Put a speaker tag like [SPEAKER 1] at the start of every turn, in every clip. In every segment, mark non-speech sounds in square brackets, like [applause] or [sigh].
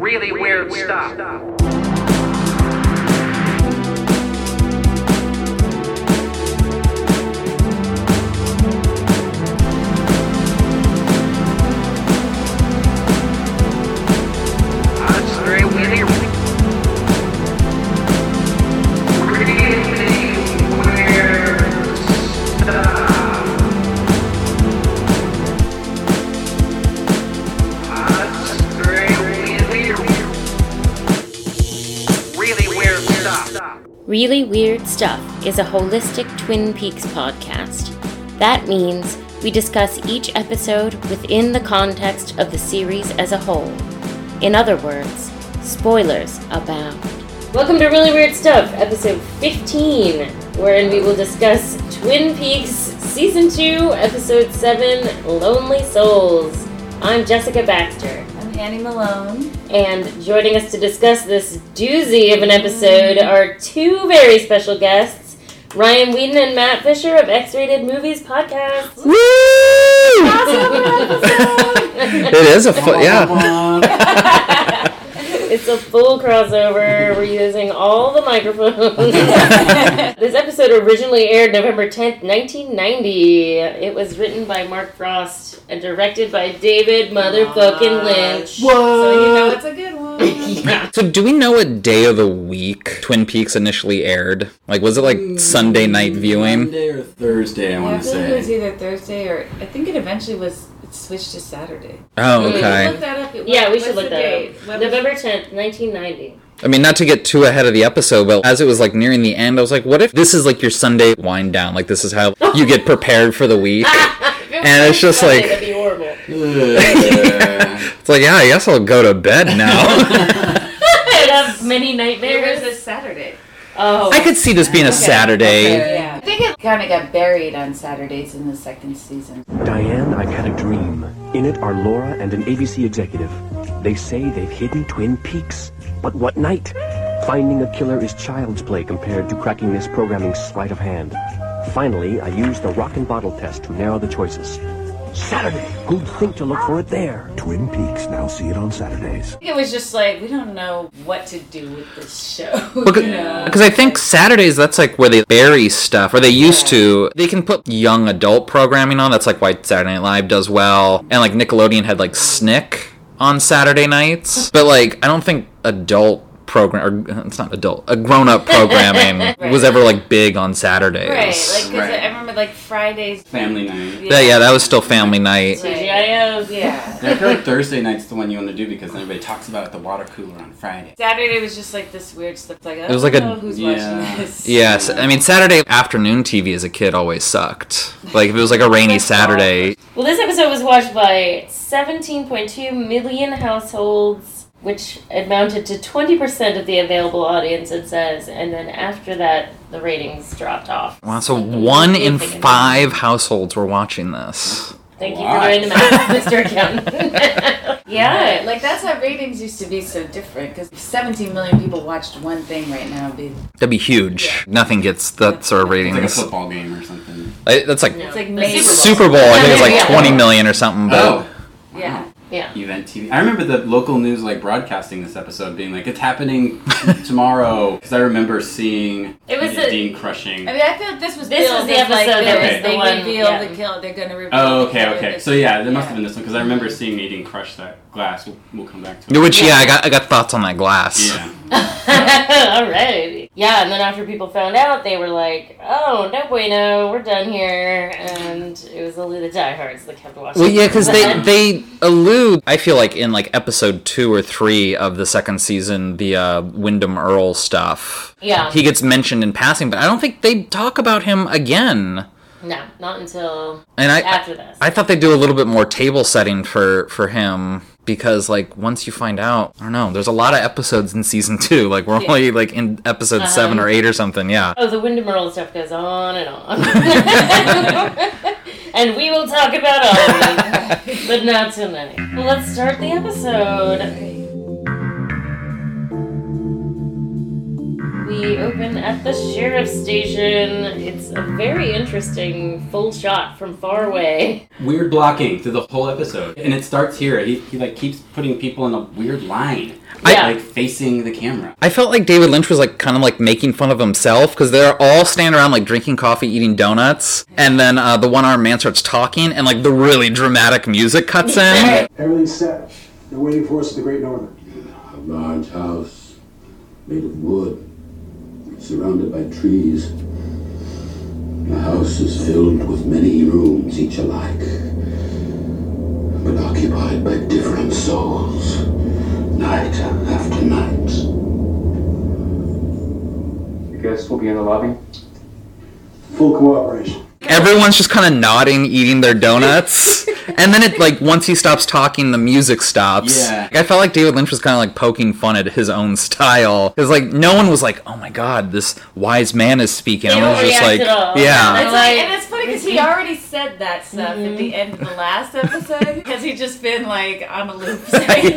[SPEAKER 1] Really weird stuff. That's very weird. Really weird stuff. That's very weird. Really weird stuff.
[SPEAKER 2] Really Weird Stuff is a holistic Twin Peaks podcast. That means we discuss each episode within the context of the series as a whole. In other words, spoilers abound. Welcome to Really Weird Stuff, episode 15, wherein we will discuss Twin Peaks season 2, episode 7, Lonely Souls. I'm Jessica Baxter.
[SPEAKER 3] I'm Annie Malone.
[SPEAKER 2] And joining us to discuss this doozy of an episode are two very special guests Ryan Whedon and Matt Fisher of X Rated Movies Podcast.
[SPEAKER 4] Woo! It is a foot, yeah.
[SPEAKER 2] [laughs] it's a full crossover. We're using all the microphones. this episode originally aired November 10th, 1990. It was written by Mark Frost and directed by David Motherfucking Lynch.
[SPEAKER 3] So you know it's a good
[SPEAKER 4] [laughs]
[SPEAKER 3] one.
[SPEAKER 4] So, do we know what day of the week Twin Peaks initially aired? Like, was it like Sunday night viewing?
[SPEAKER 5] Monday or Thursday, I
[SPEAKER 3] Yeah, I
[SPEAKER 5] want to
[SPEAKER 3] think it was
[SPEAKER 5] say.
[SPEAKER 3] either Thursday or I think it eventually was it switched to Saturday.
[SPEAKER 4] Oh,
[SPEAKER 3] We should
[SPEAKER 4] okay.
[SPEAKER 3] look that up. It-
[SPEAKER 2] Yeah, we
[SPEAKER 3] what's
[SPEAKER 2] should
[SPEAKER 3] the
[SPEAKER 2] look that
[SPEAKER 3] date?
[SPEAKER 2] up.
[SPEAKER 3] What was-
[SPEAKER 2] November 10th, 1990.
[SPEAKER 4] I mean, not to get too ahead of the episode, but as it was like nearing the end, I was like, what if this is like your Sunday wind down? Like, this is how you get prepared for the week? And it's just
[SPEAKER 2] Sunday,
[SPEAKER 4] like,
[SPEAKER 2] that'd be [laughs] horrible.
[SPEAKER 4] [laughs]
[SPEAKER 5] Ugh.
[SPEAKER 4] it's like, yeah, I guess I'll go to bed now.
[SPEAKER 2] I'd have many nightmares.
[SPEAKER 3] It was a Saturday.
[SPEAKER 2] Oh,
[SPEAKER 4] I could see this being a Saturday.
[SPEAKER 3] Yeah. I think it kind of got buried on Saturdays in the second season.
[SPEAKER 6] Diane, I've had a dream. In it are Laura and an ABC executive. They say they've hidden Twin Peaks. But what night? Finding a killer is child's play compared to cracking this programming sleight of hand. Finally, I use the rock and bottle test to narrow the choices. Saturday! Who'd think to look for it there? Twin Peaks, now see it on Saturdays.
[SPEAKER 3] I think it was just like we don't know what to do with this show. [laughs]
[SPEAKER 4] Because I think Saturdays, that's like where they bury stuff, or they used to. They can put young adult programming on. That's like why Saturday Night Live does well. And like Nickelodeon had like Snick on Saturday nights. But like, I don't think adult program, or it's not adult, a grown up programming
[SPEAKER 3] [laughs]
[SPEAKER 4] was ever like big on Saturdays.
[SPEAKER 3] Right, like 'cause
[SPEAKER 5] Right.
[SPEAKER 3] I remember like Fridays.
[SPEAKER 5] Family night.
[SPEAKER 4] That- yeah, that was still family night.
[SPEAKER 2] TGIF.
[SPEAKER 3] Yeah.
[SPEAKER 5] I feel like Thursday night's the one you want to do because everybody talks about it at the water cooler on Friday.
[SPEAKER 3] Saturday was just like this weird stuff. Like I don't
[SPEAKER 4] was like a-
[SPEAKER 3] know who's
[SPEAKER 5] Yeah.
[SPEAKER 3] watching this.
[SPEAKER 4] Yes, I mean Saturday afternoon TV as a kid always sucked. Like if it was like a rainy Saturday,
[SPEAKER 2] Well, this episode was watched by 17.2 million households, which amounted to 20% of the available audience, it says. And then after that, the ratings dropped off.
[SPEAKER 4] Wow, so one in
[SPEAKER 2] Significant.
[SPEAKER 4] five households were watching this.
[SPEAKER 2] Thank you
[SPEAKER 5] Wow.
[SPEAKER 2] for doing the math,
[SPEAKER 4] [laughs]
[SPEAKER 2] Mr. Accountant. [laughs] yeah.
[SPEAKER 3] Yeah, like that's how ratings used to be so different because 17 million people watched one thing right now. would Be,
[SPEAKER 4] That'd be huge. Nothing gets that sort of
[SPEAKER 5] It's like a
[SPEAKER 4] ratings.
[SPEAKER 5] football game or something.
[SPEAKER 4] I- That's like
[SPEAKER 3] it's like
[SPEAKER 2] The
[SPEAKER 3] May.
[SPEAKER 4] Super Bowl. I think it's
[SPEAKER 2] Yeah,
[SPEAKER 4] like
[SPEAKER 2] yeah.
[SPEAKER 4] 20 million or something. But
[SPEAKER 5] Oh,
[SPEAKER 3] Yeah.
[SPEAKER 2] Yeah.
[SPEAKER 5] event TV. I remember the local news like broadcasting this episode being like, it's happening [laughs] tomorrow. Because I remember seeing
[SPEAKER 2] It was a-
[SPEAKER 5] Dean crushing.
[SPEAKER 3] I mean, I feel like this was
[SPEAKER 2] This
[SPEAKER 3] billed
[SPEAKER 2] was the
[SPEAKER 3] as, like,
[SPEAKER 2] episode
[SPEAKER 3] they-
[SPEAKER 5] that was
[SPEAKER 3] they
[SPEAKER 2] the one-
[SPEAKER 3] reveal
[SPEAKER 2] yeah.
[SPEAKER 3] the kill. They're gonna reveal.
[SPEAKER 5] Oh,
[SPEAKER 3] the
[SPEAKER 5] okay,
[SPEAKER 3] killer
[SPEAKER 5] okay.
[SPEAKER 3] this-
[SPEAKER 5] So yeah, there must have been this one because I remember seeing Nadine crush that glass. We'll, we'll come back to it.
[SPEAKER 4] which, yeah, I got I got thoughts on that glass.
[SPEAKER 5] Oh. Yeah.
[SPEAKER 2] [laughs] All right. Yeah, and then after people found out, they were like, oh, no bueno, we're done here. And it was only the diehards that kept watching.
[SPEAKER 4] Well, yeah, because they they allude. I feel like in like episode two or three of the second season, the uh, Wyndham Earl stuff.
[SPEAKER 2] Yeah.
[SPEAKER 4] He gets mentioned in passing, but I don't think they talk about him again.
[SPEAKER 2] [laughs] No, not until
[SPEAKER 4] And I
[SPEAKER 2] after this.
[SPEAKER 4] I thought they'd do a little bit more table setting for for him because like once you find out, I don't know. There's a lot of episodes in season [laughs] two. Like we're only like in episode seven or eight or something. Yeah.
[SPEAKER 2] Oh, the Wyndham Earl stuff goes on [laughs] and
[SPEAKER 4] [laughs]
[SPEAKER 2] on. and we will talk about all of it, but not tonight. Well, let's start the episode. we open at the sheriff's station. It's a very interesting full shot from far away.
[SPEAKER 5] Weird blocking through the whole episode, and it starts here. He, he like keeps putting people in a weird line,
[SPEAKER 2] Yeah.
[SPEAKER 5] like facing the camera.
[SPEAKER 4] I felt like David Lynch was like kind of like making fun of himself because they're all standing around like drinking coffee, eating donuts, and then uh, the one armed man starts talking, and like the really dramatic music cuts in.
[SPEAKER 7] Everything's set. They're waiting for us at the Great Northern.
[SPEAKER 8] A large house made of wood, surrounded by trees. The house is filled with many rooms, each alike, but occupied by different souls, night after night.
[SPEAKER 9] The guests will be in the lobby.
[SPEAKER 7] Full cooperation.
[SPEAKER 4] Everyone's just kind of nodding, eating their donuts, and then it like once he stops talking, the music stops.
[SPEAKER 5] Yeah.
[SPEAKER 4] Like, I felt like David Lynch was kind of like poking fun at his own style because like no one was like, oh my god, this wise man is speaking.
[SPEAKER 2] They
[SPEAKER 4] Everyone
[SPEAKER 2] don't
[SPEAKER 4] was just
[SPEAKER 2] react
[SPEAKER 4] like,
[SPEAKER 2] at all.
[SPEAKER 4] yeah.
[SPEAKER 3] It's like,
[SPEAKER 2] Like-
[SPEAKER 3] and it's funny because he already said that stuff at
[SPEAKER 2] Mm-hmm.
[SPEAKER 3] the end of the last episode because he just been like on a loop [laughs] saying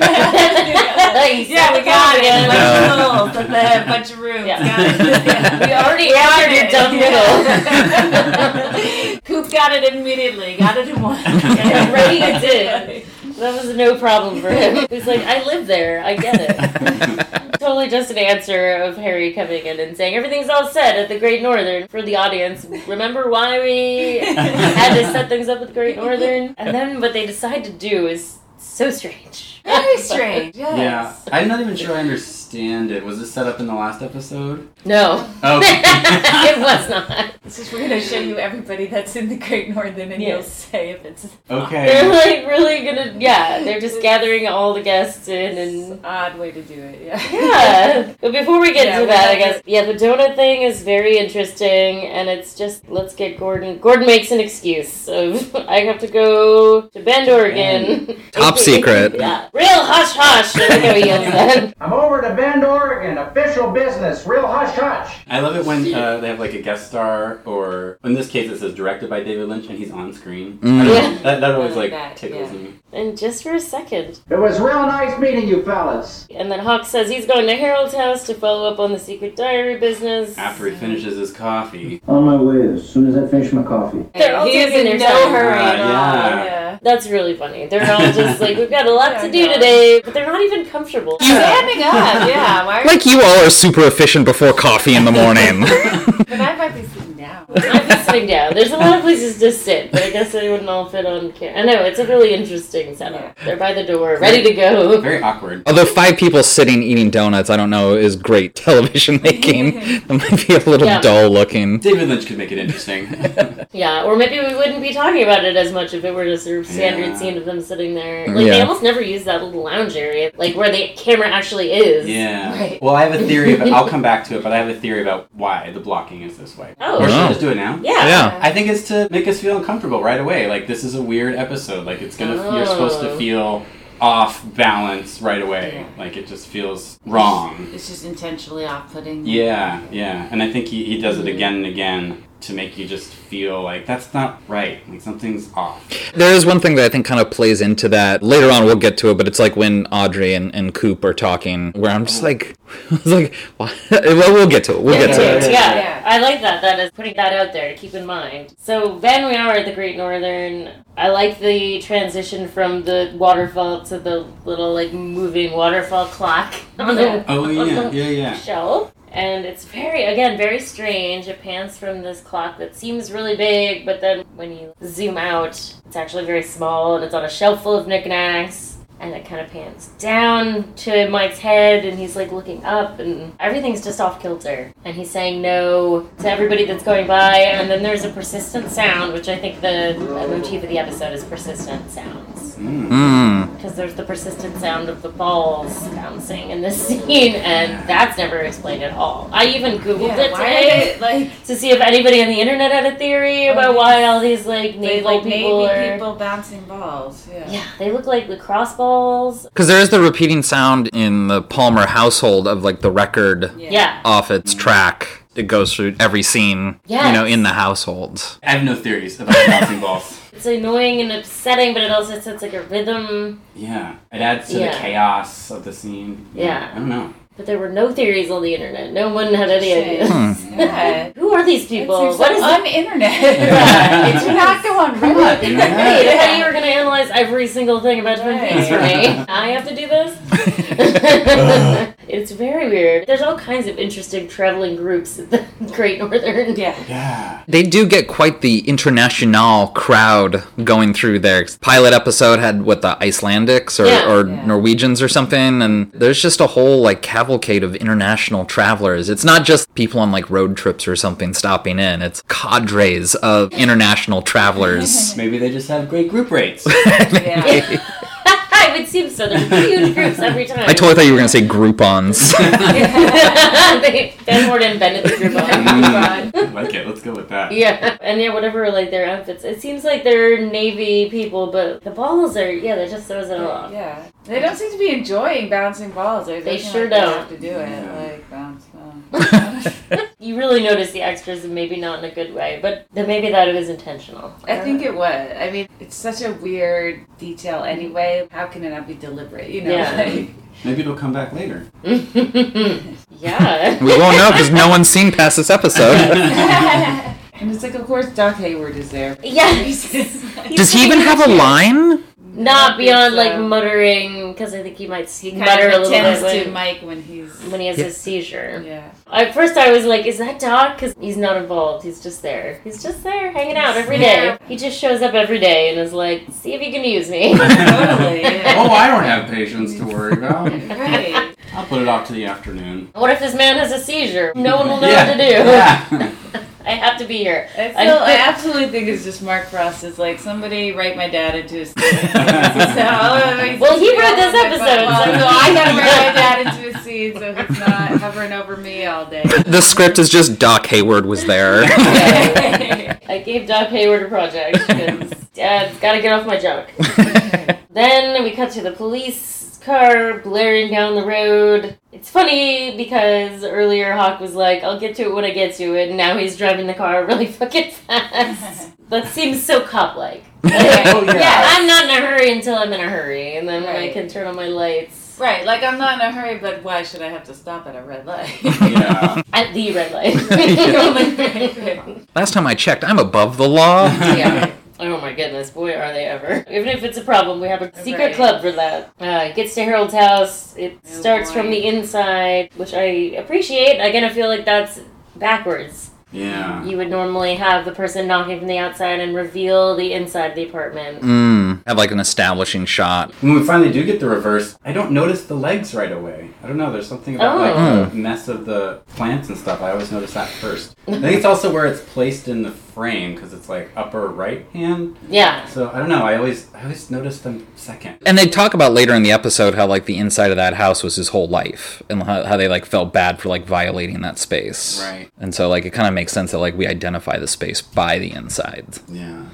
[SPEAKER 3] that.
[SPEAKER 2] Like,
[SPEAKER 3] yeah, we got it.
[SPEAKER 4] Yeah.
[SPEAKER 3] Like rules, but the bunch of
[SPEAKER 2] [laughs]
[SPEAKER 3] rooms.
[SPEAKER 2] Yeah.
[SPEAKER 3] Got it.
[SPEAKER 2] We already answered it down the middle.
[SPEAKER 3] Yeah. [laughs] Coop got it immediately. Got it in one.
[SPEAKER 2] Right, he did. That was no problem for him. He's like, I live there. I get
[SPEAKER 3] [laughs]
[SPEAKER 2] it. totally just an answer of Harry coming in and saying, everything's all set at the Great Northern. For the audience, remember why we had to set things up at the Great Northern? And then what they decide to do is so strange.
[SPEAKER 3] Very strange. Yes.
[SPEAKER 5] Yeah, I'm not even sure I understand it. Was this set up in the last episode?
[SPEAKER 2] No, [laughs]
[SPEAKER 5] Oh, [laughs]
[SPEAKER 2] it was not.
[SPEAKER 3] It's just we're gonna show you everybody that's in the Great Northern, and you'll
[SPEAKER 2] Yes.
[SPEAKER 3] say if it's
[SPEAKER 2] They're [laughs]
[SPEAKER 5] okay.
[SPEAKER 2] like really gonna, yeah, they're just gathering all the guests in and
[SPEAKER 3] odd way to do it. Yeah.
[SPEAKER 2] Yeah. But before we get
[SPEAKER 3] Yeah,
[SPEAKER 2] to
[SPEAKER 3] we
[SPEAKER 2] that, I
[SPEAKER 3] have
[SPEAKER 2] guess yeah, the donut thing is very interesting, and it's just let's get Gordon. Gordon makes an excuse of [laughs] I have to go to Bend, [laughs] Oregon.
[SPEAKER 4] Top secret.
[SPEAKER 2] yeah. Real hush hush. There we go. He yells that.
[SPEAKER 9] I'm over to Bend, Oregon. Official business. Real hush hush.
[SPEAKER 5] I love it when uh, they have like a guest star, or in this case, it says directed by David Lynch, and he's on screen. I don't know.
[SPEAKER 2] Yeah.
[SPEAKER 5] That, that always
[SPEAKER 3] I like
[SPEAKER 5] like
[SPEAKER 3] that,
[SPEAKER 5] tickles
[SPEAKER 3] yeah.
[SPEAKER 5] me.
[SPEAKER 2] And just for a second,
[SPEAKER 9] It was real nice meeting you fellas.
[SPEAKER 2] and then Hawk says he's going to Harold's house to follow up on the secret diary business.
[SPEAKER 5] After he finishes his coffee,
[SPEAKER 9] On my way as soon as I finish my coffee.
[SPEAKER 2] They're all
[SPEAKER 3] He's
[SPEAKER 2] taking their
[SPEAKER 3] in no
[SPEAKER 2] time.
[SPEAKER 3] hurry at
[SPEAKER 5] Ah,
[SPEAKER 3] all.
[SPEAKER 5] yeah.
[SPEAKER 3] Yeah.
[SPEAKER 2] That's really funny. They're all just like, we've got a lot to
[SPEAKER 3] They're
[SPEAKER 2] do
[SPEAKER 3] not.
[SPEAKER 2] today, but they're not even comfortable.
[SPEAKER 3] Standing up. Yeah. Why are
[SPEAKER 4] [laughs] Like you all are super efficient before coffee in
[SPEAKER 2] [laughs]
[SPEAKER 4] the morning.
[SPEAKER 3] But I might be sitting down.
[SPEAKER 2] I'm just sitting down. There's a lot of places to sit, but I guess they wouldn't all fit on camera. I know, it's a really interesting setup. They're by the door, ready to go.
[SPEAKER 5] very awkward.
[SPEAKER 4] Although five people sitting eating donuts, I don't know, is great television making.
[SPEAKER 2] [laughs]
[SPEAKER 4] It might be a little
[SPEAKER 2] Yeah.
[SPEAKER 4] dull looking.
[SPEAKER 5] David Lynch could make it interesting. [laughs]
[SPEAKER 2] Yeah, or maybe we wouldn't be talking about it as much if it were just a standard
[SPEAKER 5] Yeah.
[SPEAKER 2] scene of them sitting there. Like, they
[SPEAKER 4] Yeah.
[SPEAKER 2] almost never use that little lounge area, like where the camera actually is.
[SPEAKER 5] yeah.
[SPEAKER 3] Right.
[SPEAKER 5] Well, I have a theory, but I'll come back to it. But I have a theory about why the blocking is this way.
[SPEAKER 2] Oh.
[SPEAKER 5] Or should
[SPEAKER 4] Oh.
[SPEAKER 5] I just do it now?
[SPEAKER 2] Yeah.
[SPEAKER 4] Yeah.
[SPEAKER 5] I think it's to make us feel uncomfortable right away. Like this is a weird episode. Like it's gonna you're supposed to
[SPEAKER 2] Oh.
[SPEAKER 5] feel off balance right away. Like it just feels wrong.
[SPEAKER 3] It's just intentionally off-putting.
[SPEAKER 5] Yeah, yeah. And I think he, he does it
[SPEAKER 2] Mm-hmm.
[SPEAKER 5] again and again to make you just feel like that's not right. Like something's off.
[SPEAKER 4] There is one thing that I think kind of plays into that. Later on, we'll get to it, but it's like when Audrey and, and Coop are talking, where I'm just like, [laughs] I was like, why- [laughs] well, we'll get to it. We'll
[SPEAKER 2] Yeah,
[SPEAKER 4] get to
[SPEAKER 2] yeah,
[SPEAKER 4] it.
[SPEAKER 2] yeah.
[SPEAKER 3] Yeah.
[SPEAKER 2] I like that. That is putting that out there to keep in mind. So then we are at the Great Northern. I like the transition from the waterfall to the little like moving waterfall clock [laughs] on the [laughs]
[SPEAKER 5] Oh yeah, yeah, yeah.
[SPEAKER 2] shelf. And it's very, again, very strange. It pans from this clock that seems really big, but then when you zoom out, it's actually very small and it's on a shelf full of knickknacks. And it kind of pans down to Mike's head, and he's like looking up, and everything's just off kilter. And he's saying no to everybody that's going by, and then there's a persistent sound, which I think the uh, motif of the episode is persistent sounds
[SPEAKER 4] Mm.
[SPEAKER 2] because there's the persistent sound of the balls bouncing in this [laughs] scene, and that's never explained at all. I even
[SPEAKER 3] Yeah,
[SPEAKER 2] googled it
[SPEAKER 3] why are
[SPEAKER 2] today
[SPEAKER 3] they like
[SPEAKER 2] to see if anybody on the internet had a theory about
[SPEAKER 3] these-
[SPEAKER 2] why all these like
[SPEAKER 3] they
[SPEAKER 2] naval
[SPEAKER 3] like
[SPEAKER 2] people
[SPEAKER 3] Navy
[SPEAKER 2] are.
[SPEAKER 3] people bouncing balls? Yeah.
[SPEAKER 2] Yeah, they look like lacrosse balls.
[SPEAKER 4] Because there is the repeating sound in the Palmer household of like the record
[SPEAKER 3] Yeah.
[SPEAKER 2] Yeah,
[SPEAKER 4] off its track. It goes through every scene, you know,
[SPEAKER 2] Yes.
[SPEAKER 4] in the household.
[SPEAKER 5] I have no theories about bouncing balls. [laughs]
[SPEAKER 2] it's annoying and upsetting, but it also sets like a rhythm.
[SPEAKER 5] Yeah. It adds to
[SPEAKER 2] Yeah.
[SPEAKER 5] the chaos of the scene.
[SPEAKER 2] Yeah.
[SPEAKER 5] I don't know.
[SPEAKER 2] But there were no theories on the internet. No one had any ideas.
[SPEAKER 3] Yeah.
[SPEAKER 2] Who are these [laughs] people?
[SPEAKER 3] It's
[SPEAKER 2] What is
[SPEAKER 3] on
[SPEAKER 2] it?
[SPEAKER 3] the internet?
[SPEAKER 2] Yeah.
[SPEAKER 3] It did not go on Reddit.
[SPEAKER 5] Come
[SPEAKER 3] [laughs]
[SPEAKER 5] on,
[SPEAKER 2] Hey,
[SPEAKER 5] internet.
[SPEAKER 2] how you were going to analyze every single thing about Twin
[SPEAKER 3] Right.
[SPEAKER 2] Peaks for me? [laughs] I have to do this? it's very weird. There's all kinds of interesting traveling groups at the [laughs] Great Northern.
[SPEAKER 3] Yeah.
[SPEAKER 5] Yeah.
[SPEAKER 4] They do get quite the international crowd going through there. Pilot episode had what the Icelandics or,
[SPEAKER 2] Yeah.
[SPEAKER 4] or
[SPEAKER 3] Yeah.
[SPEAKER 4] Norwegians or something, and there's just a whole like cavalcade of international travelers. It's not just people on like road trips or something stopping in. It's cadres of
[SPEAKER 3] [laughs]
[SPEAKER 4] international travelers.
[SPEAKER 5] Maybe they just have great group
[SPEAKER 2] [laughs] Oh
[SPEAKER 5] rates.
[SPEAKER 3] Yeah.
[SPEAKER 2] [laughs] it would seem so. There's huge groups every time.
[SPEAKER 4] I totally thought you were gonna say Groupons.
[SPEAKER 2] [laughs]
[SPEAKER 4] [laughs]
[SPEAKER 2] they, that's more than Bennett the group
[SPEAKER 5] [laughs]
[SPEAKER 2] on.
[SPEAKER 5] like it. Mm. Let's go with that.
[SPEAKER 2] Yeah, [laughs] and yeah, whatever, like their outfits. It seems like they're Navy people, but the balls are, yeah, that just throws it all off.
[SPEAKER 3] Yeah. They don't seem to be enjoying bouncing balls. They're
[SPEAKER 2] They
[SPEAKER 3] looking
[SPEAKER 2] sure
[SPEAKER 3] like they
[SPEAKER 2] don't.
[SPEAKER 3] have to do it. Like, bounce, bounce.
[SPEAKER 2] You really notice the extras, and maybe not in a good way, but then maybe that it was intentional.
[SPEAKER 3] I think it was. I mean, it's such a weird detail anyway. How can it not be deliberate? You know,
[SPEAKER 2] Yeah. [laughs]
[SPEAKER 3] like,
[SPEAKER 5] Um, Maybe it'll come back [laughs] later.
[SPEAKER 2] yeah.
[SPEAKER 4] we won't know because no one's seen past
[SPEAKER 3] [laughs]
[SPEAKER 4] this episode.
[SPEAKER 3] and it's like, of course, Doc Hayward is there. [laughs]
[SPEAKER 2] Yes.
[SPEAKER 4] Does he even have a line?
[SPEAKER 2] Not beyond
[SPEAKER 3] So-
[SPEAKER 2] like muttering, because I think he might s-
[SPEAKER 3] He kind
[SPEAKER 2] mutter
[SPEAKER 3] of
[SPEAKER 2] a little
[SPEAKER 3] pretends
[SPEAKER 2] bit
[SPEAKER 3] to
[SPEAKER 2] when,
[SPEAKER 3] Mike when he's
[SPEAKER 2] when he has
[SPEAKER 4] Yeah.
[SPEAKER 2] his seizure.
[SPEAKER 3] yeah.
[SPEAKER 2] At first, I was like, "Is that Doc?" Because he's not involved. He's just there. He's just there, hanging out every day.
[SPEAKER 3] Yeah.
[SPEAKER 2] He just shows up every day and is like, "See if you can use
[SPEAKER 3] [laughs]
[SPEAKER 2] me." [laughs]
[SPEAKER 3] Totally. Yeah.
[SPEAKER 5] [laughs] oh, I don't have patience to worry
[SPEAKER 2] [laughs]
[SPEAKER 5] about.
[SPEAKER 3] [laughs] Right.
[SPEAKER 5] I'll put it off to the afternoon.
[SPEAKER 2] what if this man has a seizure? No one will know
[SPEAKER 5] Yeah.
[SPEAKER 2] what to do.
[SPEAKER 5] [laughs] Yeah.
[SPEAKER 2] [laughs] I have to be here.
[SPEAKER 3] I, feel, I absolutely think it's just Mark Frost is like somebody write my dad into a
[SPEAKER 4] [laughs]
[SPEAKER 3] seizure. [laughs] so, [laughs] oh,
[SPEAKER 2] Well, he wrote this episode,
[SPEAKER 3] Well,
[SPEAKER 2] so-
[SPEAKER 3] no, I gotta write my dad into a scene so
[SPEAKER 2] [laughs]
[SPEAKER 3] he's not hovering over me all day.
[SPEAKER 4] The script is just Doc Hayward was
[SPEAKER 3] [laughs]
[SPEAKER 4] there.
[SPEAKER 2] I gave Doc Hayward a project
[SPEAKER 5] [laughs]
[SPEAKER 2] because Dad's got to get off my junk. Then we cut to the police car blaring down the road. It's funny because earlier Hawk was like, I'll get to it when I get to it, and now he's driving the car [laughs] really fucking fast. that seems so cop like. [laughs]
[SPEAKER 3] Oh,
[SPEAKER 5] yeah.
[SPEAKER 2] I'm not in a hurry until I'm in a hurry, and then when I
[SPEAKER 3] Right.
[SPEAKER 2] can turn on my lights
[SPEAKER 3] right, like I'm not in a hurry, but why should I have to stop at a red light?
[SPEAKER 5] yeah.
[SPEAKER 2] at the red [laughs] Oh
[SPEAKER 3] [laughs]
[SPEAKER 2] light.
[SPEAKER 3] Right.
[SPEAKER 4] Last time I checked, I'm above the law.
[SPEAKER 3] [laughs]
[SPEAKER 2] yeah. Oh my goodness, boy, are they ever. Even if it's a problem, we have a secret
[SPEAKER 3] Right.
[SPEAKER 2] club for that. Uh, it gets to Harold's house, it
[SPEAKER 3] Oh,
[SPEAKER 2] starts
[SPEAKER 3] boy.
[SPEAKER 2] from the inside, which I appreciate. Again, I feel like that's backwards.
[SPEAKER 5] Yeah.
[SPEAKER 2] You would normally have the person knocking from the outside and reveal the inside of the apartment.
[SPEAKER 4] Mm, have like an establishing shot.
[SPEAKER 5] When we finally do get the reverse, I don't notice the legs right away. I don't know. There's something about
[SPEAKER 2] Oh.
[SPEAKER 5] like the mess of the plants and stuff. I always notice that first. I think it's also where it's placed in the frame because it's like upper right hand.
[SPEAKER 2] Yeah.
[SPEAKER 5] So I don't know. I always I always notice them second.
[SPEAKER 4] And they talk about later in the episode how like the inside of that house was his whole life and how, how they like felt bad for like violating that space.
[SPEAKER 5] Right.
[SPEAKER 4] And so like it kind of makes sense that like we identify the space by the inside.
[SPEAKER 5] Yeah.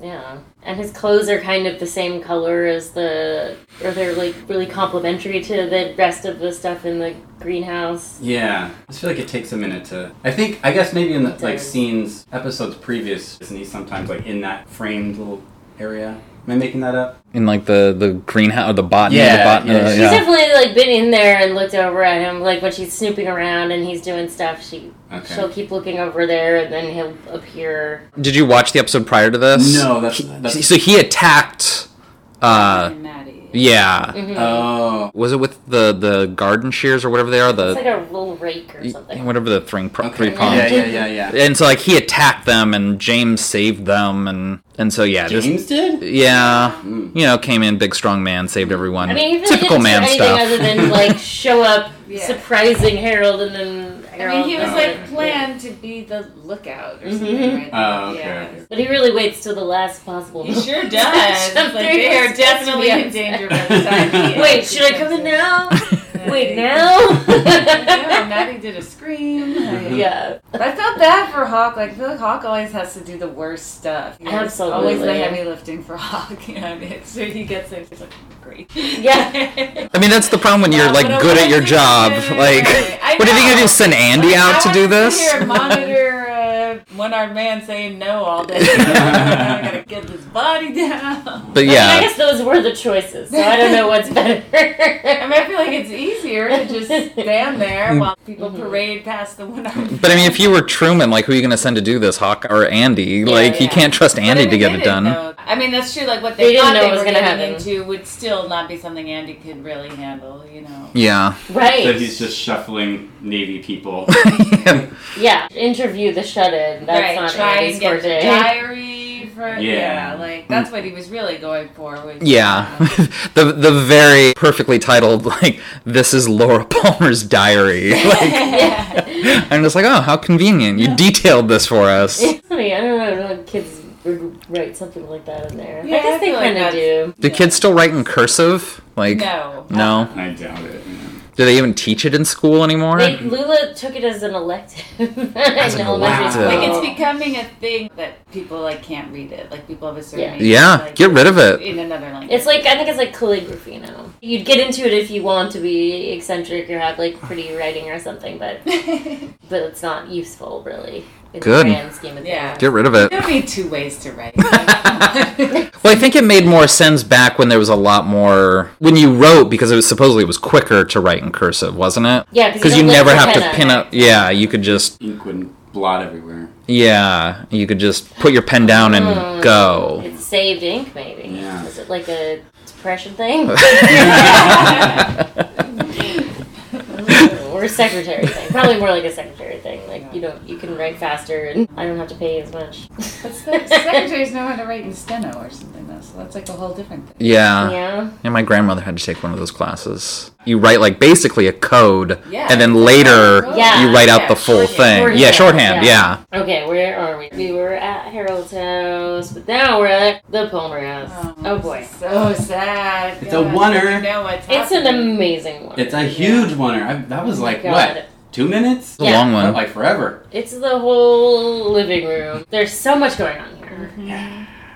[SPEAKER 2] Yeah. And his clothes are kind of the same color as the. Or they're like really complementary to the rest of the stuff in the greenhouse.
[SPEAKER 5] Yeah, I just feel like it takes a minute to. I think I guess maybe in the like
[SPEAKER 2] does.
[SPEAKER 5] scenes episodes previous, isn't he sometimes like in that framed little area? Am I making that up?
[SPEAKER 4] In like the the greenhouse, the botany,
[SPEAKER 5] Yeah,
[SPEAKER 4] the botany.
[SPEAKER 5] yeah.
[SPEAKER 4] uh,
[SPEAKER 5] She's
[SPEAKER 2] She's definitely like been in there and looked over at him. Like when she's snooping around and he's doing stuff, she
[SPEAKER 5] Okay.
[SPEAKER 2] she'll keep looking over there, and then he'll appear.
[SPEAKER 4] Did you watch the episode prior to this?
[SPEAKER 5] No, that's that's.
[SPEAKER 4] So he attacked. Uh,
[SPEAKER 3] And Maddie.
[SPEAKER 4] yeah.
[SPEAKER 2] Mm-hmm.
[SPEAKER 5] oh,
[SPEAKER 4] Was it with the the garden shears or whatever they are? The
[SPEAKER 2] It's like a little rake or something.
[SPEAKER 4] whatever the three pro- three prong.
[SPEAKER 5] yeah, yeah, yeah, yeah.
[SPEAKER 4] And so like he attacked them and James saved them and and so yeah, just
[SPEAKER 5] James did.
[SPEAKER 4] yeah, you know, came in big strong man, saved everyone.
[SPEAKER 2] I mean, he really didn't
[SPEAKER 4] Typical
[SPEAKER 2] do
[SPEAKER 4] man
[SPEAKER 2] anything
[SPEAKER 4] stuff.
[SPEAKER 2] other than
[SPEAKER 5] [laughs]
[SPEAKER 2] like show up,
[SPEAKER 3] Yeah.
[SPEAKER 2] surprising Harold, and then
[SPEAKER 3] I
[SPEAKER 2] Harold.
[SPEAKER 3] mean, he was
[SPEAKER 5] Oh,
[SPEAKER 3] like
[SPEAKER 5] yeah.
[SPEAKER 3] planned to be the lookout or something.
[SPEAKER 2] Mm-hmm.
[SPEAKER 3] Right?
[SPEAKER 5] Oh, okay.
[SPEAKER 3] Yeah.
[SPEAKER 5] okay.
[SPEAKER 2] But he really waits till the last possible.
[SPEAKER 3] He
[SPEAKER 2] moment.
[SPEAKER 3] sure does. It's like they are definitely in [laughs] danger by the time. he
[SPEAKER 2] Wait,
[SPEAKER 3] actually
[SPEAKER 2] should I
[SPEAKER 3] comes
[SPEAKER 2] come in
[SPEAKER 3] [laughs]
[SPEAKER 2] now? Wait,
[SPEAKER 3] Like,
[SPEAKER 2] now?
[SPEAKER 3] No,
[SPEAKER 2] [laughs]
[SPEAKER 3] Maddie did a scream. like-
[SPEAKER 2] yeah.
[SPEAKER 3] [laughs] I felt bad for Hawk. Like, I feel like Hawk always has to do the worst stuff. He's Always the
[SPEAKER 2] Absolutely.
[SPEAKER 3] heavy lifting for Hawk. [laughs] You know what I mean? So he gets it. He's like, "Oh, great. [laughs]
[SPEAKER 2] Yeah.
[SPEAKER 4] [laughs] I mean, that's the problem when you're
[SPEAKER 3] Wow,
[SPEAKER 4] like
[SPEAKER 3] what a
[SPEAKER 4] good at your
[SPEAKER 3] wonderful
[SPEAKER 4] job.
[SPEAKER 3] man.
[SPEAKER 4] [laughs] Like,
[SPEAKER 3] I
[SPEAKER 4] what are you
[SPEAKER 3] know.
[SPEAKER 4] gonna do? Send Andy
[SPEAKER 3] Like,
[SPEAKER 4] out
[SPEAKER 3] I
[SPEAKER 4] to
[SPEAKER 3] wanna
[SPEAKER 4] do
[SPEAKER 3] sit
[SPEAKER 4] this?
[SPEAKER 3] Here, and monitor uh, One armed man saying no all day. I gotta get this body down.
[SPEAKER 4] [laughs] But
[SPEAKER 2] I, mean, I
[SPEAKER 4] yeah,
[SPEAKER 2] guess those were the choices, so I don't know what's
[SPEAKER 3] I
[SPEAKER 2] better. [laughs]
[SPEAKER 3] mean, I feel like it's easier to just stand there while people
[SPEAKER 2] Mm-hmm.
[SPEAKER 3] parade past the one armed.
[SPEAKER 4] Mm. but I mean, if you were Truman, like who are you gonna send to do this, Hawk or Andy? like you
[SPEAKER 3] yeah.
[SPEAKER 4] can't trust Andy to get it done.
[SPEAKER 3] I mean, that's true. Like what
[SPEAKER 2] They
[SPEAKER 3] they,
[SPEAKER 2] didn't
[SPEAKER 3] thought
[SPEAKER 2] know
[SPEAKER 3] they
[SPEAKER 2] it was
[SPEAKER 3] were
[SPEAKER 2] gonna
[SPEAKER 3] getting
[SPEAKER 2] happen.
[SPEAKER 3] into would still not be something Andy could really handle. You know.
[SPEAKER 4] Yeah, [laughs]
[SPEAKER 2] [laughs] right.
[SPEAKER 5] That he's just shuffling Navy people.
[SPEAKER 2] Yeah. Interview the shut in. That's
[SPEAKER 3] right.
[SPEAKER 2] not
[SPEAKER 3] try
[SPEAKER 2] Andy's
[SPEAKER 3] and get the
[SPEAKER 2] forte. [laughs]
[SPEAKER 3] diary for
[SPEAKER 5] Yeah.
[SPEAKER 3] yeah. Like that's what he was really going for. Was [laughs]
[SPEAKER 4] yeah. [laughs] the the very perfectly titled like this is Laura [laughs] Palmer's diary. [laughs] Like I'm just like, oh, how convenient! You detailed this for us.
[SPEAKER 2] It's funny. I don't know. I don't know if kids would write something like that in there.
[SPEAKER 3] Yeah,
[SPEAKER 2] I guess
[SPEAKER 3] I
[SPEAKER 2] they
[SPEAKER 3] feel like
[SPEAKER 2] kind of
[SPEAKER 3] that's-
[SPEAKER 2] do.
[SPEAKER 4] Do kids still write in cursive? Like
[SPEAKER 3] no.
[SPEAKER 4] no?
[SPEAKER 5] I doubt it. man.
[SPEAKER 4] Do they even teach it in school anymore?
[SPEAKER 2] They, Lula took it as an elective. [laughs]
[SPEAKER 4] As
[SPEAKER 2] in
[SPEAKER 4] an
[SPEAKER 2] elementary school.
[SPEAKER 4] elective.
[SPEAKER 3] Like it's becoming a thing that people like can't read it. Like people of a certain
[SPEAKER 2] Yeah.
[SPEAKER 3] age,
[SPEAKER 4] yeah,
[SPEAKER 3] like,
[SPEAKER 4] get rid of it.
[SPEAKER 3] in another language.
[SPEAKER 2] It's like I think it's like calligraphy now. You'd get into it if you want to be eccentric or have like pretty writing or something, but but it's not useful really. In
[SPEAKER 4] Good.
[SPEAKER 2] The grand scheme of
[SPEAKER 3] Yeah.
[SPEAKER 2] things.
[SPEAKER 4] Get rid of
[SPEAKER 3] [laughs]
[SPEAKER 4] it.
[SPEAKER 3] There'll be two ways
[SPEAKER 2] [laughs]
[SPEAKER 3] to write.
[SPEAKER 4] Well, I think it made more sense back when there was a lot more when you wrote because it was supposedly it was quicker to write in cursive, wasn't it?
[SPEAKER 2] Yeah, 'cause
[SPEAKER 4] because
[SPEAKER 2] you
[SPEAKER 4] you
[SPEAKER 2] don't
[SPEAKER 4] never
[SPEAKER 2] lick
[SPEAKER 4] have
[SPEAKER 2] your
[SPEAKER 4] to
[SPEAKER 2] pen
[SPEAKER 4] pin up. Yeah, you could just
[SPEAKER 5] Ink would blot everywhere.
[SPEAKER 4] yeah, you could just put your pen down
[SPEAKER 3] Hmm.
[SPEAKER 4] and go.
[SPEAKER 2] Mm. It's saved ink, maybe.
[SPEAKER 5] Yeah.
[SPEAKER 2] Is it like a depression
[SPEAKER 4] [laughs]
[SPEAKER 2] thing? [laughs] or a secretary thing? Probably more like a secretary thing. Like you don't, you can write faster, and I don't have to pay as much. [laughs]
[SPEAKER 3] Secretaries know how to write in steno or something though, so that's like a whole different thing.
[SPEAKER 4] [laughs] Yeah.
[SPEAKER 2] yeah.
[SPEAKER 4] And my grandmother had to take one of those classes. You write like basically a code,
[SPEAKER 3] Yeah.
[SPEAKER 4] and then later
[SPEAKER 2] Yeah.
[SPEAKER 4] you write out
[SPEAKER 3] Yeah,
[SPEAKER 4] the full
[SPEAKER 3] shorthand.
[SPEAKER 4] thing. yeah,
[SPEAKER 2] Shorthand,
[SPEAKER 4] shorthand.
[SPEAKER 2] yeah.
[SPEAKER 4] Yeah.
[SPEAKER 2] Okay, where are we? We were at Harold's house, but now we're at the Palmer house. Oh, boy.
[SPEAKER 3] this is so sad.
[SPEAKER 5] It's a oneer.
[SPEAKER 3] You know what's
[SPEAKER 2] It's an
[SPEAKER 3] happening.
[SPEAKER 2] amazing one. Oh
[SPEAKER 5] It's a huge one. I, that was like
[SPEAKER 2] God.
[SPEAKER 5] what? Two minutes?
[SPEAKER 4] It's a
[SPEAKER 2] Yeah.
[SPEAKER 4] long
[SPEAKER 5] Felt
[SPEAKER 4] one.
[SPEAKER 5] like forever.
[SPEAKER 2] It's the whole living room. There's so much going on here.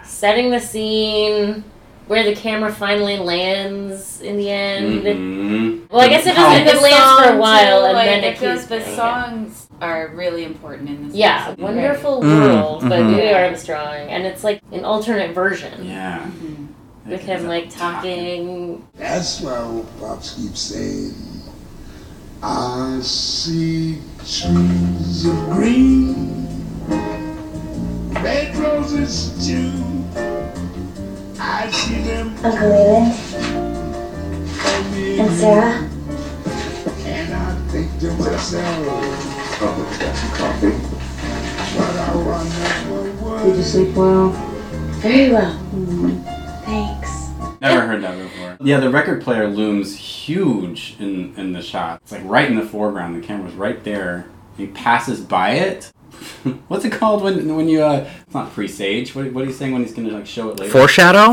[SPEAKER 2] Setting the scene, where the camera finally lands in the end.
[SPEAKER 5] Mhm.
[SPEAKER 2] Well, I guess it doesn't
[SPEAKER 3] And the
[SPEAKER 2] it lands for a
[SPEAKER 3] song,
[SPEAKER 2] while,
[SPEAKER 3] too,
[SPEAKER 2] and
[SPEAKER 3] like,
[SPEAKER 2] then it
[SPEAKER 3] because
[SPEAKER 2] keeps
[SPEAKER 3] the
[SPEAKER 2] going.
[SPEAKER 3] songs are really important in this.
[SPEAKER 2] Yeah,
[SPEAKER 3] episode.
[SPEAKER 2] wonderful
[SPEAKER 4] Mm,
[SPEAKER 2] world by
[SPEAKER 5] mm-hmm.
[SPEAKER 4] mhm.
[SPEAKER 2] Louis Armstrong, and it's like an alternate version
[SPEAKER 5] Yeah.
[SPEAKER 2] with him like talking.
[SPEAKER 8] That's why old Pops keeps saying, I see trees of green, red roses too. I see them
[SPEAKER 10] of Leland and Sarah.
[SPEAKER 8] and I think to myself, oh, that's some coffee. But I wonder what
[SPEAKER 10] Did you sleep well? Very well. Thanks.
[SPEAKER 5] Never heard that before. Yeah, the record player looms huge in in the shot. It's like right in the foreground. The camera's right there. He passes by it. [laughs] What's it called when when you uh? It's not presage. What what are you saying when he's gonna like show it later?
[SPEAKER 4] Foreshadow.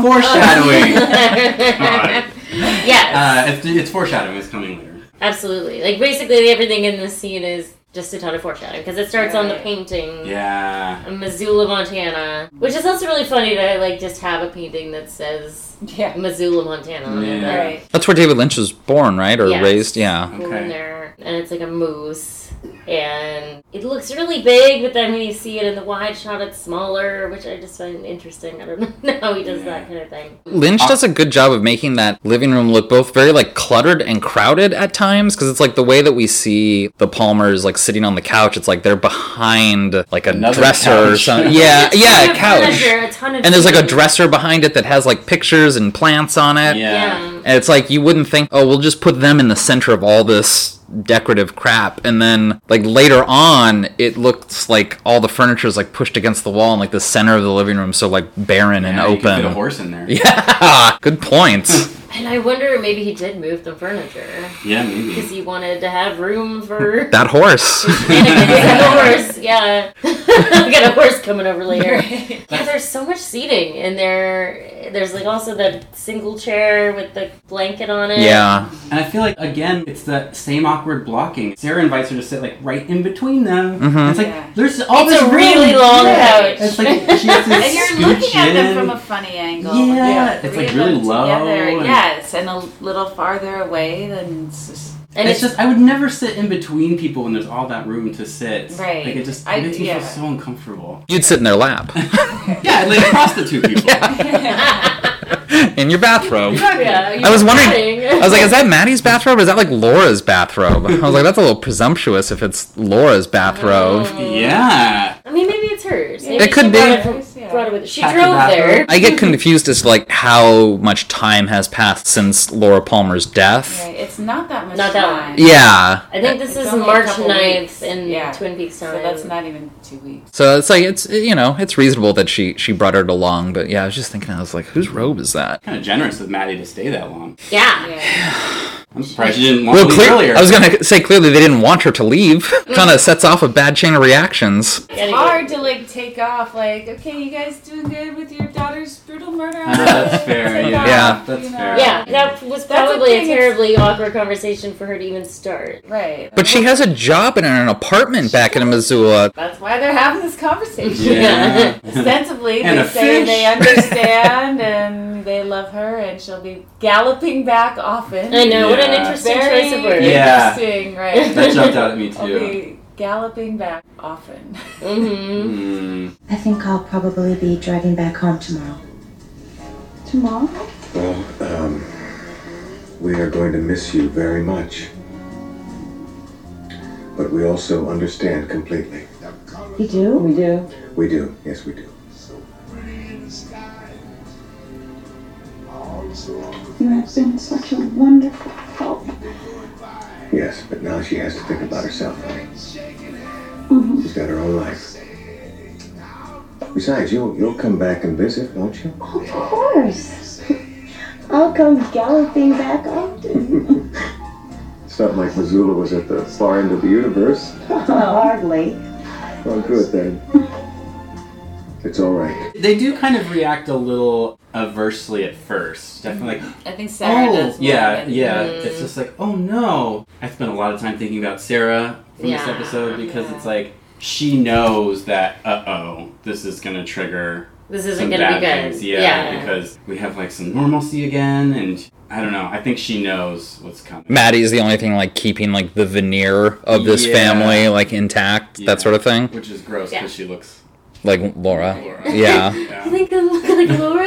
[SPEAKER 2] [laughs]
[SPEAKER 5] foreshadowing. God.
[SPEAKER 2] Yes.
[SPEAKER 5] [laughs] Uh, it's, it's foreshadowing. It's coming later.
[SPEAKER 2] Absolutely. Like basically everything in this scene is just a ton of foreshadowing because it starts on the
[SPEAKER 3] Right.
[SPEAKER 2] painting.
[SPEAKER 5] Yeah.
[SPEAKER 2] of Missoula, Montana, which is also really funny to like just have a painting that says
[SPEAKER 3] Yeah.
[SPEAKER 2] Missoula, Montana. on it,
[SPEAKER 5] Yeah.
[SPEAKER 2] like,
[SPEAKER 3] Right.
[SPEAKER 4] That's where David Lynch was born, right? Or
[SPEAKER 2] Yes.
[SPEAKER 4] raised? Yeah.
[SPEAKER 2] born
[SPEAKER 5] Okay.
[SPEAKER 2] there, and it's like a moose, and it looks really big, but then when you see it in the wide shot, it's smaller, which I just find interesting. I don't [laughs] know how he does that kind of thing.
[SPEAKER 4] Lynch does a good job of making that living room look both very like cluttered and crowded at times because it's like the way that we see the Palmers like sitting on the couch. It's like they're behind like a
[SPEAKER 5] Another
[SPEAKER 4] dresser or
[SPEAKER 5] couch.
[SPEAKER 2] [laughs]
[SPEAKER 4] something. Yeah, Uh, yeah,
[SPEAKER 2] Ton
[SPEAKER 4] a
[SPEAKER 2] of
[SPEAKER 4] couch.
[SPEAKER 2] furniture, a ton of
[SPEAKER 4] And there's like a
[SPEAKER 2] TV.
[SPEAKER 4] dresser behind it that has like pictures and plants on it.
[SPEAKER 5] Yeah.
[SPEAKER 2] Yeah.
[SPEAKER 4] And it's like you wouldn't think, oh, we'll just put them in the center of all this decorative crap. And then like later on, it looks like all the furniture is like pushed against the wall and like the center of the living room, so like barren and
[SPEAKER 5] Yeah, you could
[SPEAKER 4] open.
[SPEAKER 5] fit a horse in there.
[SPEAKER 4] [laughs]
[SPEAKER 5] [laughs]
[SPEAKER 4] Yeah, good point.
[SPEAKER 2] And I wonder if maybe he did move the furniture
[SPEAKER 5] Yeah, maybe.
[SPEAKER 2] because he wanted to have room for
[SPEAKER 4] [laughs]
[SPEAKER 2] [laughs]
[SPEAKER 4] that horse.
[SPEAKER 2] Anakin's a horse. Yeah, [laughs] I got a horse coming over later. Yeah, there's so much seating in there. There's like also the single chair with the blanket on it.
[SPEAKER 4] yeah,
[SPEAKER 5] And I feel like again, it's that same awkward blocking. Sarah invites her to sit like right in between them. It's like
[SPEAKER 3] Yeah.
[SPEAKER 5] there's all
[SPEAKER 2] It's
[SPEAKER 5] this
[SPEAKER 2] a
[SPEAKER 5] room.
[SPEAKER 2] really long
[SPEAKER 5] Yeah.
[SPEAKER 2] couch.
[SPEAKER 5] It's like she has
[SPEAKER 3] [laughs]
[SPEAKER 5] to
[SPEAKER 3] And you're
[SPEAKER 5] scooch
[SPEAKER 3] looking at them
[SPEAKER 5] in.
[SPEAKER 3] from a funny angle.
[SPEAKER 5] Yeah,
[SPEAKER 3] Like,
[SPEAKER 5] it's,
[SPEAKER 3] three
[SPEAKER 5] like,
[SPEAKER 3] of
[SPEAKER 5] really
[SPEAKER 3] them
[SPEAKER 5] low
[SPEAKER 3] Together.
[SPEAKER 5] and-
[SPEAKER 3] Yes, and a little farther away than. It's just, [laughs]
[SPEAKER 2] And
[SPEAKER 5] it's, just I would never sit in between people when there's all that room to sit.
[SPEAKER 3] Right.
[SPEAKER 5] Like it just
[SPEAKER 3] I-
[SPEAKER 5] it makes me
[SPEAKER 3] yeah.
[SPEAKER 5] feel so uncomfortable.
[SPEAKER 4] You'd sit in their
[SPEAKER 5] [laughs]
[SPEAKER 4] lap
[SPEAKER 5] Yeah, like prostitute people.
[SPEAKER 4] in your bathrobe.
[SPEAKER 5] [laughs]
[SPEAKER 2] yeah,
[SPEAKER 4] I was wondering. I
[SPEAKER 2] kidding.
[SPEAKER 4] was like, is that Maddie's bathrobe? Or is that like Laura's bathrobe? I was like, that's a little presumptuous if it's Laura's bathrobe.
[SPEAKER 5] Yeah.
[SPEAKER 2] I mean, maybe it's hers. Maybe
[SPEAKER 4] It
[SPEAKER 2] she brought
[SPEAKER 4] could be.
[SPEAKER 2] It from, brought it with. She
[SPEAKER 5] Packed
[SPEAKER 2] drove
[SPEAKER 5] it up.
[SPEAKER 2] there.
[SPEAKER 4] I get confused as to like how much time has passed since Laura Palmer's death.
[SPEAKER 3] Right, It's not that much
[SPEAKER 2] Not that
[SPEAKER 3] time.
[SPEAKER 4] Yeah.
[SPEAKER 2] I think this
[SPEAKER 3] It's
[SPEAKER 2] is
[SPEAKER 3] only a
[SPEAKER 2] March
[SPEAKER 3] couple
[SPEAKER 2] 9th
[SPEAKER 3] weeks.
[SPEAKER 2] in
[SPEAKER 3] Yeah.
[SPEAKER 2] Twin Peaks time.
[SPEAKER 3] So that's not even two weeks.
[SPEAKER 4] So it's like it's you know it's reasonable that she she brought her along, but yeah, I was just thinking I was like, whose robe is that?
[SPEAKER 5] Kind of generous of Maddie to stay that long.
[SPEAKER 2] yeah.
[SPEAKER 3] Yeah.
[SPEAKER 5] I'm surprised you didn't want
[SPEAKER 4] Well,
[SPEAKER 5] to leave
[SPEAKER 4] clearly,
[SPEAKER 5] earlier.
[SPEAKER 4] I was gonna say clearly they didn't want her to leave. [laughs] kind
[SPEAKER 2] Mm.
[SPEAKER 4] of sets off a bad chain of reactions.
[SPEAKER 2] Gotta
[SPEAKER 3] It's
[SPEAKER 2] go.
[SPEAKER 3] hard to like take off. Like, okay, you guys doing good with your daughter's brutal murder?
[SPEAKER 5] Uh, [laughs] that's fair.
[SPEAKER 3] Take
[SPEAKER 5] Yeah,
[SPEAKER 3] off,
[SPEAKER 4] Yeah.
[SPEAKER 5] that's
[SPEAKER 3] you know?
[SPEAKER 5] fair.
[SPEAKER 2] Yeah, that was
[SPEAKER 3] That's the
[SPEAKER 2] probably a
[SPEAKER 3] thing, it's-
[SPEAKER 2] terribly awkward conversation for her to even start.
[SPEAKER 3] [laughs] Right.
[SPEAKER 4] But she has a job in an apartment back in Missoula.
[SPEAKER 3] That's why they're having this conversation.
[SPEAKER 5] Yeah.
[SPEAKER 3] [laughs] Ostensibly,
[SPEAKER 5] And
[SPEAKER 3] they
[SPEAKER 5] a
[SPEAKER 3] say
[SPEAKER 5] fish.
[SPEAKER 3] they understand [laughs] and they love her, and she'll be galloping back often.
[SPEAKER 2] I know, what an
[SPEAKER 5] Yeah.
[SPEAKER 2] interesting
[SPEAKER 3] Very
[SPEAKER 2] choice of words.
[SPEAKER 5] Yeah.
[SPEAKER 3] interesting, right?
[SPEAKER 5] that jumped out
[SPEAKER 3] [laughs]
[SPEAKER 5] at me
[SPEAKER 3] I'll
[SPEAKER 5] too.
[SPEAKER 3] be galloping back often. [laughs]
[SPEAKER 2] hmm
[SPEAKER 5] Mm.
[SPEAKER 10] I think I'll probably be driving back home tomorrow. Tomorrow?
[SPEAKER 8] Well, um, we are going to miss you very much. But we also understand completely.
[SPEAKER 10] You do? We do.
[SPEAKER 8] We do. Yes, we do.
[SPEAKER 10] You have been such a wonderful help.
[SPEAKER 8] Yes, but now she has to think about herself.
[SPEAKER 10] Mm-hmm.
[SPEAKER 8] She's got her own life. Besides, you'll you'll come back and visit, won't you?
[SPEAKER 10] Of course. I'll come galloping back often.
[SPEAKER 8] It's not like Missoula was at the far end of the
[SPEAKER 10] [laughs]
[SPEAKER 8] universe.
[SPEAKER 10] Oh, Hardly.
[SPEAKER 8] Well, good then. It's all right.
[SPEAKER 5] They do kind of react a little aversely at first. Definitely like,
[SPEAKER 3] I think Sarah
[SPEAKER 5] oh,
[SPEAKER 3] does. a little
[SPEAKER 5] yeah,
[SPEAKER 3] bit.
[SPEAKER 5] yeah.
[SPEAKER 2] Mm.
[SPEAKER 5] It's just like, oh no. I spent a lot of time thinking about Sarah from this
[SPEAKER 2] Yeah.
[SPEAKER 5] episode because
[SPEAKER 3] Yeah.
[SPEAKER 5] it's like she knows that. Uh oh, this is gonna trigger
[SPEAKER 2] This isn't
[SPEAKER 5] some
[SPEAKER 2] going to
[SPEAKER 5] bad
[SPEAKER 2] be good.
[SPEAKER 5] things. Yeah, because we have like some normalcy again, and I don't know. I think she knows what's coming.
[SPEAKER 4] Maddie's the only thing like keeping like the veneer of this
[SPEAKER 5] Yeah.
[SPEAKER 4] family like intact,
[SPEAKER 5] Yeah.
[SPEAKER 4] that sort of thing.
[SPEAKER 5] which is gross
[SPEAKER 2] Yeah.
[SPEAKER 5] because she looks.
[SPEAKER 4] Like
[SPEAKER 2] [laughs]
[SPEAKER 4] Laura.
[SPEAKER 5] Laura.
[SPEAKER 4] Yeah.
[SPEAKER 2] You
[SPEAKER 5] Yeah.
[SPEAKER 2] think I look like [laughs] Laura?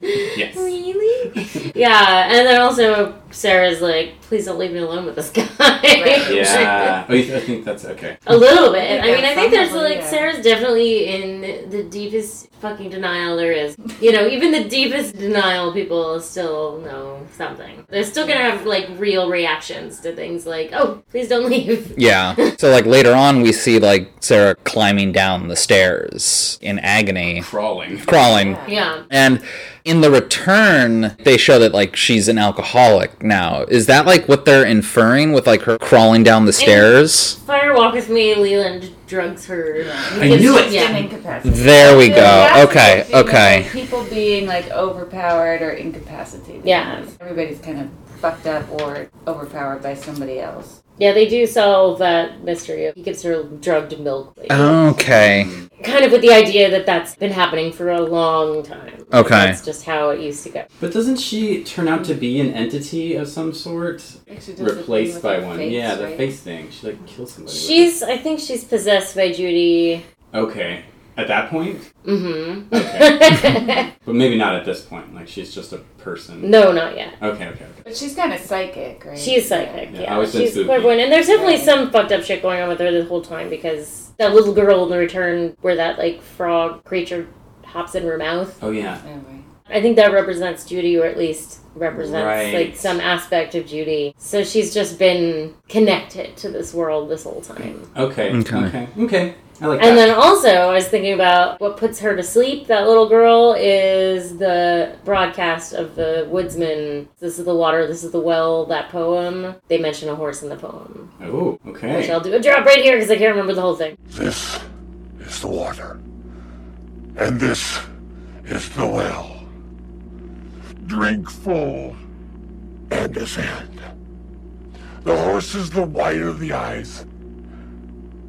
[SPEAKER 5] Yes.
[SPEAKER 2] really? Yeah, and then also Sarah's like, please don't leave me alone with this guy. [laughs]
[SPEAKER 5] Yeah. Oh, you th- I think that's okay.
[SPEAKER 2] A little bit. I
[SPEAKER 3] Yeah,
[SPEAKER 2] mean, I think there's
[SPEAKER 3] probably,
[SPEAKER 2] like
[SPEAKER 3] yeah.
[SPEAKER 2] Sarah's definitely in the deepest fucking denial there is. You know, even the deepest denial people still know something. They're still gonna have like real reactions to things like, oh, please don't leave. [laughs]
[SPEAKER 4] Yeah. So like later on we see like Sarah climbing down the stairs in agony,
[SPEAKER 5] Crawling.
[SPEAKER 4] crawling.
[SPEAKER 2] Yeah.
[SPEAKER 4] And in the return, they show that like she's an alcoholic now. Is that like what they're inferring with like her crawling down the stairs?
[SPEAKER 2] Fire Walk with Me, Leland drugs her.
[SPEAKER 5] I knew it.
[SPEAKER 2] Yeah.
[SPEAKER 3] And incapacitated.
[SPEAKER 4] There we go.
[SPEAKER 3] Yeah,
[SPEAKER 4] Okay,
[SPEAKER 3] that's what I
[SPEAKER 4] okay.
[SPEAKER 3] feel like, People being like overpowered or incapacitated.
[SPEAKER 2] Yeah.
[SPEAKER 3] Everybody's kind of fucked up or overpowered by somebody else.
[SPEAKER 2] Yeah, they do solve that mystery. of He gives her drugged milk. later.
[SPEAKER 4] Okay.
[SPEAKER 2] Kind of with the idea that that's been happening for a long time.
[SPEAKER 4] Okay.
[SPEAKER 2] That's just how it used to go.
[SPEAKER 5] But doesn't she turn out to be an entity of some sort?
[SPEAKER 3] Actually, does the thing
[SPEAKER 5] Replaced
[SPEAKER 3] with
[SPEAKER 5] by
[SPEAKER 3] the
[SPEAKER 5] one.
[SPEAKER 3] face,
[SPEAKER 5] yeah, the
[SPEAKER 3] right?
[SPEAKER 5] face thing. She like kills somebody. with
[SPEAKER 2] She's, I think she's possessed by Judy.
[SPEAKER 5] it. Okay. At that point?
[SPEAKER 2] Mm
[SPEAKER 5] Okay.
[SPEAKER 2] hmm.
[SPEAKER 5] but maybe not at this point. Like she's just a
[SPEAKER 2] [laughs]
[SPEAKER 5] person.
[SPEAKER 2] no, not yet.
[SPEAKER 5] Okay, okay, okay.
[SPEAKER 3] But she's kind of psychic, right?
[SPEAKER 2] She's psychic.
[SPEAKER 5] Yeah,
[SPEAKER 2] Yeah.
[SPEAKER 5] always been
[SPEAKER 2] She's
[SPEAKER 5] spooky.
[SPEAKER 2] clairvoyant. And there's definitely
[SPEAKER 3] Right.
[SPEAKER 2] some fucked up shit going on with her the whole time because that little girl in the return where that, like, frog creature hops in her mouth.
[SPEAKER 5] Oh yeah.
[SPEAKER 3] Oh, right.
[SPEAKER 2] I think that represents Judy, or at least represents
[SPEAKER 5] Right.
[SPEAKER 2] like some aspect of Judy. So she's just been connected to this world this whole time.
[SPEAKER 5] Okay.
[SPEAKER 4] Okay.
[SPEAKER 5] Okay. Okay. I like
[SPEAKER 2] And
[SPEAKER 5] that.
[SPEAKER 2] then also, I was thinking about what puts her to sleep. That little girl is the broadcast of the woodsman. This is the water. This is the well. That poem. They mention a horse in the poem,
[SPEAKER 5] oh,
[SPEAKER 2] which I'll
[SPEAKER 5] okay.
[SPEAKER 2] do a drop right here because I can't remember the whole thing.
[SPEAKER 11] This is the water. And this is the well. Drink full and ascend. The horse is the white of the eyes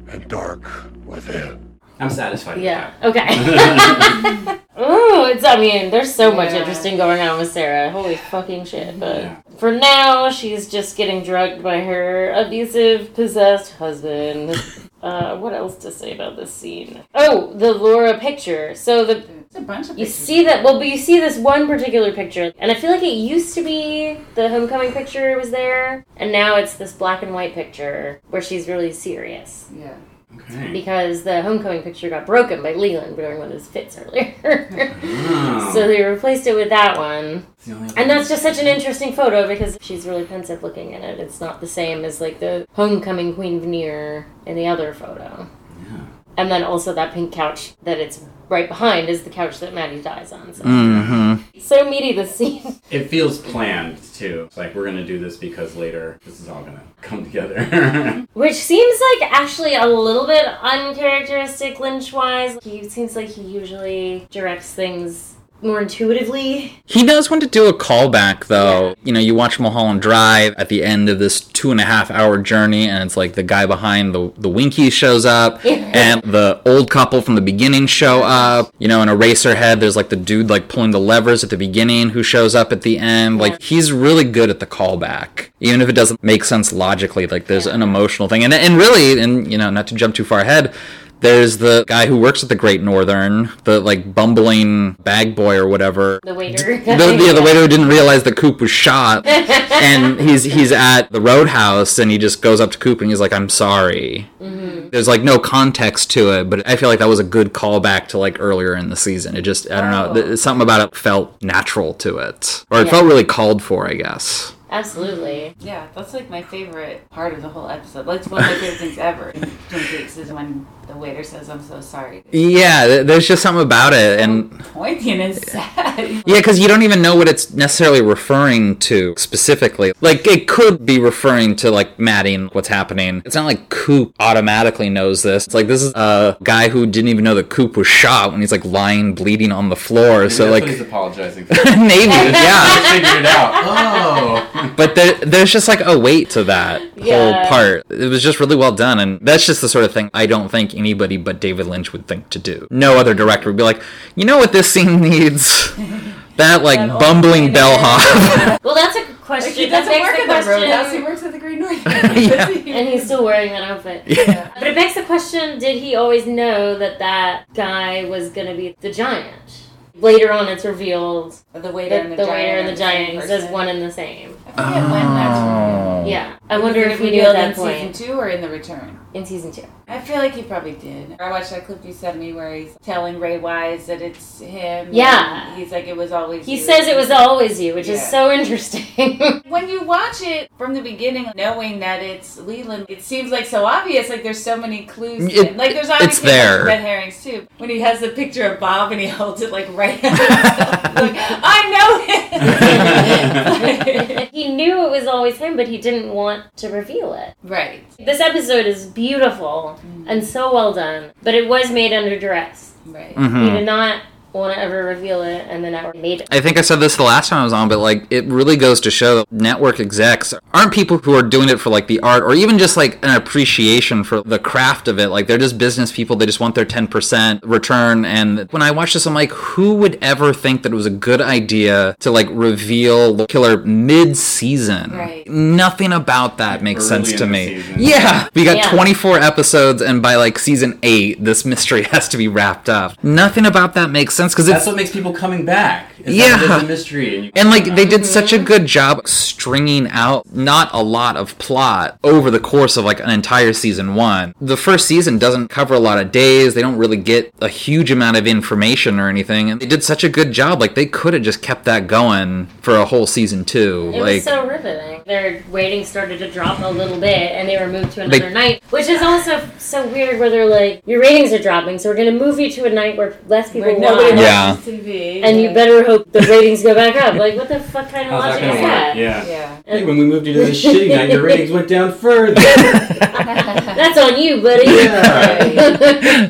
[SPEAKER 11] and dark within.
[SPEAKER 5] I'm satisfied. [laughs]
[SPEAKER 2] Yeah.
[SPEAKER 5] With
[SPEAKER 2] Okay. Ooh, it's a I mean, there's so much interesting going on with Sarah. Holy fucking shit. But for now, she's just getting drugged by her abusive, possessed husband. uh, what else to say about this scene? Oh, the Laura picture. So the
[SPEAKER 3] It's a bunch of
[SPEAKER 2] you
[SPEAKER 3] pictures.
[SPEAKER 2] see that well but you see this one particular picture and i feel like it used to be the homecoming picture was there and now it's this black and white picture where she's really serious
[SPEAKER 3] Yeah.
[SPEAKER 5] Okay.
[SPEAKER 2] because the homecoming picture got broken by leland during one of his fits earlier [laughs]
[SPEAKER 5] Oh.
[SPEAKER 2] so they replaced it with that one
[SPEAKER 5] It's the only other-
[SPEAKER 2] and that's just such an interesting photo because she's really pensive looking at it it's not the same as like the homecoming queen veneer in the other photo
[SPEAKER 5] Yeah.
[SPEAKER 2] and then also that pink couch that it's right behind is the couch that maddie dies on so
[SPEAKER 4] Mm-hmm.
[SPEAKER 2] so meaty the scene. [laughs]
[SPEAKER 5] It feels planned too. It's like we're gonna do this because later this is all gonna come together.
[SPEAKER 2] Which seems like actually a little bit uncharacteristic Lynch wise. He seems like he usually directs things more intuitively.
[SPEAKER 4] He knows when to do a callback, though. You know, you watch Mulholland Drive at the end of this two and a half hour journey, and it's like the guy behind the the Winky shows up, and the old couple from the beginning show up. You know, in Eraserhead, there's like the dude like pulling the levers at the beginning who shows up at the end. Like he's really good at the callback, even if it doesn't make sense logically. Like there's an emotional thing, and and really, and you know, not to jump too far ahead. There's the guy who works at the Great Northern, the like bumbling bag boy or whatever,
[SPEAKER 2] The waiter. [laughs]
[SPEAKER 4] the, yeah, the waiter who didn't realize that Coop was shot, and he's he's at the Roadhouse, and he just goes up to Coop and he's like, "I'm sorry." There's like no context to it, but I feel like that was a good callback to like earlier in the season. It just I don't know th- something about it felt natural to it, or it
[SPEAKER 2] Yeah.
[SPEAKER 4] felt really called for, I guess.
[SPEAKER 2] Absolutely.
[SPEAKER 3] Yeah, that's like my favorite part of the whole episode. Like, it's one of my favorite things ever. [laughs] in Twin Peaks is when the waiter says, "I'm so sorry."
[SPEAKER 4] Yeah, th- there's just something about it, and
[SPEAKER 3] Poignant and sad.
[SPEAKER 4] Yeah, because you don't even know what it's necessarily referring to specifically. Like, it could be referring to, like, Maddie and what's happening. It's not like Coop automatically knows this. It's like, this is a guy who didn't even know that Coop was shot when he's, like, lying bleeding on the floor. So,
[SPEAKER 5] That's
[SPEAKER 4] like,
[SPEAKER 5] what
[SPEAKER 4] [laughs]
[SPEAKER 5] he's
[SPEAKER 4] maybe,
[SPEAKER 5] apologizing. For. I
[SPEAKER 4] [laughs] yeah.
[SPEAKER 5] figured it out. Oh, [laughs]
[SPEAKER 4] But there, there's just, like, a weight to that
[SPEAKER 2] Yeah.
[SPEAKER 4] whole part. It was just really well done. And that's just the sort of thing I don't think anybody but David Lynch would think to do. No other director would be like, you know what this
[SPEAKER 3] [laughs]
[SPEAKER 4] scene needs? That, like,
[SPEAKER 3] That old
[SPEAKER 4] bumbling
[SPEAKER 3] lady.
[SPEAKER 4] bellhop. [laughs]
[SPEAKER 2] Well, that's a
[SPEAKER 3] Like,
[SPEAKER 2] question.
[SPEAKER 3] he
[SPEAKER 2] that
[SPEAKER 3] doesn't
[SPEAKER 2] begs
[SPEAKER 3] work
[SPEAKER 2] the
[SPEAKER 3] at the roadhouse. He
[SPEAKER 2] question.
[SPEAKER 3] works at the Great North.
[SPEAKER 4] [laughs]
[SPEAKER 3] [laughs]
[SPEAKER 4] Yeah.
[SPEAKER 2] And he's still wearing that outfit. [laughs]
[SPEAKER 4] Yeah.
[SPEAKER 2] But it begs the question did he always know that that guy was going to be the giant? Later on, it's revealed
[SPEAKER 3] the waiter
[SPEAKER 2] that
[SPEAKER 3] and the,
[SPEAKER 2] the
[SPEAKER 3] giant.
[SPEAKER 2] waiter and the giant
[SPEAKER 3] is
[SPEAKER 2] is one and the same.
[SPEAKER 3] I forget when
[SPEAKER 4] Oh.
[SPEAKER 3] that's revealed.
[SPEAKER 2] Yeah. I wonder
[SPEAKER 3] Is it
[SPEAKER 2] if we knew
[SPEAKER 3] revealed
[SPEAKER 2] at that
[SPEAKER 3] in
[SPEAKER 2] point.
[SPEAKER 3] season two or in the return.
[SPEAKER 2] in season two.
[SPEAKER 3] I feel like he probably did. I watched that clip you sent me where he's telling Ray Wise that it's him.
[SPEAKER 2] Yeah.
[SPEAKER 3] and He's like, it was always.
[SPEAKER 2] He
[SPEAKER 3] you."
[SPEAKER 2] says it was always you, which is
[SPEAKER 3] Yeah.
[SPEAKER 2] so [laughs] interesting.
[SPEAKER 3] When you watch it from the beginning, knowing that it's Leland, it seems like so obvious. Like there's so many clues. to
[SPEAKER 4] It-
[SPEAKER 3] it. Like there's
[SPEAKER 4] it's
[SPEAKER 3] obviously
[SPEAKER 4] there.
[SPEAKER 3] red herrings too. When he has the picture of Bob and he holds it like right [laughs] at himself, like I know him.
[SPEAKER 2] he knew it was always him, but he didn't want to reveal it.
[SPEAKER 3] [laughs] right.
[SPEAKER 2] This episode is beautiful
[SPEAKER 5] Mm.
[SPEAKER 2] and so well done, but it was made under duress.
[SPEAKER 3] Right.
[SPEAKER 4] Mm-hmm.
[SPEAKER 2] He
[SPEAKER 4] Hmm.
[SPEAKER 2] did not want to ever reveal it, and the network made it.
[SPEAKER 4] I think I said this the last time I was on, but like it really goes to show that network execs aren't people who are doing it for like the art or even just like an appreciation for the craft of it. Like they're just business people. They just want their 10% return. And when I watch this, I'm like, who would ever think that it was a good idea to like reveal the killer mid season?
[SPEAKER 3] Right.
[SPEAKER 4] Nothing about that makes
[SPEAKER 5] Early
[SPEAKER 4] sense
[SPEAKER 5] in
[SPEAKER 4] to
[SPEAKER 5] the
[SPEAKER 4] me.
[SPEAKER 5] season.
[SPEAKER 4] Yeah. We got
[SPEAKER 2] Yeah.
[SPEAKER 4] 24 episodes, and by like season eight, this mystery [laughs] has to be wrapped up. Nothing about that makes sense because it's
[SPEAKER 5] that's what makes people coming back. Is
[SPEAKER 4] Yeah.
[SPEAKER 5] that there's a mystery, and, you
[SPEAKER 4] and like they did such a good job stringing out not a lot of plot over the course of like an entire season one. The first season doesn't cover a lot of days. They don't really get a huge amount of information or anything. And they did such a good job. Like they could have just kept that going for a whole season two.
[SPEAKER 2] It
[SPEAKER 4] like
[SPEAKER 2] was
[SPEAKER 4] [laughs]
[SPEAKER 2] so riveting. Their rating started to drop a little bit, and they were moved to
[SPEAKER 4] They-
[SPEAKER 2] another night, which is also so weird. Where they're like, "Your ratings are dropping, so we're going to move you to a night where less people
[SPEAKER 3] Where
[SPEAKER 2] watch."
[SPEAKER 3] nobody watches
[SPEAKER 4] Yeah.
[SPEAKER 3] TV.
[SPEAKER 2] and you better hope the ratings go back up. Like, what the fuck kind of
[SPEAKER 5] how's that
[SPEAKER 2] logic
[SPEAKER 5] gonna
[SPEAKER 2] is
[SPEAKER 5] work?
[SPEAKER 2] that?
[SPEAKER 5] Yeah.
[SPEAKER 3] Yeah.
[SPEAKER 5] Hey, when we moved you to this shitty night, your ratings went
[SPEAKER 4] [laughs]
[SPEAKER 5] down further.
[SPEAKER 2] That's on you, buddy.
[SPEAKER 5] Yeah.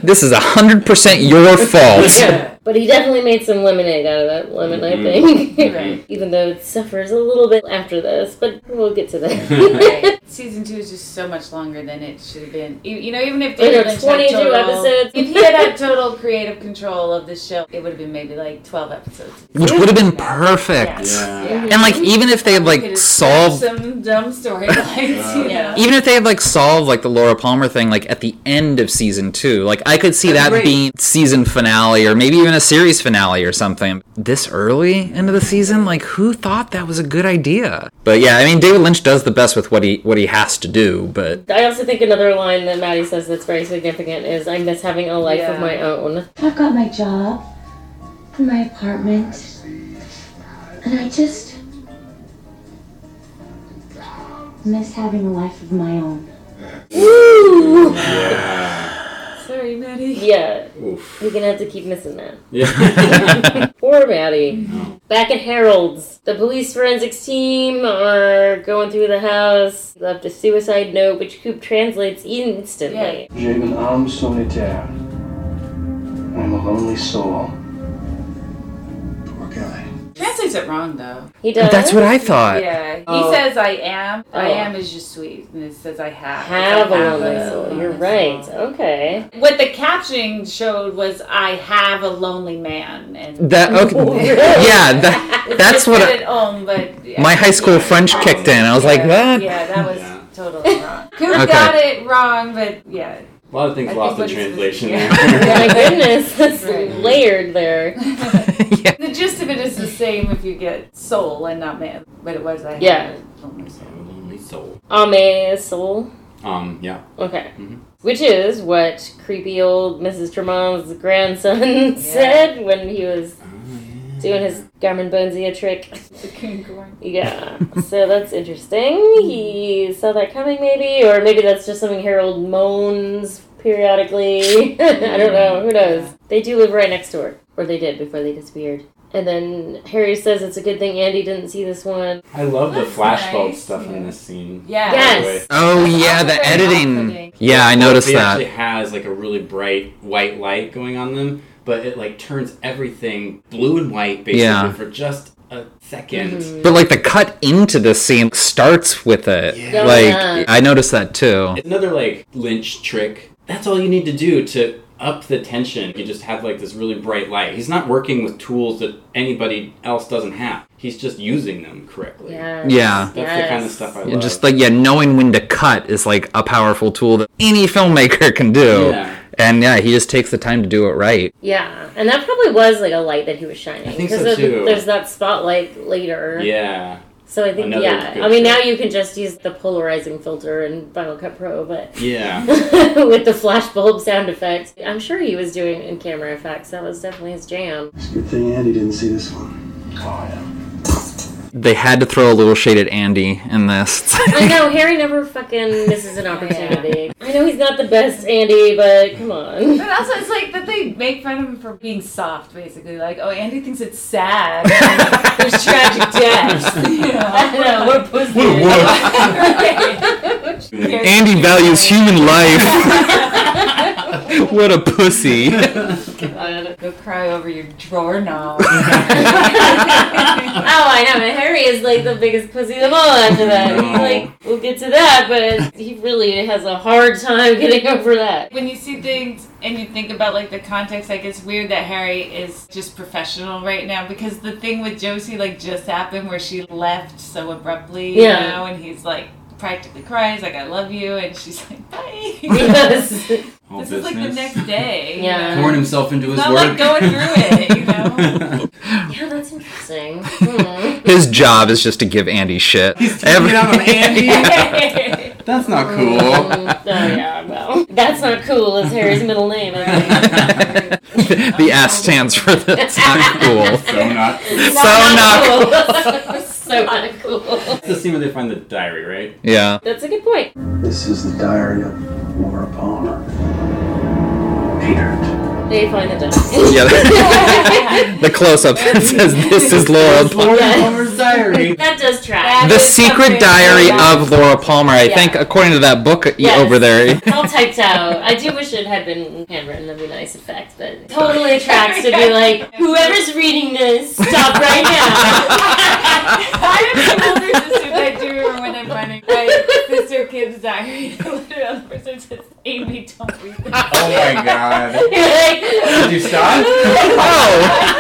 [SPEAKER 4] this is a hundred percent your fault.
[SPEAKER 3] [laughs] Yeah.
[SPEAKER 2] [laughs] But he definitely made some lemonade out of that lemon, I
[SPEAKER 5] Mhm.
[SPEAKER 2] think. [laughs]
[SPEAKER 5] Right.
[SPEAKER 2] Even though it suffers a little bit after this, but we'll get to that.
[SPEAKER 3] Right. Season two is just so much longer than it should have been. You, you know, even if
[SPEAKER 2] There
[SPEAKER 3] David
[SPEAKER 2] are
[SPEAKER 3] Lynch had
[SPEAKER 2] 22
[SPEAKER 3] total,
[SPEAKER 2] episodes.
[SPEAKER 3] if he had had total creative control of this show, it would have been maybe like twelve episodes.
[SPEAKER 4] Which would have been perfect.
[SPEAKER 5] Yeah.
[SPEAKER 4] And like even if they had
[SPEAKER 3] Could
[SPEAKER 4] like
[SPEAKER 3] have
[SPEAKER 4] solved
[SPEAKER 3] some dumb storylines. you
[SPEAKER 5] [laughs]
[SPEAKER 3] know.
[SPEAKER 4] even if they had like solved like the Laura Palmer thing like at the end of season 2, like I could see that
[SPEAKER 5] Right.
[SPEAKER 4] being season finale or maybe even a series finale or something. This early into the season, like who thought that was a good idea? But yeah, I mean David Lynch does the best with what he what he has to do,
[SPEAKER 3] [laughs]
[SPEAKER 2] [laughs]
[SPEAKER 4] but [laughs]
[SPEAKER 2] I also think another line that Maddie says that's very significant is I miss having a life of my own.
[SPEAKER 10] I've got my job, and my apartment, and I just miss having a life of my own.
[SPEAKER 3] Sorry, Maddie.
[SPEAKER 2] Yeah,
[SPEAKER 5] Oof.
[SPEAKER 2] you're gonna have to keep missing that.
[SPEAKER 5] Yeah.
[SPEAKER 2] Poor Maddie. Back at Harold's, the police forensics team are going through the house. Left a suicide note, which Coop translates instantly.
[SPEAKER 7] J'ai une âme solitaire. I'm a lonely soul.
[SPEAKER 8] Poor guy.
[SPEAKER 3] Translates it wrong though.
[SPEAKER 2] He does.
[SPEAKER 4] but that's what I thought.
[SPEAKER 3] Yeah, he
[SPEAKER 5] Oh.
[SPEAKER 3] says I am. I
[SPEAKER 2] Oh.
[SPEAKER 3] am is just sweet, and it says I have. It's
[SPEAKER 2] Have
[SPEAKER 3] I
[SPEAKER 2] a lonely
[SPEAKER 3] a
[SPEAKER 2] soul. You're
[SPEAKER 3] lonely
[SPEAKER 2] right.
[SPEAKER 3] soul.
[SPEAKER 2] [laughs] Okay.
[SPEAKER 3] What the captioning showed was I have a lonely man, and [laughs]
[SPEAKER 4] That okay. yeah, that, that's what
[SPEAKER 3] Just
[SPEAKER 4] I,
[SPEAKER 3] get it home, but
[SPEAKER 4] my high school French kicked in. I was like,
[SPEAKER 3] yeah,
[SPEAKER 4] that
[SPEAKER 3] Yeah, that was
[SPEAKER 5] Yeah.
[SPEAKER 3] totally
[SPEAKER 4] [laughs]
[SPEAKER 3] wrong. Coop
[SPEAKER 4] Okay.
[SPEAKER 3] got it wrong, but yeah. [laughs]
[SPEAKER 5] A lot of things
[SPEAKER 3] I
[SPEAKER 5] lost in
[SPEAKER 3] think what it's-
[SPEAKER 5] translation.
[SPEAKER 3] [laughs] yeah.
[SPEAKER 2] Oh My goodness, [laughs] that's
[SPEAKER 3] Right.
[SPEAKER 2] layered there.
[SPEAKER 4] [laughs] yeah.
[SPEAKER 3] The gist of it is the same if you get soul and not man, but it was I have
[SPEAKER 2] Yeah.
[SPEAKER 3] a lonely soul.
[SPEAKER 5] [laughs] Lonely soul.
[SPEAKER 2] Ame soul.
[SPEAKER 5] Um, yeah.
[SPEAKER 2] Okay.
[SPEAKER 5] Mhm.
[SPEAKER 2] Which is what creepy old Mrs. Tremont's grandson [laughs] said when he was
[SPEAKER 3] Oh,
[SPEAKER 2] doing his Garmin Bonesia trick.
[SPEAKER 3] The kinkorn.
[SPEAKER 2] yeah. so that's interesting. He saw that coming, maybe, or maybe that's just something Harold moans periodically. [laughs] I don't know. Who knows? They do live right next door, or they did before they disappeared. And then Harry says it's a good thing Andy didn't see this one.
[SPEAKER 5] I love the
[SPEAKER 3] That's
[SPEAKER 5] flashbulb
[SPEAKER 3] nice.
[SPEAKER 5] stuff
[SPEAKER 3] Yeah.
[SPEAKER 5] in this scene.
[SPEAKER 3] Yeah.
[SPEAKER 2] Yes.
[SPEAKER 4] Oh yeah, the
[SPEAKER 3] very
[SPEAKER 4] editing.
[SPEAKER 3] off-putting.
[SPEAKER 4] Yeah, I noticed
[SPEAKER 5] It
[SPEAKER 4] that.
[SPEAKER 5] actually has like a really bright white light going on them, but it like turns everything blue and white basically
[SPEAKER 4] Yeah.
[SPEAKER 5] for just a 2nd
[SPEAKER 3] Mm-hmm.
[SPEAKER 4] But like the cut into the scene starts with it.
[SPEAKER 5] Yeah.
[SPEAKER 4] Like
[SPEAKER 2] Yeah.
[SPEAKER 4] I noticed that too.
[SPEAKER 5] It's another like Lynch trick. That's all you need to do to up the tension. You just have like this really bright light. He's not working with tools that anybody else doesn't have. He's just using them correctly.
[SPEAKER 2] Yeah.
[SPEAKER 4] Yeah.
[SPEAKER 5] That's the kind of stuff I
[SPEAKER 4] And
[SPEAKER 5] love.
[SPEAKER 4] just like yeah, knowing when to cut is like a powerful tool that any filmmaker [laughs] can do.
[SPEAKER 5] Yeah.
[SPEAKER 4] And yeah, he just takes the time to do it right.
[SPEAKER 2] Yeah, and that probably was like a light that he was shining.
[SPEAKER 5] I think
[SPEAKER 2] 'cause
[SPEAKER 5] so,
[SPEAKER 2] there's-
[SPEAKER 5] too.
[SPEAKER 2] There's that spotlight later.
[SPEAKER 5] yeah.
[SPEAKER 2] So I think
[SPEAKER 5] Another
[SPEAKER 2] yeah.
[SPEAKER 5] good
[SPEAKER 2] I mean
[SPEAKER 5] trick.
[SPEAKER 2] now you can just use the polarizing filter in Final Cut Pro, but
[SPEAKER 5] Yeah.
[SPEAKER 2] [laughs]
[SPEAKER 3] [laughs]
[SPEAKER 2] with the flash bulb sound effect, I'm sure he was doing in camera effects. That was definitely his jam.
[SPEAKER 7] It's a good thing Andy didn't see this one.
[SPEAKER 4] They had to throw a little shade at Andy in this.
[SPEAKER 2] I know Harry never fucking misses an opportunity. I know he's not the best Andy, but come on. [laughs]
[SPEAKER 3] But also, it's like that they make fun of him for being soft, basically. Like, oh, Andy thinks it's sad. [laughs] and There's tragic deaths. [laughs]
[SPEAKER 5] [laughs]
[SPEAKER 3] You
[SPEAKER 2] I know we're pussies.
[SPEAKER 4] Andy values human life. [laughs] what a pussy.
[SPEAKER 3] God, go cry over your drawer
[SPEAKER 4] [laughs]
[SPEAKER 3] knob. [laughs]
[SPEAKER 2] oh, I know. And Harry is like the biggest pussy of them all after that. He's
[SPEAKER 5] No.
[SPEAKER 2] like, we'll get to that, but he really has a hard time getting over that.
[SPEAKER 3] when you see things and you think about like the context, like it's weird that Harry is just professional right now because the thing with Josie like just happened where she left so abruptly,
[SPEAKER 2] Yeah.
[SPEAKER 3] you know, and he's like practically cries like I love you, and she's like
[SPEAKER 2] [laughs]
[SPEAKER 3] bye.
[SPEAKER 2] Because
[SPEAKER 3] [laughs]
[SPEAKER 5] All
[SPEAKER 3] this is
[SPEAKER 5] business.
[SPEAKER 3] like the next day. you
[SPEAKER 2] Yeah.
[SPEAKER 3] know?
[SPEAKER 5] Pouring himself into his
[SPEAKER 3] Not
[SPEAKER 5] work.
[SPEAKER 3] like going through it, you
[SPEAKER 4] [laughs]
[SPEAKER 5] [laughs]
[SPEAKER 3] know? [laughs]
[SPEAKER 2] yeah, that's interesting. Hmm.
[SPEAKER 4] His job is just to give Andy shit.
[SPEAKER 5] He's taking it out on Andy. That's not
[SPEAKER 3] [laughs]
[SPEAKER 5] cool.
[SPEAKER 2] Mm, oh yeah, well, that's not cool. Is Harry's middle name? I think.
[SPEAKER 4] [laughs] the S stands for that's not cool.
[SPEAKER 5] so not cool.
[SPEAKER 4] So not.
[SPEAKER 2] cool. [laughs] so not cool.
[SPEAKER 5] That's the scene where they find the
[SPEAKER 3] [laughs]
[SPEAKER 5] diary, right?
[SPEAKER 4] Yeah.
[SPEAKER 2] That's a good point.
[SPEAKER 7] This is the diary of Laura Palmer. Peter.
[SPEAKER 2] They find the dust.
[SPEAKER 4] Yeah. [laughs] the close-up that says this is Laurel. Palmer.
[SPEAKER 5] Palmer's diary.
[SPEAKER 2] that does track.
[SPEAKER 3] That
[SPEAKER 4] The
[SPEAKER 3] is
[SPEAKER 4] Secret
[SPEAKER 3] something-
[SPEAKER 4] Diary of Laura Palmer. I think, according to that book y-
[SPEAKER 2] Yes.
[SPEAKER 4] over there.
[SPEAKER 2] It's all typed out. I do wish it had been handwritten. That'd be nice, in fact. But it totally tracks to be like, whoever's reading this, stop right now. [laughs]
[SPEAKER 3] I have an older sister that do remember when I'm running my sister kid's diary. [laughs] The little person says, Amy, don't read
[SPEAKER 2] [laughs]
[SPEAKER 3] that.
[SPEAKER 5] [laughs] Oh my god.
[SPEAKER 2] You're like,
[SPEAKER 5] Did you
[SPEAKER 3] [laughs]
[SPEAKER 5] stop?
[SPEAKER 4] oh.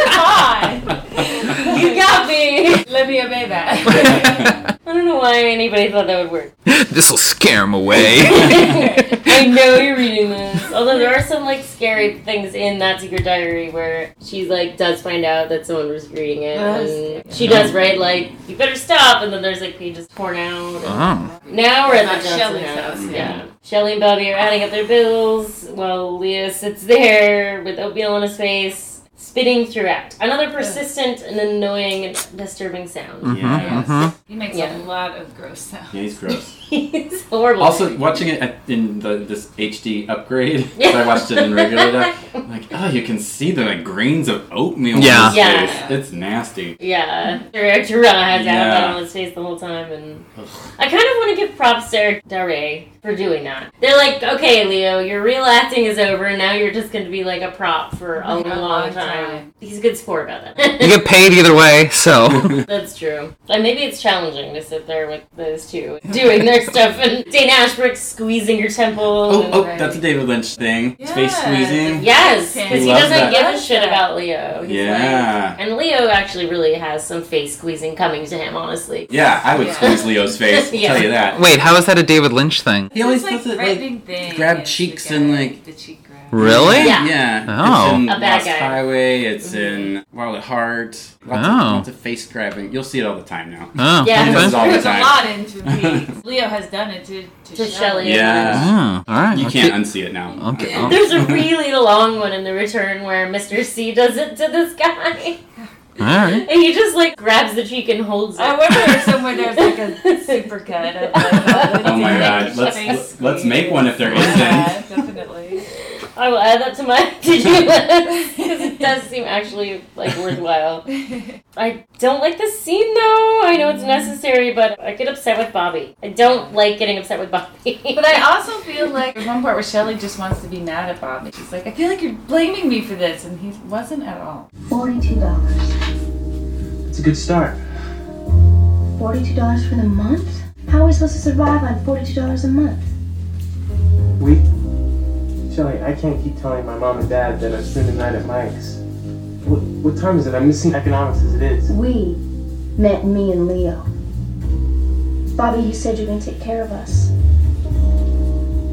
[SPEAKER 2] [laughs]
[SPEAKER 3] Come on.
[SPEAKER 2] you got me.
[SPEAKER 3] Let me obey that.
[SPEAKER 2] [laughs] I don't know why anybody thought that would work.
[SPEAKER 4] [laughs] This'll scare
[SPEAKER 2] [laughs]
[SPEAKER 4] him [laughs] away.
[SPEAKER 2] I know you're reading this. [laughs] Although there are some like scary things in that secret diary where she like does find out that someone was reading it, and she does write like, "You better stop," and then there's like pages torn out. and-
[SPEAKER 4] oh.
[SPEAKER 2] Now we're at
[SPEAKER 3] Not
[SPEAKER 2] the Johnson
[SPEAKER 3] Shelley's
[SPEAKER 2] house.
[SPEAKER 3] house,
[SPEAKER 2] Yeah. Shelly and Bobby are adding up their bills while Leo sits there with oatmeal on his face, spitting throughout. Another persistent and annoying and disturbing sound.
[SPEAKER 5] Yeah.
[SPEAKER 4] Mhm.
[SPEAKER 3] He makes
[SPEAKER 2] Yeah.
[SPEAKER 3] a lot of gross sounds.
[SPEAKER 5] [laughs] Yeah, he's gross.
[SPEAKER 2] [laughs] He's horrible.
[SPEAKER 5] Also, watching it at, in the, this HD upgrade,
[SPEAKER 2] [laughs]
[SPEAKER 5] 'cause I watched it in regular, def- I'm like, oh, you can see the like, grains of oatmeal.
[SPEAKER 4] Yeah.
[SPEAKER 5] on his
[SPEAKER 2] Yeah.
[SPEAKER 5] face. It's
[SPEAKER 4] [laughs]
[SPEAKER 5] nasty.
[SPEAKER 2] yeah. Eric Durant had to have that
[SPEAKER 5] Yeah.
[SPEAKER 2] on his face the whole time and
[SPEAKER 5] Ugh.
[SPEAKER 2] I kind of want to give props to Eric Dare for doing that. They're like, okay, Leo, your real acting is over, and now you're just going to be like a prop for
[SPEAKER 5] Oh
[SPEAKER 2] a long,
[SPEAKER 3] long
[SPEAKER 2] time.
[SPEAKER 3] time.
[SPEAKER 2] He's a good sport about that.
[SPEAKER 4] You get paid either way,
[SPEAKER 5] [laughs]
[SPEAKER 4] so.
[SPEAKER 2] [laughs] That's true. And maybe it's challenging to sit there with those two doing their stuff and Dana Ashbrook squeezing your temple.
[SPEAKER 5] Oh,
[SPEAKER 2] and-
[SPEAKER 5] oh, that's a David Lynch thing. Space squeezing.
[SPEAKER 2] Yes, because he
[SPEAKER 5] Love
[SPEAKER 2] doesn't
[SPEAKER 5] that.
[SPEAKER 2] give a shit about Leo. He's
[SPEAKER 5] Yeah.
[SPEAKER 2] like- and Leo actually really has some face squeezing coming to him, honestly.
[SPEAKER 5] Yeah, I would
[SPEAKER 3] Yeah.
[SPEAKER 2] [laughs]
[SPEAKER 5] squeeze Leo's face. I'll
[SPEAKER 2] Yeah.
[SPEAKER 5] tell you that.
[SPEAKER 4] Wait, how is that a David Lynch thing?
[SPEAKER 5] He always
[SPEAKER 3] It's like
[SPEAKER 5] does it like
[SPEAKER 3] threatening things.
[SPEAKER 5] grab
[SPEAKER 3] It's
[SPEAKER 5] cheeks
[SPEAKER 3] the
[SPEAKER 5] and,
[SPEAKER 3] guy,
[SPEAKER 5] like-
[SPEAKER 3] the cheek grab.
[SPEAKER 4] Really?
[SPEAKER 2] Yeah.
[SPEAKER 5] Yeah.
[SPEAKER 4] Oh.
[SPEAKER 5] It's in
[SPEAKER 2] A bad
[SPEAKER 5] Lost
[SPEAKER 2] guy. Mm-hmm.
[SPEAKER 5] Highway. It's in Wild at Heart. Lots,
[SPEAKER 4] Oh.
[SPEAKER 5] of, lots of face grabbing. You'll see it all the time now.
[SPEAKER 4] Oh.
[SPEAKER 2] Yeah.
[SPEAKER 5] He does it
[SPEAKER 4] Okay.
[SPEAKER 5] all the
[SPEAKER 3] There's a
[SPEAKER 5] time.
[SPEAKER 3] lot
[SPEAKER 5] [laughs]
[SPEAKER 3] into me. Leo has done it to, to,
[SPEAKER 2] To Shelley.
[SPEAKER 5] Yeah.
[SPEAKER 4] Oh, all right.
[SPEAKER 5] You
[SPEAKER 4] I'll
[SPEAKER 5] can't
[SPEAKER 4] keep-
[SPEAKER 5] unsee it now.
[SPEAKER 4] Okay.
[SPEAKER 5] Uh-uh.
[SPEAKER 2] [laughs] There's a really long one in the return where Mr. C does it to this guy.
[SPEAKER 4] all right.
[SPEAKER 2] [laughs] And he just like grabs the cheek and holds it.
[SPEAKER 3] I wonder if somewhere there's
[SPEAKER 2] [laughs]
[SPEAKER 3] like a supercut of like,
[SPEAKER 5] [laughs] Oh my god.
[SPEAKER 3] Face
[SPEAKER 5] Let's
[SPEAKER 3] squeeze.
[SPEAKER 5] let's make one if there
[SPEAKER 3] Yeah,
[SPEAKER 5] isn't.
[SPEAKER 3] definitely.
[SPEAKER 2] I will add that to my [laughs] to do
[SPEAKER 5] [laughs]
[SPEAKER 2] list because it does seem actually like worthwhile. I don't like this scene though. I know it's necessary, but I get upset with Bobby. I don't like getting upset with Bobby.
[SPEAKER 3] [laughs]
[SPEAKER 2] [laughs]
[SPEAKER 3] But I also feel like there's one part where Shelley just wants to be mad at Bobby. She's like, I feel like you're blaming me for this, and he wasn't at all.
[SPEAKER 10] Forty-two dollars.
[SPEAKER 7] It's a good start.
[SPEAKER 10] Forty-two dollars for the month? How are we supposed to survive on forty-two dollars a month?
[SPEAKER 7] We. Shelly, I can't keep telling my mom and dad that I'm spending the night at Mike's. What, what time is it? I'm missing economics as it is.
[SPEAKER 10] We met me and Leo. Bobby, you said you're gonna take care of us.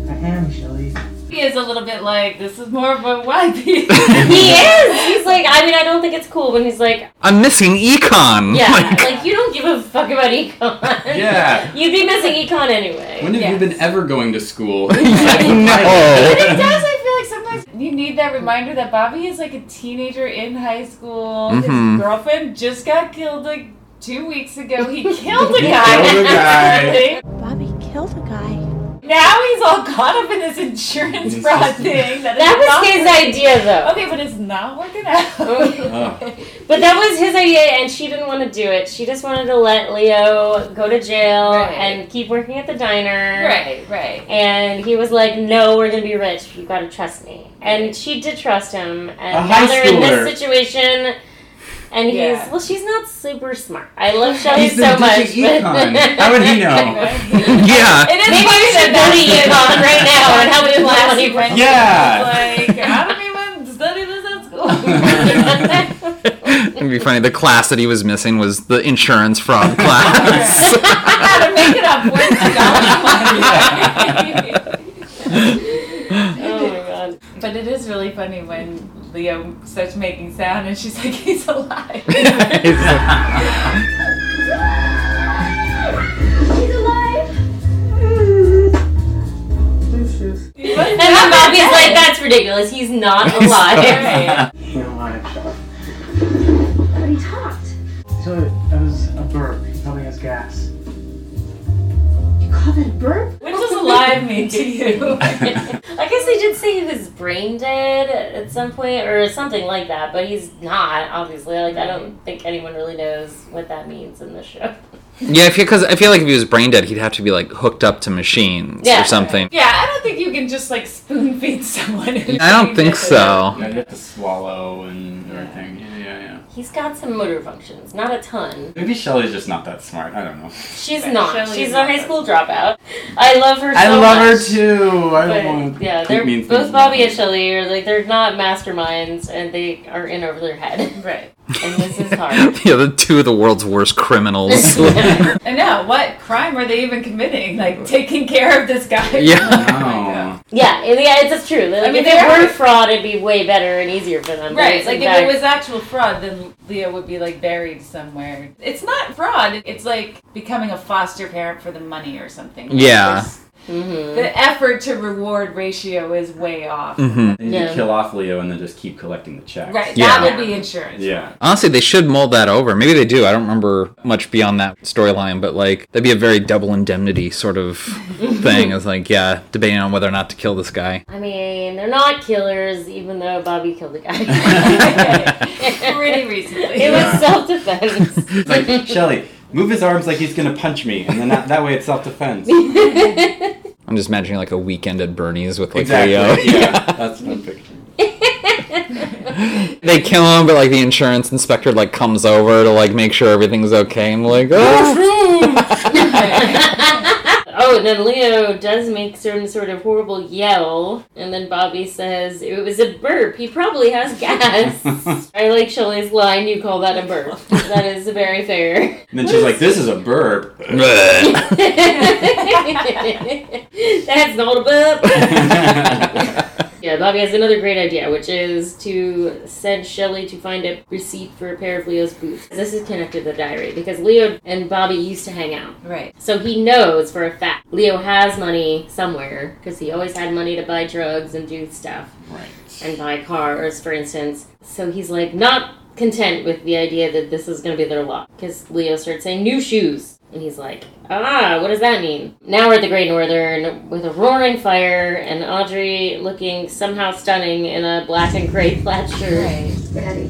[SPEAKER 7] I am, Shelly.
[SPEAKER 3] He is a little bit like, this is more of a white [laughs]
[SPEAKER 5] [laughs]
[SPEAKER 3] piece.
[SPEAKER 2] he is. He's like. I mean, I don't think it's cool when he's like,
[SPEAKER 4] I'm missing
[SPEAKER 5] Oh
[SPEAKER 4] econ.
[SPEAKER 2] yeah,
[SPEAKER 4] [laughs] Like,
[SPEAKER 2] like you don't give a fuck about econ.
[SPEAKER 5] Yeah.
[SPEAKER 2] [laughs] You'd be missing econ anyway.
[SPEAKER 5] When have
[SPEAKER 3] Yes.
[SPEAKER 5] you been ever going to school? [laughs] Oh,
[SPEAKER 3] But it [laughs]
[SPEAKER 4] no.
[SPEAKER 3] does, I feel like sometimes you need that reminder that Bobby is like a teenager in high school.
[SPEAKER 4] Mhm.
[SPEAKER 5] Mm-hmm.
[SPEAKER 3] His girlfriend just got killed like two weeks ago.
[SPEAKER 5] [laughs]
[SPEAKER 3] He killed a guy.
[SPEAKER 5] killed
[SPEAKER 3] [laughs]
[SPEAKER 5] a guy.
[SPEAKER 10] Bobby killed a guy.
[SPEAKER 3] Now he's all caught up in this insurance fraud thing. That,
[SPEAKER 2] that
[SPEAKER 3] is not-
[SPEAKER 2] was his idea though.
[SPEAKER 3] Okay, but it's not working
[SPEAKER 5] [laughs]
[SPEAKER 3] out.
[SPEAKER 5] Ugh.
[SPEAKER 2] But that was his idea, and she didn't want to do it. She just wanted to let Leo go to jail
[SPEAKER 3] Right.
[SPEAKER 2] and keep working at the diner.
[SPEAKER 3] right, right.
[SPEAKER 2] And he was like, "No, we're gonna be rich. You gotta trust me." And she did trust him, and
[SPEAKER 5] A
[SPEAKER 2] now
[SPEAKER 5] high
[SPEAKER 2] they're in
[SPEAKER 5] schooler.
[SPEAKER 2] this situation. And
[SPEAKER 3] Yeah.
[SPEAKER 2] he's well, she's not super smart. I love Shelly
[SPEAKER 5] He's
[SPEAKER 2] so
[SPEAKER 5] been
[SPEAKER 2] much.
[SPEAKER 5] teaching econ. How would he
[SPEAKER 2] [laughs]
[SPEAKER 5] know?
[SPEAKER 4] Yeah.
[SPEAKER 3] It is
[SPEAKER 2] Maybe
[SPEAKER 3] funny
[SPEAKER 2] you should
[SPEAKER 3] that
[SPEAKER 2] go to UConn right now and help him
[SPEAKER 3] Class
[SPEAKER 2] out.
[SPEAKER 3] [laughs] he went to,
[SPEAKER 5] Yeah.
[SPEAKER 3] Like, I don't even study this at [laughs]
[SPEAKER 5] [laughs]
[SPEAKER 2] Oh
[SPEAKER 3] school.
[SPEAKER 4] It'd be funny. The class that he was missing was the insurance fraud class. [laughs]
[SPEAKER 3] How to make it up for $2.
[SPEAKER 2] oh my
[SPEAKER 3] [laughs]
[SPEAKER 2] god!
[SPEAKER 3] But it is really funny when Leo starts making sound and she's like, he's
[SPEAKER 4] [laughs]
[SPEAKER 3] alive. [laughs]
[SPEAKER 10] He's alive!
[SPEAKER 2] And then Bobby's like, "That's ridiculous. He's not
[SPEAKER 5] [laughs]
[SPEAKER 2] alive."
[SPEAKER 7] He ain't alive, Shelly.
[SPEAKER 10] But he talked.
[SPEAKER 7] Shelly, that was a burp. He probably has gas.
[SPEAKER 10] You call that a burp?
[SPEAKER 3] What does alive mean to you?
[SPEAKER 2] I guess guess they did say he was brain dead at some point or something like that, but he's not, obviously. Like, I don't
[SPEAKER 3] Mm-hmm.
[SPEAKER 2] think anyone really knows what that means in the show.
[SPEAKER 4] Yeah, because I feel like if he was brain dead, he'd have to be like hooked up to machines
[SPEAKER 2] Yeah.
[SPEAKER 4] or something.
[SPEAKER 3] Yeah, I don't think you can just like spoon feed someone. who's
[SPEAKER 4] I don't
[SPEAKER 3] brain
[SPEAKER 4] think
[SPEAKER 3] dead.
[SPEAKER 4] so. [laughs]
[SPEAKER 5] Yeah, you have to swallow and everything. Yeah, yeah, yeah.
[SPEAKER 2] He's got some motor functions, not a ton.
[SPEAKER 5] Maybe Shelley's just not that smart. I don't know.
[SPEAKER 2] She's
[SPEAKER 3] Right,
[SPEAKER 2] not.
[SPEAKER 3] Shelley's
[SPEAKER 2] She's a
[SPEAKER 3] not.
[SPEAKER 2] high school dropout. I love her so
[SPEAKER 5] I love her
[SPEAKER 2] much,
[SPEAKER 5] too.
[SPEAKER 2] but,
[SPEAKER 5] I don't want to.
[SPEAKER 2] yeah, they're both Bobby and Shelley are like they're not masterminds and they are in over their
[SPEAKER 5] [laughs]
[SPEAKER 2] head.
[SPEAKER 3] Right.
[SPEAKER 2] And this is hard.
[SPEAKER 4] yeah, the two of the world's
[SPEAKER 2] [laughs]
[SPEAKER 4] worst criminals.
[SPEAKER 3] I know. What crime are they even committing? Like taking care of this guy? [laughs]
[SPEAKER 4] Yeah.
[SPEAKER 3] Oh my God.
[SPEAKER 5] No.
[SPEAKER 2] Yeah, and yeah, it's just true. Like,
[SPEAKER 3] I mean,
[SPEAKER 2] if it
[SPEAKER 3] they're-
[SPEAKER 2] were fraud, it'd be way better and easier for them. but
[SPEAKER 3] Right,
[SPEAKER 2] it's
[SPEAKER 3] like
[SPEAKER 2] in
[SPEAKER 3] if
[SPEAKER 2] fact-
[SPEAKER 3] it was actual fraud, then Leah would be like buried somewhere. It's not fraud. It's like becoming a foster parent for the money or something. Like,
[SPEAKER 4] Yeah.
[SPEAKER 3] there's-
[SPEAKER 2] Mm-hmm.
[SPEAKER 3] The effort to reward ratio is way off.
[SPEAKER 4] Mm-hmm.
[SPEAKER 5] They need
[SPEAKER 2] Yeah.
[SPEAKER 5] to kill off Leo and then just keep collecting the checks.
[SPEAKER 3] Right,
[SPEAKER 4] Yeah.
[SPEAKER 3] that would be insurance. [laughs]
[SPEAKER 5] Yeah.
[SPEAKER 4] Honestly, they should mold that over. Maybe they do. I don't remember much beyond that storyline, but like that'd be a very double indemnity sort of thing. It's like, yeah, debating on whether or not to kill this guy.
[SPEAKER 2] I mean, they're not killers, even though Bobby killed the guy.
[SPEAKER 4] [laughs]
[SPEAKER 3] Pretty recently.
[SPEAKER 2] it was self defense.
[SPEAKER 5] [laughs] It's like Shelley, move his arms like he's gonna punch me, and then that, that way it's self-defense.
[SPEAKER 4] I'm just imagining like a weekend at Bernie's with like
[SPEAKER 5] exactly.
[SPEAKER 4] Leo.
[SPEAKER 5] Yeah. That's my picture.
[SPEAKER 4] [laughs] they kill him, but like the insurance inspector like comes over to like make sure everything's okay. I'm like, oh,
[SPEAKER 2] oh, and then Leo does make some sort of horrible yell, and then Bobby says, It was a burp. He probably has gas. I like Shelley's line, you call that a burp. That is very fair. [laughs]
[SPEAKER 5] And then she's like, "This is a burp."
[SPEAKER 2] That's not a burp. Yeah, Bobby has another great idea, which is to send Shelley to find a receipt for a pair of Leo's boots. This is connected to the diary because Leo and Bobby used to hang out.
[SPEAKER 3] Right.
[SPEAKER 2] So he knows for a fact Leo has money somewhere because he always had money to buy drugs and do stuff
[SPEAKER 5] [laughs] right.
[SPEAKER 2] and buy cars, for instance. So he's like not content with the idea that this is going to be their lot because Leo starts saying new shoes. And he's like, ah, what does that mean? Now we're at the Great Northern with a roaring fire and Audrey looking somehow stunning in a black and gray plaid shirt.
[SPEAKER 10] Daddy,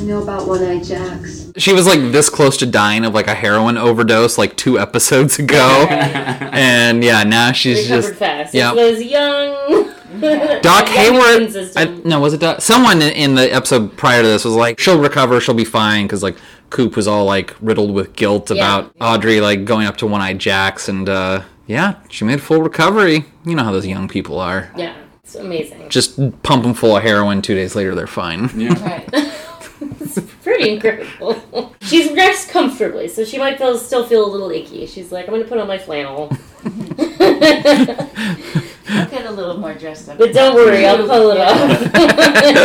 [SPEAKER 10] I know about One Eye Jacks.
[SPEAKER 4] [laughs] she was like this close to dying of like a heroin overdose like two episodes
[SPEAKER 5] [laughs]
[SPEAKER 4] ago, and yeah, now she's
[SPEAKER 2] Recovered
[SPEAKER 4] just
[SPEAKER 2] fast.
[SPEAKER 4] yeah.
[SPEAKER 2] It's those young.
[SPEAKER 4] Doc Hayward. I,
[SPEAKER 2] System.
[SPEAKER 4] no, was it Doc? Someone in- in the episode prior to this was like, "She'll recover. She'll be fine." Because like Coop was all like riddled with guilt about Audrey like going up to One Eye Jacks, and uh, yeah, she made full recovery. You know how those young people are.
[SPEAKER 2] Yeah, it's amazing.
[SPEAKER 4] Just pump them full of heroin. Two days later, they're fine.
[SPEAKER 3] [laughs] Right.
[SPEAKER 2] [laughs] pretty incredible. [laughs] She's dressed comfortably, so she might feel still feel a little icky. She's like, I'm gonna put on my flannel, [laughs]
[SPEAKER 3] Get a little more dressed up.
[SPEAKER 2] but don't worry, I'll pull it
[SPEAKER 3] [laughs]
[SPEAKER 2] off.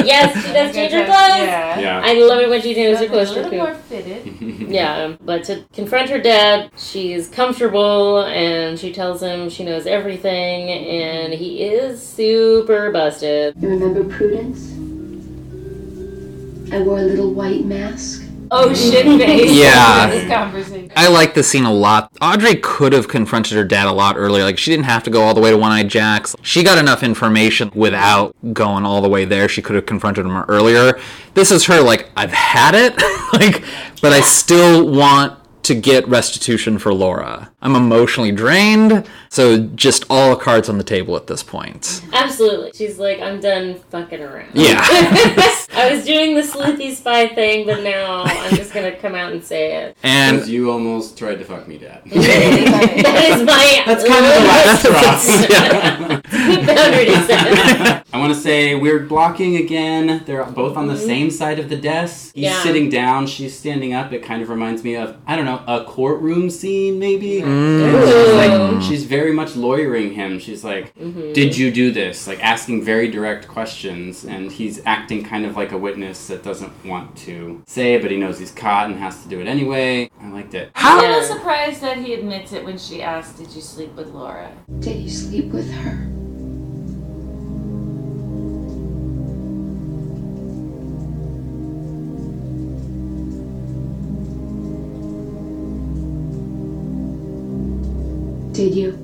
[SPEAKER 2] yes, she does change her clothes.
[SPEAKER 3] Yeah.
[SPEAKER 5] Yeah.
[SPEAKER 2] I love it when she changes her
[SPEAKER 3] A
[SPEAKER 2] clothes. for
[SPEAKER 3] little more
[SPEAKER 2] Coop.
[SPEAKER 3] fitted.
[SPEAKER 2] Yeah, but to confront her dad, she's comfortable and she tells him she knows everything, and he is super busted.
[SPEAKER 10] You remember Prudence? I wore a little white mask.
[SPEAKER 3] Oh shit face.
[SPEAKER 4] Yeah.
[SPEAKER 3] This conversation.
[SPEAKER 4] I like this scene a lot. Audrey could have confronted her dad a lot earlier. Like, she didn't have to go all the way to One Eye Jack's. She got enough information without going all the way there. She could have confronted him earlier. This is her, like, I've had it, [laughs] like, but I still want to get restitution for Laura. I'm emotionally drained, so just all cards on the table at this point.
[SPEAKER 2] Absolutely. She's like, I'm done fucking around. [laughs]
[SPEAKER 4] Yeah.
[SPEAKER 2] I was doing the sleuthy spy thing, but now I'm just gonna come out and say it.
[SPEAKER 5] Because
[SPEAKER 4] and
[SPEAKER 5] you almost tried to fuck me, Dad.
[SPEAKER 2] That is my
[SPEAKER 5] That's kind of the last straw.
[SPEAKER 2] good [laughs] boundary to set.
[SPEAKER 5] I want to say we're blocking again. They're both on the same side of the desk. He's
[SPEAKER 2] Yeah.
[SPEAKER 5] sitting down, she's standing up. It kind of reminds me of, I don't know, a courtroom scene, maybe? And she's, like, she's very much lawyering him. She's like, Did you do this? Like asking very direct questions. And he's acting kind of like a witness that doesn't want to say, but he knows he's caught and has to do it anyway. I liked it.
[SPEAKER 3] I'm a
[SPEAKER 2] Yeah.
[SPEAKER 3] little surprised that he admits it when she asked, "Did you sleep with Laura?"
[SPEAKER 10] Did you sleep with her? Did you?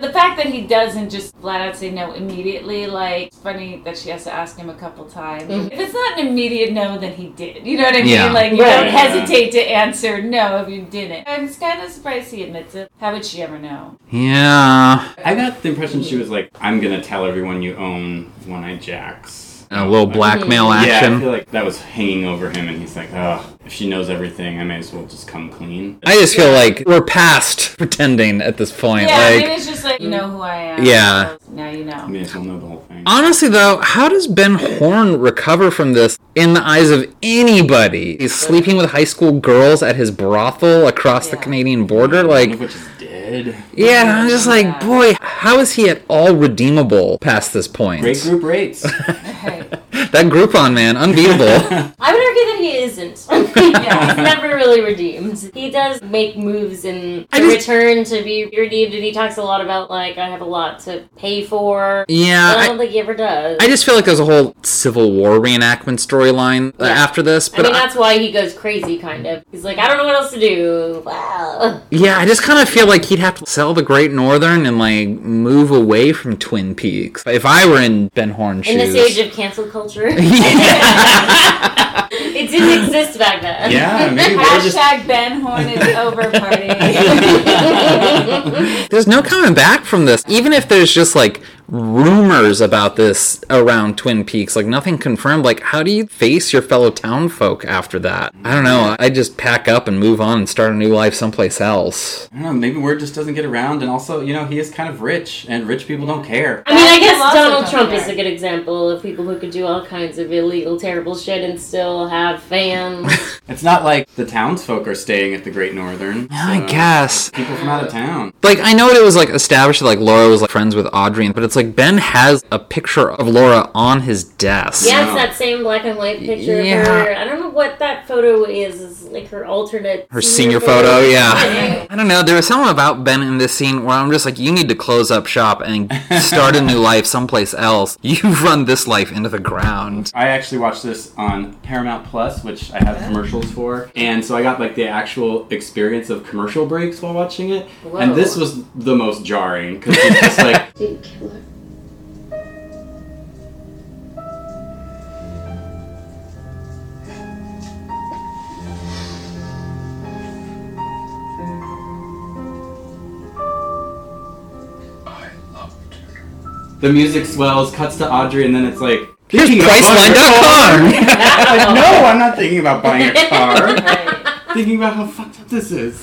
[SPEAKER 3] The fact that he doesn't just flat out say no immediately, like, it's funny that she has to ask him a couple times.
[SPEAKER 2] Mhm.
[SPEAKER 3] If it's not an immediate no, then he did. You know what I mean?
[SPEAKER 4] Mm-hmm. Yeah.
[SPEAKER 3] Like, you
[SPEAKER 2] Right.
[SPEAKER 3] don't hesitate to answer no if you didn't. I'm kind of surprised he admits it. How would she ever know?
[SPEAKER 4] [laughs] Yeah.
[SPEAKER 5] I got the impression she was like, "I'm gonna tell everyone you own One Eye Jacks."
[SPEAKER 4] A little
[SPEAKER 5] Like,
[SPEAKER 4] blackmail
[SPEAKER 5] Yeah, I
[SPEAKER 4] action.
[SPEAKER 5] feel like that was hanging over him, and he's like, "Oh, if she knows everything, I may as well just come clean."
[SPEAKER 4] I just feel like we're past [laughs] pretending at this point.
[SPEAKER 3] Yeah, I mean,
[SPEAKER 4] like,
[SPEAKER 3] it's just like, you know who I am.
[SPEAKER 4] Yeah.
[SPEAKER 3] so Now you know.
[SPEAKER 5] I may as well know the whole thing.
[SPEAKER 4] honestly, though, how does Ben Horn recover from this in the eyes of anybody? He's sleeping with high school girls at his brothel across the
[SPEAKER 3] Yeah.
[SPEAKER 4] Canadian border.
[SPEAKER 5] One of
[SPEAKER 4] Like,
[SPEAKER 5] which is dead.
[SPEAKER 4] yeah, I'm just like,
[SPEAKER 3] Yeah.
[SPEAKER 4] boy, how is he at all redeemable past this point?
[SPEAKER 5] Great group rates.
[SPEAKER 3] Right.
[SPEAKER 4] [laughs] That Groupon man, unbeatable.
[SPEAKER 2] I would argue that he isn't. [laughs] yeah, he's never really redeemed. He does make moves in
[SPEAKER 4] I
[SPEAKER 2] the
[SPEAKER 4] just-
[SPEAKER 2] return to be redeemed, and he talks a lot about like I have a lot to pay for.
[SPEAKER 4] yeah,
[SPEAKER 2] I
[SPEAKER 4] I-
[SPEAKER 2] don't
[SPEAKER 3] Um,
[SPEAKER 2] think he ever does.
[SPEAKER 4] I just feel like there's a whole Civil War reenactment storyline uh
[SPEAKER 2] Yeah.
[SPEAKER 4] after this,
[SPEAKER 2] I
[SPEAKER 4] but
[SPEAKER 2] mean,
[SPEAKER 4] I-
[SPEAKER 2] that's why he goes crazy, kind of. He's like, I don't know what else to do. Wow.
[SPEAKER 4] yeah, I just kind of feel like he'd have to sell the Great Northern and like move away from Twin Peaks. If I were in Ben Horn shoes,
[SPEAKER 2] In this age of cancel culture,
[SPEAKER 4] [laughs] Yeah.
[SPEAKER 2] [laughs] it didn't exist back then.
[SPEAKER 5] yeah, maybe we're just.
[SPEAKER 3] Hashtag Ben Horn is over party.
[SPEAKER 4] [laughs] there's no coming back from this. Even if there's just like rumors about this around Twin Peaks, like nothing confirmed. Like, how do you face your fellow town folk after that? I don't know. I just pack up and move on and start a new life someplace else.
[SPEAKER 5] I don't know. Maybe word just doesn't get around, and also, you know, he is kind of rich, and rich people don't care.
[SPEAKER 2] I mean, I
[SPEAKER 3] That's
[SPEAKER 2] guess
[SPEAKER 3] also
[SPEAKER 2] Donald
[SPEAKER 3] coming
[SPEAKER 2] Trump
[SPEAKER 3] back.
[SPEAKER 2] is a good example of people who could do all kinds of illegal, terrible shit and still have
[SPEAKER 4] [laughs]
[SPEAKER 2] fans.
[SPEAKER 5] It's not like the townsfolk are staying at the Great Northern.
[SPEAKER 4] I
[SPEAKER 5] so-
[SPEAKER 4] guess.
[SPEAKER 5] People from out of town.
[SPEAKER 4] Like I know it was like established that like Laura was like friends with Audrey, but it's like Ben has a picture of Laura on his desk.
[SPEAKER 2] Yeah, it's that same black and white picture
[SPEAKER 4] Yeah.
[SPEAKER 2] of her. I don't know what that photo is. It's like her alternate.
[SPEAKER 4] Her senior
[SPEAKER 2] [laughs]
[SPEAKER 4] photo, yeah. I don't know. There was something about Ben in this scene where I'm just like, you need to close up shop and start a [laughs] new life someplace else. [laughs] You've run this life into the ground.
[SPEAKER 5] I actually watched this on Paramount Plus, which I have commercials for, and so I got like the actual experience of commercial breaks while watching it. And this was the most jarring because it's just like
[SPEAKER 10] Didn't kill her.
[SPEAKER 8] I loved her.
[SPEAKER 5] the music swells, cuts to Audrey, and then it's like
[SPEAKER 4] Here's
[SPEAKER 5] "Thinking of buying
[SPEAKER 4] Priceline.com. [laughs]
[SPEAKER 5] a car." no, I'm not thinking about buying a
[SPEAKER 3] [laughs]
[SPEAKER 5] car.
[SPEAKER 3] Right.
[SPEAKER 5] thinking about how fucked up this is.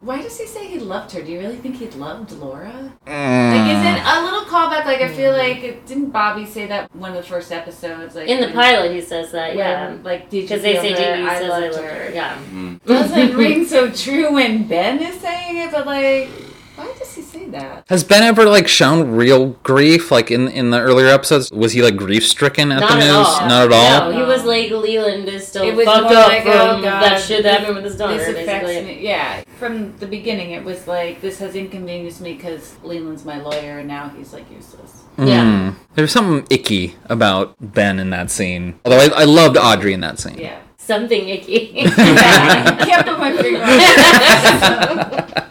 [SPEAKER 5] [laughs]
[SPEAKER 3] Why does he say he loved her? Do you really think he loved Laura? Like, is
[SPEAKER 4] Mm.
[SPEAKER 3] it a little callback? Like, I feel
[SPEAKER 2] Mm.
[SPEAKER 3] like didn't Bobby say that one of the first episodes? Like
[SPEAKER 2] In the
[SPEAKER 3] when-
[SPEAKER 2] pilot, he says that,
[SPEAKER 3] when,
[SPEAKER 2] yeah.
[SPEAKER 3] Like, did you?
[SPEAKER 2] Because they
[SPEAKER 3] feel
[SPEAKER 2] say
[SPEAKER 3] her?
[SPEAKER 2] JD
[SPEAKER 3] I
[SPEAKER 2] says
[SPEAKER 3] loved
[SPEAKER 2] I love her. Yeah.
[SPEAKER 4] Mm.
[SPEAKER 2] [laughs]
[SPEAKER 3] Doesn't
[SPEAKER 4] [laughs]
[SPEAKER 3] ring so true when Ben is saying it, but like, why does he say that?
[SPEAKER 4] Has Ben ever like shown real grief? Like in in the earlier episodes, was he like grief stricken at the
[SPEAKER 2] Not
[SPEAKER 4] news?
[SPEAKER 2] at all.
[SPEAKER 4] Not at all.
[SPEAKER 2] No, he was like Leland is still
[SPEAKER 3] It was
[SPEAKER 2] fucked
[SPEAKER 3] more
[SPEAKER 2] up
[SPEAKER 3] like,
[SPEAKER 2] from
[SPEAKER 3] oh, God,
[SPEAKER 2] that shit that happened with his daughter.
[SPEAKER 3] This affects
[SPEAKER 2] basically.
[SPEAKER 3] me. Yeah, from the beginning, it was like this has inconvenienced me because Leland's my lawyer, and now he's like useless.
[SPEAKER 2] Yeah.
[SPEAKER 4] Mm. There's something icky about Ben in that scene. Although I, I loved Audrey in that scene.
[SPEAKER 3] Yeah,
[SPEAKER 2] Something icky.
[SPEAKER 3] [laughs]
[SPEAKER 2] [laughs]
[SPEAKER 3] can't put my finger on it.
[SPEAKER 2] [laughs]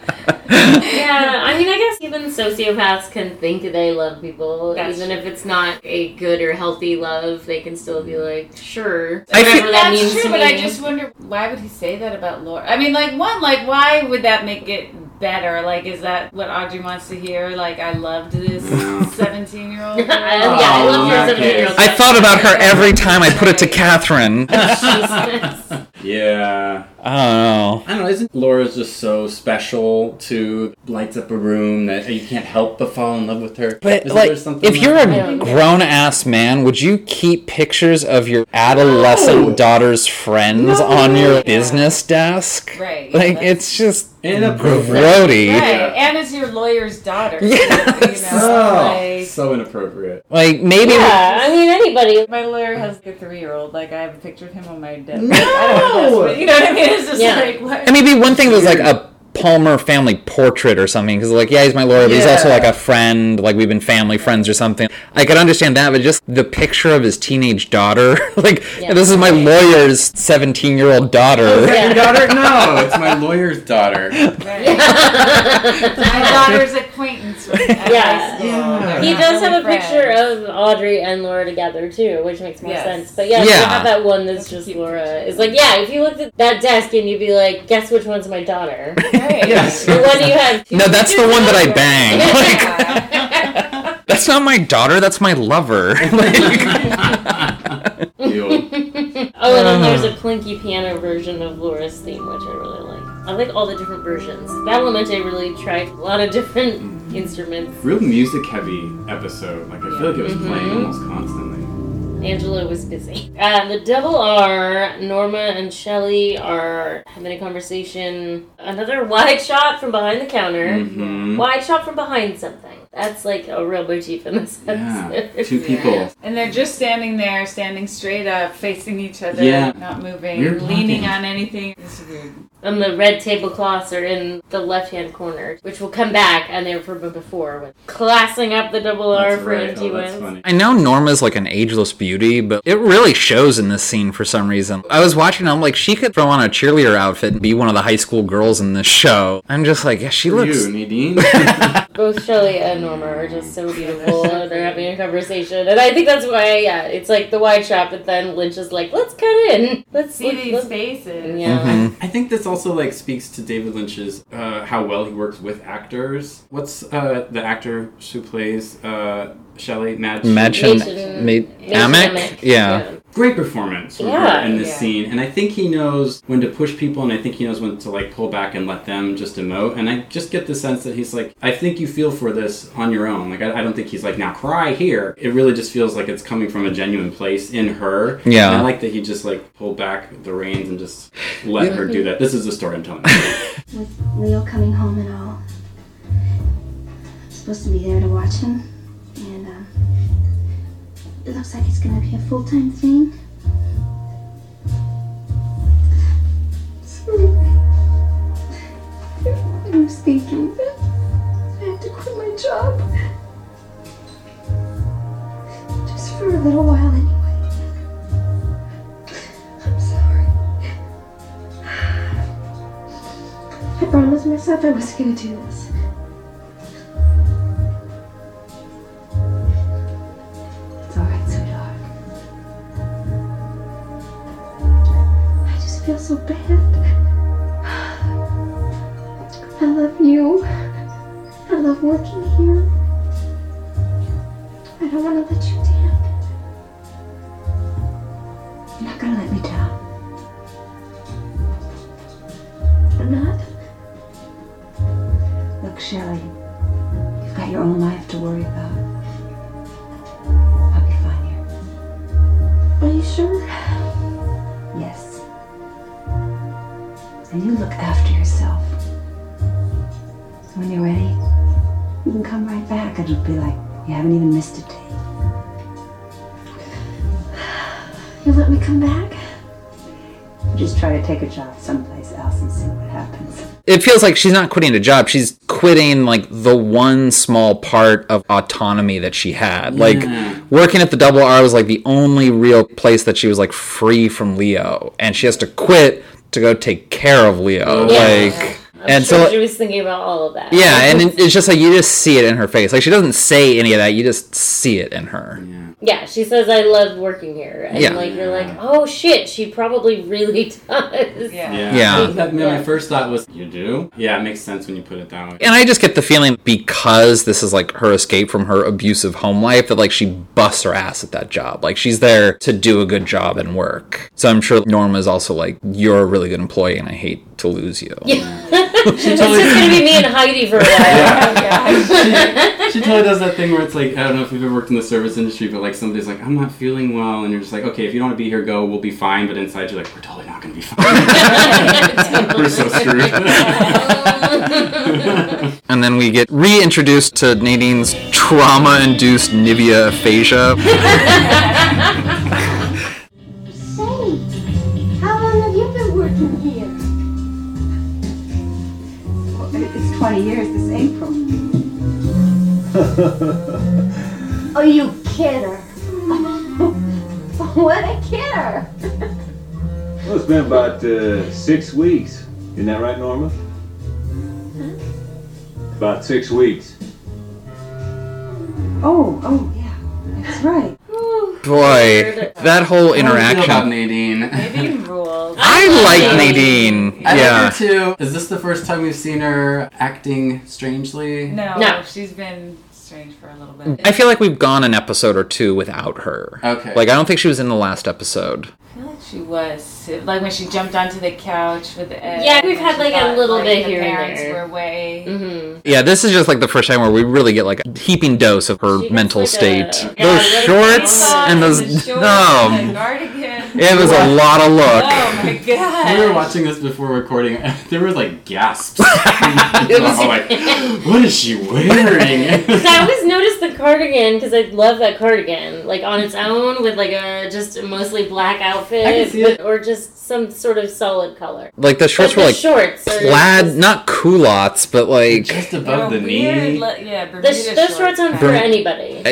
[SPEAKER 4] [laughs]
[SPEAKER 2] yeah, [laughs] I mean, I guess even sociopaths can think they love people,
[SPEAKER 3] That's
[SPEAKER 2] even
[SPEAKER 3] true.
[SPEAKER 2] if it's not a good or healthy love. They can still be like, sure,
[SPEAKER 4] I
[SPEAKER 2] whatever
[SPEAKER 4] think-
[SPEAKER 2] that
[SPEAKER 3] That's
[SPEAKER 2] means
[SPEAKER 3] true,
[SPEAKER 2] to
[SPEAKER 3] but
[SPEAKER 2] me.
[SPEAKER 3] I just wonder why would he say that about Laura? I mean, like one, like why would that make it better? Like, is that what Audrey wants to hear? Like, I loved this
[SPEAKER 5] Yeah.
[SPEAKER 3] [laughs] seventeen-year-old.
[SPEAKER 2] yeah, [laughs] I
[SPEAKER 5] Oh,
[SPEAKER 2] love your
[SPEAKER 5] okay.
[SPEAKER 2] seventeen-year-old.
[SPEAKER 4] I thought about her every time I put it to Catherine.
[SPEAKER 2] Jesus.
[SPEAKER 5] yeah.
[SPEAKER 4] Oh.
[SPEAKER 5] I don't know, isn't Laura's just so special to lights up a room that you can't help but fall in love with her?
[SPEAKER 4] But
[SPEAKER 5] Isn't
[SPEAKER 4] like,
[SPEAKER 5] there something
[SPEAKER 4] if you're
[SPEAKER 5] like-
[SPEAKER 4] a grown ass man, would you keep pictures of your adolescent daughter's friends on your business desk?
[SPEAKER 3] Right, yeah,
[SPEAKER 4] Like,
[SPEAKER 3] that's-
[SPEAKER 4] it's just
[SPEAKER 5] inappropriate.
[SPEAKER 4] grody.
[SPEAKER 3] Right,
[SPEAKER 5] Yeah.
[SPEAKER 3] and it's your lawyer's daughter.
[SPEAKER 4] Yes.
[SPEAKER 3] You know, like,
[SPEAKER 5] Oh, so inappropriate.
[SPEAKER 4] Like, maybe.
[SPEAKER 2] yeah, I mean, anybody.
[SPEAKER 3] my lawyer has a three-year-old. Like, I have a picture of him on my desk. No! I don't know, that's- but you know what I mean? It's just
[SPEAKER 2] Yeah.
[SPEAKER 4] [laughs]
[SPEAKER 3] like, what?
[SPEAKER 4] And maybe one thing was like a Palmer family portrait or something because like yeah he's my lawyer but he's also
[SPEAKER 12] Yeah.
[SPEAKER 4] like a friend like we've been family friends or something I could understand that but just the picture of his teenage daughter [laughs] like this is my lawyer's 17 year old daughter
[SPEAKER 5] Is that your daughter? [laughs] No, it's my lawyer's daughter.
[SPEAKER 2] [laughs]
[SPEAKER 5] [laughs]
[SPEAKER 3] My daughter's acquaintance. With at high
[SPEAKER 2] Yeah.
[SPEAKER 3] school. They're
[SPEAKER 2] He
[SPEAKER 3] not
[SPEAKER 2] does
[SPEAKER 3] really
[SPEAKER 2] have a
[SPEAKER 3] friends.
[SPEAKER 2] picture of Audrey and Laura together too, which makes more
[SPEAKER 3] Yes.
[SPEAKER 2] sense. But yeah, you
[SPEAKER 4] Yeah.
[SPEAKER 2] have that one that's just Laura. It's like, yeah, if you looked at that desk and you'd be like, guess which one's my
[SPEAKER 4] [laughs]
[SPEAKER 2] daughter?
[SPEAKER 3] Right.
[SPEAKER 4] Yes.
[SPEAKER 2] the one you had.
[SPEAKER 4] no that's the one that
[SPEAKER 2] [laughs]
[SPEAKER 4] I bang like [laughs] that's not my daughter that's my lover [laughs] like
[SPEAKER 5] Ew.
[SPEAKER 2] oh, and then there's
[SPEAKER 4] uh-huh.
[SPEAKER 2] a plinky piano version of Laura's theme, which I really like. I like all the different versions. That Lamente really tried a lot of different
[SPEAKER 4] Mm-hmm.
[SPEAKER 2] instruments.
[SPEAKER 5] Real music heavy episode. Like I feel like it was playing
[SPEAKER 2] Mhm.
[SPEAKER 5] almost constantly.
[SPEAKER 2] Angela was busy. Uh, the double R, Norma and Shelly are having a conversation. Another wide shot from behind the counter.
[SPEAKER 5] Mhm.
[SPEAKER 2] Wide shot from behind something. That's like a real motif in this
[SPEAKER 5] Yeah.
[SPEAKER 2] episode.
[SPEAKER 5] Two people.
[SPEAKER 3] [laughs] And they're just standing there, standing straight up, facing each other,
[SPEAKER 5] Yeah.
[SPEAKER 3] not moving,
[SPEAKER 5] Weird
[SPEAKER 3] leaning
[SPEAKER 5] looking.
[SPEAKER 3] on anything. It's weird.
[SPEAKER 2] [laughs] And the red tablecloths are in the left hand corner, which will come back, and they were from before when classing up the double R
[SPEAKER 5] That's
[SPEAKER 2] for
[SPEAKER 5] right.
[SPEAKER 2] empty
[SPEAKER 5] Oh, that's
[SPEAKER 2] ones.
[SPEAKER 5] funny.
[SPEAKER 4] I know Norma's like an ageless beauty, but it really shows in this scene for some reason. I was watching, I'm like, she could throw on a cheerleader outfit and be one of the high school girls in this show. I'm just like, yeah, she
[SPEAKER 5] For
[SPEAKER 4] looks.
[SPEAKER 5] You, Nadine. [laughs]
[SPEAKER 2] Both Shelly and Norma are just so beautiful, and they're having a conversation. And I think that's why, yeah, it's like the wide shot, but then Lynch is like, let's cut in. Let's
[SPEAKER 3] See
[SPEAKER 2] let's-
[SPEAKER 3] these
[SPEAKER 2] let's-"
[SPEAKER 3] faces.
[SPEAKER 2] Yeah.
[SPEAKER 4] Mhm.
[SPEAKER 5] I think this also like speaks to David Lynch's uh, how well he works with actors. What's uh, the actor who plays uh, Shelley? Madge.
[SPEAKER 4] Madchen,
[SPEAKER 2] Madchen-
[SPEAKER 4] Ma-
[SPEAKER 2] Madchen
[SPEAKER 4] Amick?
[SPEAKER 2] Amick,
[SPEAKER 4] Yeah.
[SPEAKER 5] Great performance from her
[SPEAKER 2] Yeah.
[SPEAKER 5] in this
[SPEAKER 3] Yeah.
[SPEAKER 5] scene, and I think he knows when to push people, and I think he knows when to like pull back and let them just emote. And I just get the sense that he's like, I think you feel for this on your own. Like I, I don't think he's like now cry here. It really just feels like it's coming from a genuine place in her.
[SPEAKER 4] Yeah.
[SPEAKER 5] and I like that he just like pulled back the reins and just let her do that. This is the story I'm telling.
[SPEAKER 10] With Leo coming home and all, I'm supposed to be there to watch him, and um, it looks like it's gonna be a full time thing. So, I was thinking that I have to quit my job. Just for a little while, anyway. I'm sorry. I promised myself I wasn't gonna do this. It's alright, sweetheart. I just feel so bad. I love you. I love working here. I don't want to let you down. You're not gonna let me down. I'm not. Look, Sherry, you've got your own life to worry about. I'll be fine here. Are you sure? Yes. And you look after yourself. When you're ready, you can come right back. It'll be like you haven't even missed a day. You'll let me come back? Just try to take a job someplace else and see what happens.
[SPEAKER 4] It feels like she's not quitting a job. She's quitting like the one small part of autonomy that she had. Like working at the Double R was like the only real place that she was like free from Leo, and she has to quit to go take care of Leo.
[SPEAKER 2] Yeah.
[SPEAKER 4] Like,
[SPEAKER 2] I'm
[SPEAKER 4] and
[SPEAKER 2] sure
[SPEAKER 4] so
[SPEAKER 2] she was thinking about all of that.
[SPEAKER 4] Yeah, and it- it's just like you just see it in her face. Like she doesn't say any of that. You just see it in her.
[SPEAKER 2] yeah, she says, "I love working here," and
[SPEAKER 4] Yeah.
[SPEAKER 2] like you're like, "Oh shit, she probably really [laughs] does."
[SPEAKER 3] Yeah.
[SPEAKER 5] Yeah.
[SPEAKER 4] Yeah.
[SPEAKER 5] That, my-
[SPEAKER 2] Yeah.
[SPEAKER 5] My first thought was, you do? Yeah, it makes sense when you put it that way.
[SPEAKER 4] And I just get the feeling because this is like her escape from her abusive home life that like she busts her ass at that job. Like she's there to do a good job and work. So I'm sure Norma's also like, you're a really good employee, and I hate to lose you.
[SPEAKER 2] it's just gonna be me
[SPEAKER 3] [laughs]
[SPEAKER 2] and Heidi for a [laughs] while.
[SPEAKER 5] [laughs] She totally does that thing where it's like, I don't know if you've ever worked in the service industry, but like somebody's like, I'm not feeling well. And you're just like, okay, if you don't want to be here, go. We'll be fine. But inside, you're like, we're totally not going to
[SPEAKER 4] [laughs]
[SPEAKER 5] be fine. we're so
[SPEAKER 2] [laughs]
[SPEAKER 5] screwed.
[SPEAKER 4] And then we get reintroduced to Nadine's trauma-induced Nivea aphasia.
[SPEAKER 10] Say, how long have you been working here?
[SPEAKER 12] It's 20 years this
[SPEAKER 10] [laughs]
[SPEAKER 12] April.
[SPEAKER 10] Oh, you kidder. [laughs] what a kidder.
[SPEAKER 13] Well, it's been about uh, six weeks. Isn't that right, Norma? About six weeks.
[SPEAKER 12] Oh, oh, yeah. That's right.
[SPEAKER 4] Boy, that whole interaction.
[SPEAKER 5] about Nadine. [laughs]
[SPEAKER 3] Nadine rules.
[SPEAKER 4] I like Nadine.
[SPEAKER 5] I
[SPEAKER 4] yeah.
[SPEAKER 5] like her too. Is this the first time we've seen her acting strangely?
[SPEAKER 3] No,
[SPEAKER 2] No.
[SPEAKER 3] she's been strange for a little bit.
[SPEAKER 4] I feel like we've gone an episode or two without her.
[SPEAKER 5] Okay.
[SPEAKER 4] Like I don't think she was in the last episode.
[SPEAKER 3] I feel like she was like when she jumped onto the couch with Ed.
[SPEAKER 2] Yeah, we've
[SPEAKER 3] and
[SPEAKER 2] had,
[SPEAKER 3] she
[SPEAKER 2] like, a
[SPEAKER 3] thought,
[SPEAKER 2] little
[SPEAKER 3] like,
[SPEAKER 2] bit
[SPEAKER 3] the
[SPEAKER 2] here and
[SPEAKER 3] parents
[SPEAKER 2] there.
[SPEAKER 3] were way.
[SPEAKER 2] Mm-hmm.
[SPEAKER 4] Yeah, this is just like the first time where we really get like a heaping dose of her
[SPEAKER 2] She gets,
[SPEAKER 4] mental
[SPEAKER 2] like, a-
[SPEAKER 4] state.
[SPEAKER 2] yeah,
[SPEAKER 4] those
[SPEAKER 2] really
[SPEAKER 4] shorts
[SPEAKER 3] Socks
[SPEAKER 4] and those
[SPEAKER 3] the shorts and the
[SPEAKER 4] no,
[SPEAKER 3] cardigan.
[SPEAKER 4] it was a lot of look.
[SPEAKER 3] Oh my god!
[SPEAKER 5] We were watching this before recording. [laughs] There were
[SPEAKER 4] [laughs]
[SPEAKER 5] like gasps. [laughs] it
[SPEAKER 2] was-
[SPEAKER 5] like, what is
[SPEAKER 4] [laughs]
[SPEAKER 5] she wearing?
[SPEAKER 2] I always notice the cardigan because I love that cardigan, like on its own with like a just mostly black outfit,
[SPEAKER 5] I can see
[SPEAKER 2] but-
[SPEAKER 5] it.
[SPEAKER 2] or just some sort of solid color.
[SPEAKER 4] Like the shorts
[SPEAKER 2] But
[SPEAKER 4] were
[SPEAKER 2] the
[SPEAKER 4] like
[SPEAKER 2] shorts are
[SPEAKER 4] plaid,
[SPEAKER 2] just-
[SPEAKER 4] not culottes, but
[SPEAKER 2] [laughs]
[SPEAKER 4] like. [laughs]
[SPEAKER 5] Just above
[SPEAKER 3] They
[SPEAKER 5] the
[SPEAKER 3] were weird,
[SPEAKER 5] knee.
[SPEAKER 3] le- yeah, Bermuda
[SPEAKER 2] The sh- those shorts aren't for
[SPEAKER 4] Bur-
[SPEAKER 2] anybody.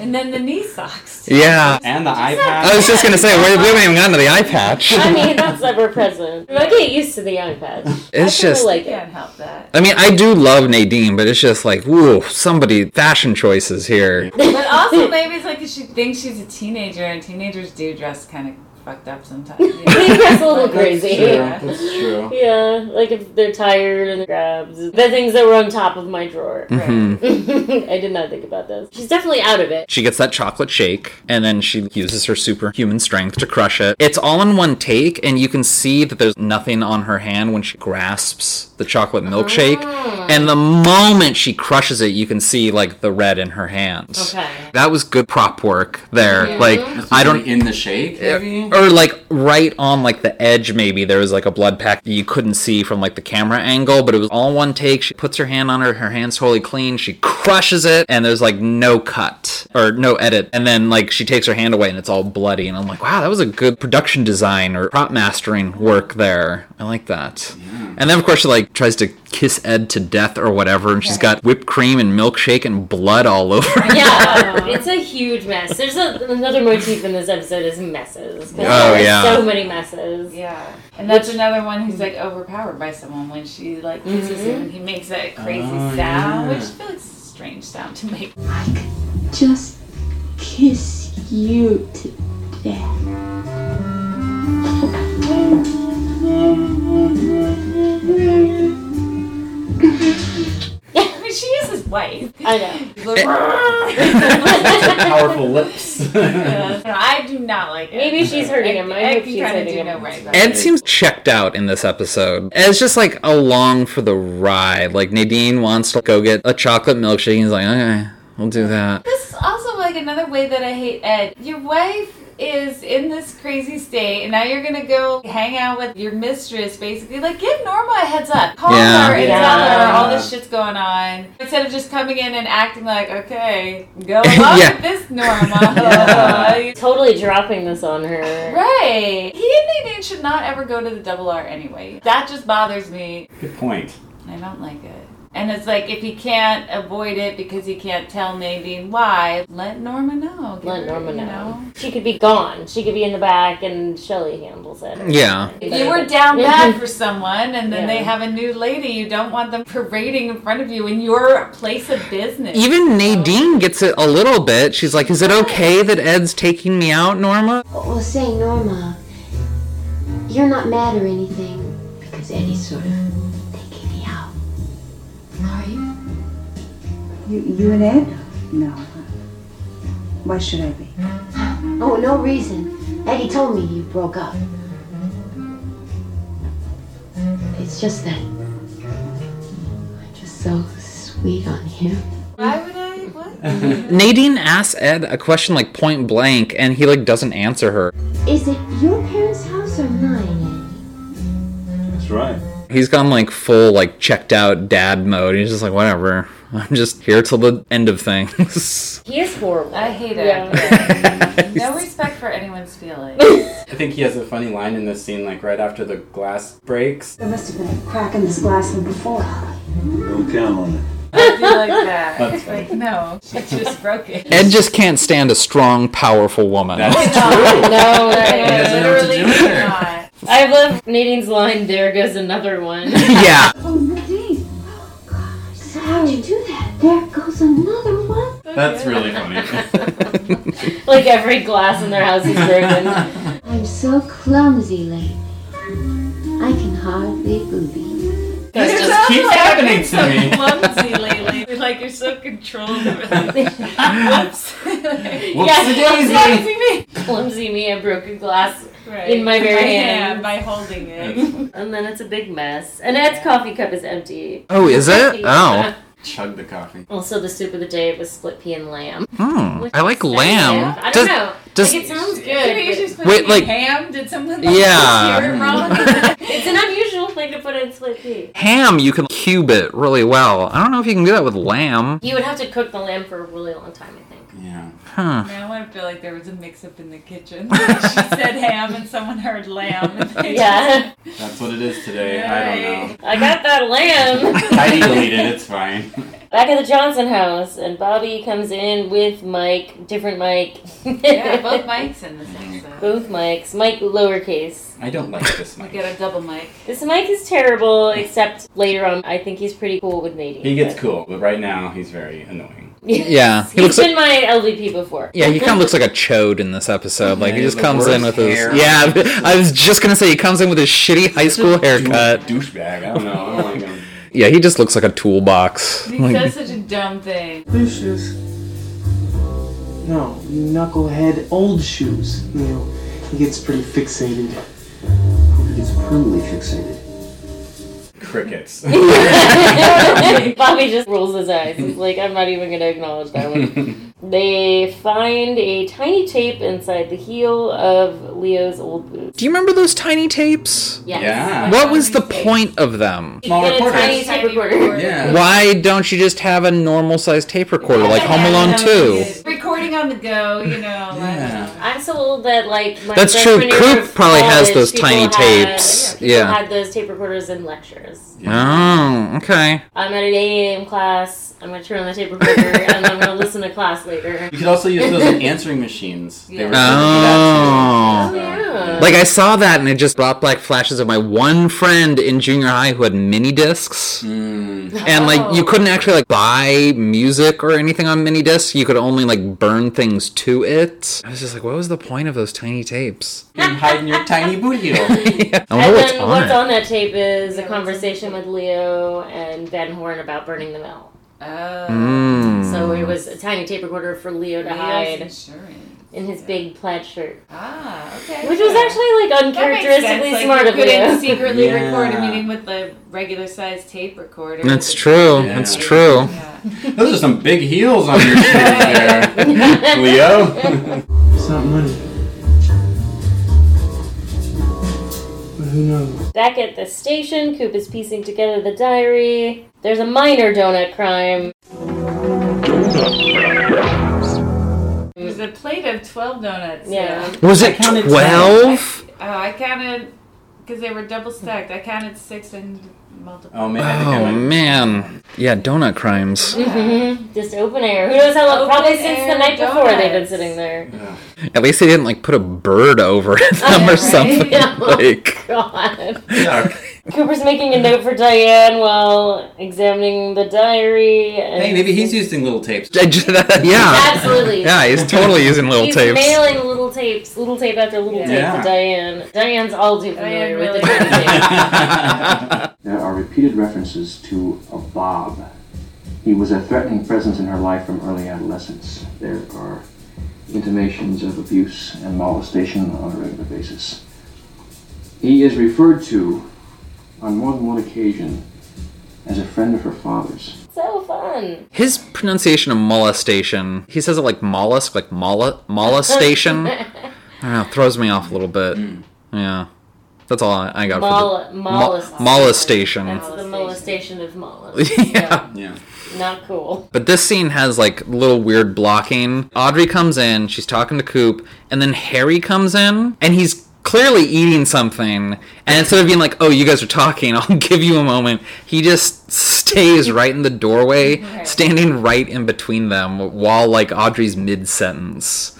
[SPEAKER 3] And then the knee socks.
[SPEAKER 4] yeah.
[SPEAKER 5] And the eye
[SPEAKER 4] I
[SPEAKER 5] patch.
[SPEAKER 4] was just gonna say we we haven't even gotten to the eye patch.
[SPEAKER 2] I mean, that's ever present. I get used to the eye patch.
[SPEAKER 4] [laughs] It's
[SPEAKER 2] I kinda
[SPEAKER 4] just-
[SPEAKER 2] like it.
[SPEAKER 3] Can't help that.
[SPEAKER 4] I mean, I do love Nadine, but it's just like, whoa, somebody fashion choices here.
[SPEAKER 10] [laughs]
[SPEAKER 3] But also maybe it's like 'cause she thinks she's a teenager, and teenagers do dress kind of fucked up sometimes. you
[SPEAKER 10] [laughs]
[SPEAKER 3] know?
[SPEAKER 2] They dress a little
[SPEAKER 3] That's
[SPEAKER 2] crazy.
[SPEAKER 5] True, that's true.
[SPEAKER 2] Yeah, like if they're tired and grabs the things that were on top of my drawer.
[SPEAKER 4] Hmm.
[SPEAKER 2] [laughs] I did not think about those. She's definitely out of it.
[SPEAKER 4] She gets that chocolate shake, and then she uses her superhuman strength to crush it. It's all in one take, and you can see that there's nothing on her hand when she grasps the chocolate milkshake.
[SPEAKER 2] Ah.
[SPEAKER 4] And the moment she crushes it, you can see like the red in her hands.
[SPEAKER 2] Okay.
[SPEAKER 4] That was good prop work there. Like I don't
[SPEAKER 5] in the shake. Maybe?
[SPEAKER 4] [laughs] or like right on like the edge maybe there was like a blood pack that you couldn't see from like the camera angle but it was all one take she puts her hand on her her hand's totally clean she crushes it and there's like no cut or no edit and then like she takes her hand away and it's all bloody and i'm like wow that was a good production design or prop mastering work there i like that and then of course she like tries to kiss ed to death or whatever and she's got whipped cream and milkshake and blood all [laughs] over her.
[SPEAKER 2] Yeah, [laughs] it's a huge mess. There's a, another motif in this episode is messes.
[SPEAKER 4] Oh, yeah.
[SPEAKER 2] so many messes.
[SPEAKER 3] Yeah, and that's another one who's like overpowered by someone when she like kisses
[SPEAKER 10] Mm-hmm.
[SPEAKER 3] him and he makes that crazy sound,
[SPEAKER 5] Oh, yeah.
[SPEAKER 3] which I feel like is a strange sound to make.
[SPEAKER 10] I could just kiss you to death.
[SPEAKER 3] I mean, she is his wife.
[SPEAKER 2] I know.
[SPEAKER 3] She's like, "Rah!"
[SPEAKER 5] Powerful lips.
[SPEAKER 3] Yeah. No, I do not like it.
[SPEAKER 2] Maybe she's hurting him. I
[SPEAKER 3] I
[SPEAKER 2] hope
[SPEAKER 3] can
[SPEAKER 2] she's
[SPEAKER 3] kinda
[SPEAKER 2] hurting
[SPEAKER 3] do
[SPEAKER 2] him.
[SPEAKER 3] no right by
[SPEAKER 4] Ed seems checked out in this episode. Ed's just like along for the ride. Like Nadine wants to go get a chocolate milkshake. He's like, okay, we'll do that.
[SPEAKER 3] This is also like another way that I hate Ed. Your wife is in this crazy state, and now you're gonna go hang out with your mistress, basically. Like, give Norma a heads up. Call
[SPEAKER 4] Yeah.
[SPEAKER 3] her and
[SPEAKER 2] Yeah.
[SPEAKER 3] tell her all this shit's going on. Instead of just coming in and acting like, okay, [laughs] go along
[SPEAKER 4] Yeah.
[SPEAKER 3] with this, [laughs] Norma.
[SPEAKER 5] Yeah.
[SPEAKER 2] Totally dropping this on her.
[SPEAKER 3] Right. He and Nadine should not ever go to the double R anyway. That just bothers me.
[SPEAKER 5] [laughs] Good point.
[SPEAKER 3] I don't like it. And it's like if he can't avoid it because he can't tell Nadine why, let Norma know. Give
[SPEAKER 2] Let
[SPEAKER 3] her,
[SPEAKER 2] Norma
[SPEAKER 3] you
[SPEAKER 2] know. She could be gone. She could be in the back, and Shelly handles it.
[SPEAKER 4] Yeah.
[SPEAKER 3] If you were
[SPEAKER 5] [laughs]
[SPEAKER 2] [laughs]
[SPEAKER 3] down bad for someone and then
[SPEAKER 2] Yeah.
[SPEAKER 3] they have a new lady, you don't want them [laughs] parading in front of you in your place of business.
[SPEAKER 4] Even Nadine gets it a little bit. She's like, is it okay that Ed's taking me out, Norma?
[SPEAKER 10] [laughs] Well, say, Norma, you're not mad or anything because Eddie's sort of taking me out. Are you?
[SPEAKER 12] You, you and Ed? No. Why should I be?
[SPEAKER 10] Oh, no reason. Eddie told me you broke up. It's just that I'm just so sweet on him.
[SPEAKER 3] Why would I? What?
[SPEAKER 4] Nadine asks Ed a question like point blank and he like doesn't answer her.
[SPEAKER 10] Is it your parents' house or mine,
[SPEAKER 13] That's right.
[SPEAKER 4] He's gone like full like checked out dad mode. He's just like, whatever. I'm just here till the end of things. [laughs]
[SPEAKER 2] He is horrible.
[SPEAKER 3] I hate it. no respect for anyone's
[SPEAKER 5] [laughs]
[SPEAKER 3] feelings.
[SPEAKER 5] I think he has a funny line in this scene, like right after the glass breaks.
[SPEAKER 12] There must have been a crack in this glass from before.
[SPEAKER 13] Don't count on it.
[SPEAKER 3] I feel like that.
[SPEAKER 5] That's
[SPEAKER 3] It's like, no, she just
[SPEAKER 5] [laughs]
[SPEAKER 3] broke it.
[SPEAKER 4] Ed just can't stand a strong, powerful woman. [laughs]
[SPEAKER 5] That's
[SPEAKER 2] No, [laughs] no,
[SPEAKER 3] [laughs]
[SPEAKER 5] doesn't know what to
[SPEAKER 3] literally
[SPEAKER 5] do with her.
[SPEAKER 3] not.
[SPEAKER 2] I love Nadine's line. There goes another one. [laughs]
[SPEAKER 4] [laughs] yeah.
[SPEAKER 10] Oh, Nadine. Oh, gosh. How'd you do that? There goes another one.
[SPEAKER 5] That's really funny.
[SPEAKER 2] like every glass in their house is broken.
[SPEAKER 10] I'm so clumsy lately. I can hardly believe.
[SPEAKER 5] This
[SPEAKER 3] You
[SPEAKER 5] just
[SPEAKER 3] sound
[SPEAKER 5] keeps
[SPEAKER 3] like
[SPEAKER 5] happening to
[SPEAKER 3] I'm
[SPEAKER 5] me.
[SPEAKER 3] Clumsy lately. You're Like you're so
[SPEAKER 5] [laughs]
[SPEAKER 3] controlled. [laughs] over that. Like,
[SPEAKER 5] Whoops,
[SPEAKER 2] Yeah,
[SPEAKER 5] daisy.
[SPEAKER 3] me.
[SPEAKER 2] Clumsy me, a broken glass,
[SPEAKER 3] Right.
[SPEAKER 2] In my very hand.
[SPEAKER 3] by holding it.
[SPEAKER 2] and then it's a big mess. And Ed's coffee cup is empty. Uh,
[SPEAKER 4] Oh, is it? Oh.
[SPEAKER 5] Chug the coffee.
[SPEAKER 2] Also, the soup of the day it was split pea and lamb.
[SPEAKER 4] Hmm. I like
[SPEAKER 2] Yeah,
[SPEAKER 4] lamb.
[SPEAKER 2] I don't
[SPEAKER 4] Does-
[SPEAKER 2] know.
[SPEAKER 4] does-
[SPEAKER 2] like, it sounds
[SPEAKER 3] Maybe you
[SPEAKER 2] good.
[SPEAKER 3] should put
[SPEAKER 4] Wait,
[SPEAKER 3] it in
[SPEAKER 4] like-
[SPEAKER 3] ham. Did someone like [laughs]
[SPEAKER 4] Yeah. Mm.
[SPEAKER 3] hear it wrong?
[SPEAKER 4] [laughs]
[SPEAKER 2] but- it's [laughs] an unusual thing to put in split pea.
[SPEAKER 4] ham, you can cube it really well. I don't know if you can do that with lamb.
[SPEAKER 2] You would have to cook the lamb for a really long time, I think.
[SPEAKER 5] Yeah.
[SPEAKER 4] Huh.
[SPEAKER 3] Now I want to feel like there was a mix-up in the
[SPEAKER 4] [laughs]
[SPEAKER 3] kitchen. she said ham, and someone heard lamb. [laughs] and they
[SPEAKER 2] Yeah,
[SPEAKER 5] That's what it is today. I don't
[SPEAKER 2] [laughs]
[SPEAKER 5] know.
[SPEAKER 2] I got that lamb. [laughs]
[SPEAKER 5] I deleted it. It's fine.
[SPEAKER 2] Back at the Johnson house, and Bobby comes in with Mike, different Mike.
[SPEAKER 3] Yeah,
[SPEAKER 2] [laughs]
[SPEAKER 3] both mics in the same set.
[SPEAKER 2] Both mics. Mike lowercase.
[SPEAKER 5] I don't like this
[SPEAKER 3] We
[SPEAKER 5] mic.
[SPEAKER 3] get a double mic.
[SPEAKER 2] This mic is terrible, except later on, I think he's pretty cool with Nadine.
[SPEAKER 5] He gets
[SPEAKER 2] but-
[SPEAKER 5] cool, but right now he's very annoying.
[SPEAKER 4] Yeah, he
[SPEAKER 2] He
[SPEAKER 4] looks
[SPEAKER 2] has been
[SPEAKER 4] like-
[SPEAKER 2] my LVP before.
[SPEAKER 4] Yeah, he kind of looks like a chode in this episode. Like he
[SPEAKER 5] Yeah,
[SPEAKER 4] just
[SPEAKER 5] the
[SPEAKER 4] comes in with
[SPEAKER 5] worst
[SPEAKER 4] his
[SPEAKER 5] hair.
[SPEAKER 4] yeah. I was just gonna say he comes in with his shitty high school haircut.
[SPEAKER 5] douchebag. I don't know. I don't like him.
[SPEAKER 4] Yeah, he just looks like a toolbox.
[SPEAKER 3] He
[SPEAKER 4] Like,
[SPEAKER 3] says such a dumb thing.
[SPEAKER 7] Loose shoes. No, you knucklehead old shoes. Neil, he gets pretty fixated.
[SPEAKER 8] He's permanently fixated.
[SPEAKER 4] [laughs]
[SPEAKER 2] [laughs]
[SPEAKER 5] Crickets. [laughs]
[SPEAKER 2] Bobby just rolls his eyes. He's like, I'm not even gonna acknowledge that
[SPEAKER 5] [laughs]
[SPEAKER 2] one. they find a tiny tape inside the heel of Leo's old boots.
[SPEAKER 4] do you remember those tiny tapes?
[SPEAKER 2] Yes.
[SPEAKER 5] Yeah.
[SPEAKER 4] What was the
[SPEAKER 3] Tiny tape.
[SPEAKER 4] point of them?
[SPEAKER 2] He's
[SPEAKER 5] Small
[SPEAKER 2] got a
[SPEAKER 5] recorder.
[SPEAKER 2] tiny tape recorder.
[SPEAKER 3] [laughs]
[SPEAKER 5] Yeah.
[SPEAKER 4] Why don't you just have a normal sized tape recorder like Home Alone Two?
[SPEAKER 3] Recording on the go, you know. like-
[SPEAKER 5] Yeah.
[SPEAKER 2] I'm so old that like my
[SPEAKER 4] That's true.
[SPEAKER 2] freshman year
[SPEAKER 4] Coop
[SPEAKER 2] of
[SPEAKER 4] probably has
[SPEAKER 2] college,
[SPEAKER 4] those
[SPEAKER 2] people
[SPEAKER 4] tiny
[SPEAKER 2] had-
[SPEAKER 4] tapes.
[SPEAKER 2] people
[SPEAKER 4] Yeah.
[SPEAKER 2] had those tape recorders in lectures.
[SPEAKER 4] Oh, okay.
[SPEAKER 2] I'm at an AM class. I'm gonna turn on the tape recorder and I'm
[SPEAKER 4] [laughs]
[SPEAKER 2] gonna listen to class later.
[SPEAKER 5] You could also use those as answering machines. They were
[SPEAKER 4] Yeah.
[SPEAKER 2] Oh.
[SPEAKER 5] oh.
[SPEAKER 2] Oh, yeah.
[SPEAKER 4] Like I saw that and it just brought back flashes of my one friend in junior high who had mini discs.
[SPEAKER 5] Mm.
[SPEAKER 4] and like you
[SPEAKER 2] Oh.
[SPEAKER 4] couldn't actually like buy music or anything on mini disc you could only like burn things to it i was just like what was the point of those tiny tapes [laughs]
[SPEAKER 5] You can hide in your tiny booty hole.
[SPEAKER 4] yeah. i
[SPEAKER 2] And
[SPEAKER 4] wonder what's
[SPEAKER 2] then
[SPEAKER 4] on
[SPEAKER 2] what's
[SPEAKER 4] it
[SPEAKER 2] on that tape is a conversation with Leo and Van Horn about burning the mill.
[SPEAKER 3] Oh.
[SPEAKER 4] Mm.
[SPEAKER 2] So it was a tiny tape recorder for Leo to
[SPEAKER 3] Leo's
[SPEAKER 2] hide
[SPEAKER 3] insurance.
[SPEAKER 2] in his big plaid shirt,
[SPEAKER 3] Ah, okay.
[SPEAKER 2] which was actually like
[SPEAKER 3] That makes sense,
[SPEAKER 2] uncharacteristically
[SPEAKER 3] like,
[SPEAKER 2] smart
[SPEAKER 3] you
[SPEAKER 2] of
[SPEAKER 3] couldn't
[SPEAKER 2] Leo.
[SPEAKER 3] secretly
[SPEAKER 5] Yeah.
[SPEAKER 3] record a meeting with the regular sized tape recorder.
[SPEAKER 4] that's true
[SPEAKER 5] Yeah.
[SPEAKER 4] that's true
[SPEAKER 3] Yeah.
[SPEAKER 5] Those are some big heels on your shoes there, Leo.
[SPEAKER 7] It's not money. But who knows?
[SPEAKER 2] Back at the station, Coop is piecing together the diary. There's a minor donut
[SPEAKER 3] [laughs]
[SPEAKER 2] crime.
[SPEAKER 3] It was a plate of 12 donuts.
[SPEAKER 2] Yeah.
[SPEAKER 4] was
[SPEAKER 5] I
[SPEAKER 4] it
[SPEAKER 5] counted
[SPEAKER 4] 12
[SPEAKER 3] Oh, I counted, because they were double stacked, I counted six and multiplied.
[SPEAKER 5] oh man, I think I
[SPEAKER 4] oh
[SPEAKER 5] went-
[SPEAKER 4] man yeah donut crimes
[SPEAKER 2] Mm-hmm. Just open air. Who knows how long?
[SPEAKER 3] Open
[SPEAKER 2] Probably since the
[SPEAKER 3] air
[SPEAKER 2] night before they've been
[SPEAKER 3] donuts.
[SPEAKER 2] sitting
[SPEAKER 3] [laughs]
[SPEAKER 2] there.
[SPEAKER 4] at least they didn't like put a bird over [laughs] them
[SPEAKER 2] yeah,
[SPEAKER 4] or
[SPEAKER 2] right? [laughs]
[SPEAKER 4] something
[SPEAKER 2] Yeah.
[SPEAKER 4] like
[SPEAKER 2] God.
[SPEAKER 5] Yuck.
[SPEAKER 2] Cooper's making a note for Diane while examining the diary. And
[SPEAKER 5] Hey, maybe he's using little tapes.
[SPEAKER 4] I just- [laughs] yeah
[SPEAKER 2] Absolutely.
[SPEAKER 4] yeah he's totally using little
[SPEAKER 2] He's
[SPEAKER 4] tapes
[SPEAKER 2] mailing little tapes, little tape after little
[SPEAKER 3] Yeah.
[SPEAKER 2] tape
[SPEAKER 5] Yeah.
[SPEAKER 2] to Diane. Diane's all too familiar
[SPEAKER 3] Diane
[SPEAKER 2] with
[SPEAKER 3] really
[SPEAKER 2] the
[SPEAKER 3] is.
[SPEAKER 2] tape.
[SPEAKER 6] There are repeated references to a Bob. He was a threatening presence in her life from early adolescence. There are intimations of abuse and molestation on a regular basis. He is referred to on more than one occasion as a friend of her father's.
[SPEAKER 2] [laughs] so fun.
[SPEAKER 4] [laughs] His pronunciation of molestation, he says it like mollusk, like mollu- molestation. I don't know, throws me off a little bit. Yeah. That's all I I got
[SPEAKER 2] Mol-
[SPEAKER 4] for the
[SPEAKER 2] molest-
[SPEAKER 4] mo- molestation.
[SPEAKER 2] That's the molestation of Mullen.
[SPEAKER 4] [laughs] yeah. Yeah.
[SPEAKER 2] Not cool.
[SPEAKER 4] But this scene has like little weird blocking. Audrey comes in, she's talking to Coop, and then Harry comes in, and he's clearly eating something. And instead of being like, "Oh, you guys are talking, [laughs] I'll give you a moment," he just stays right in the doorway, standing right in between them, while like Audrey's mid sentence.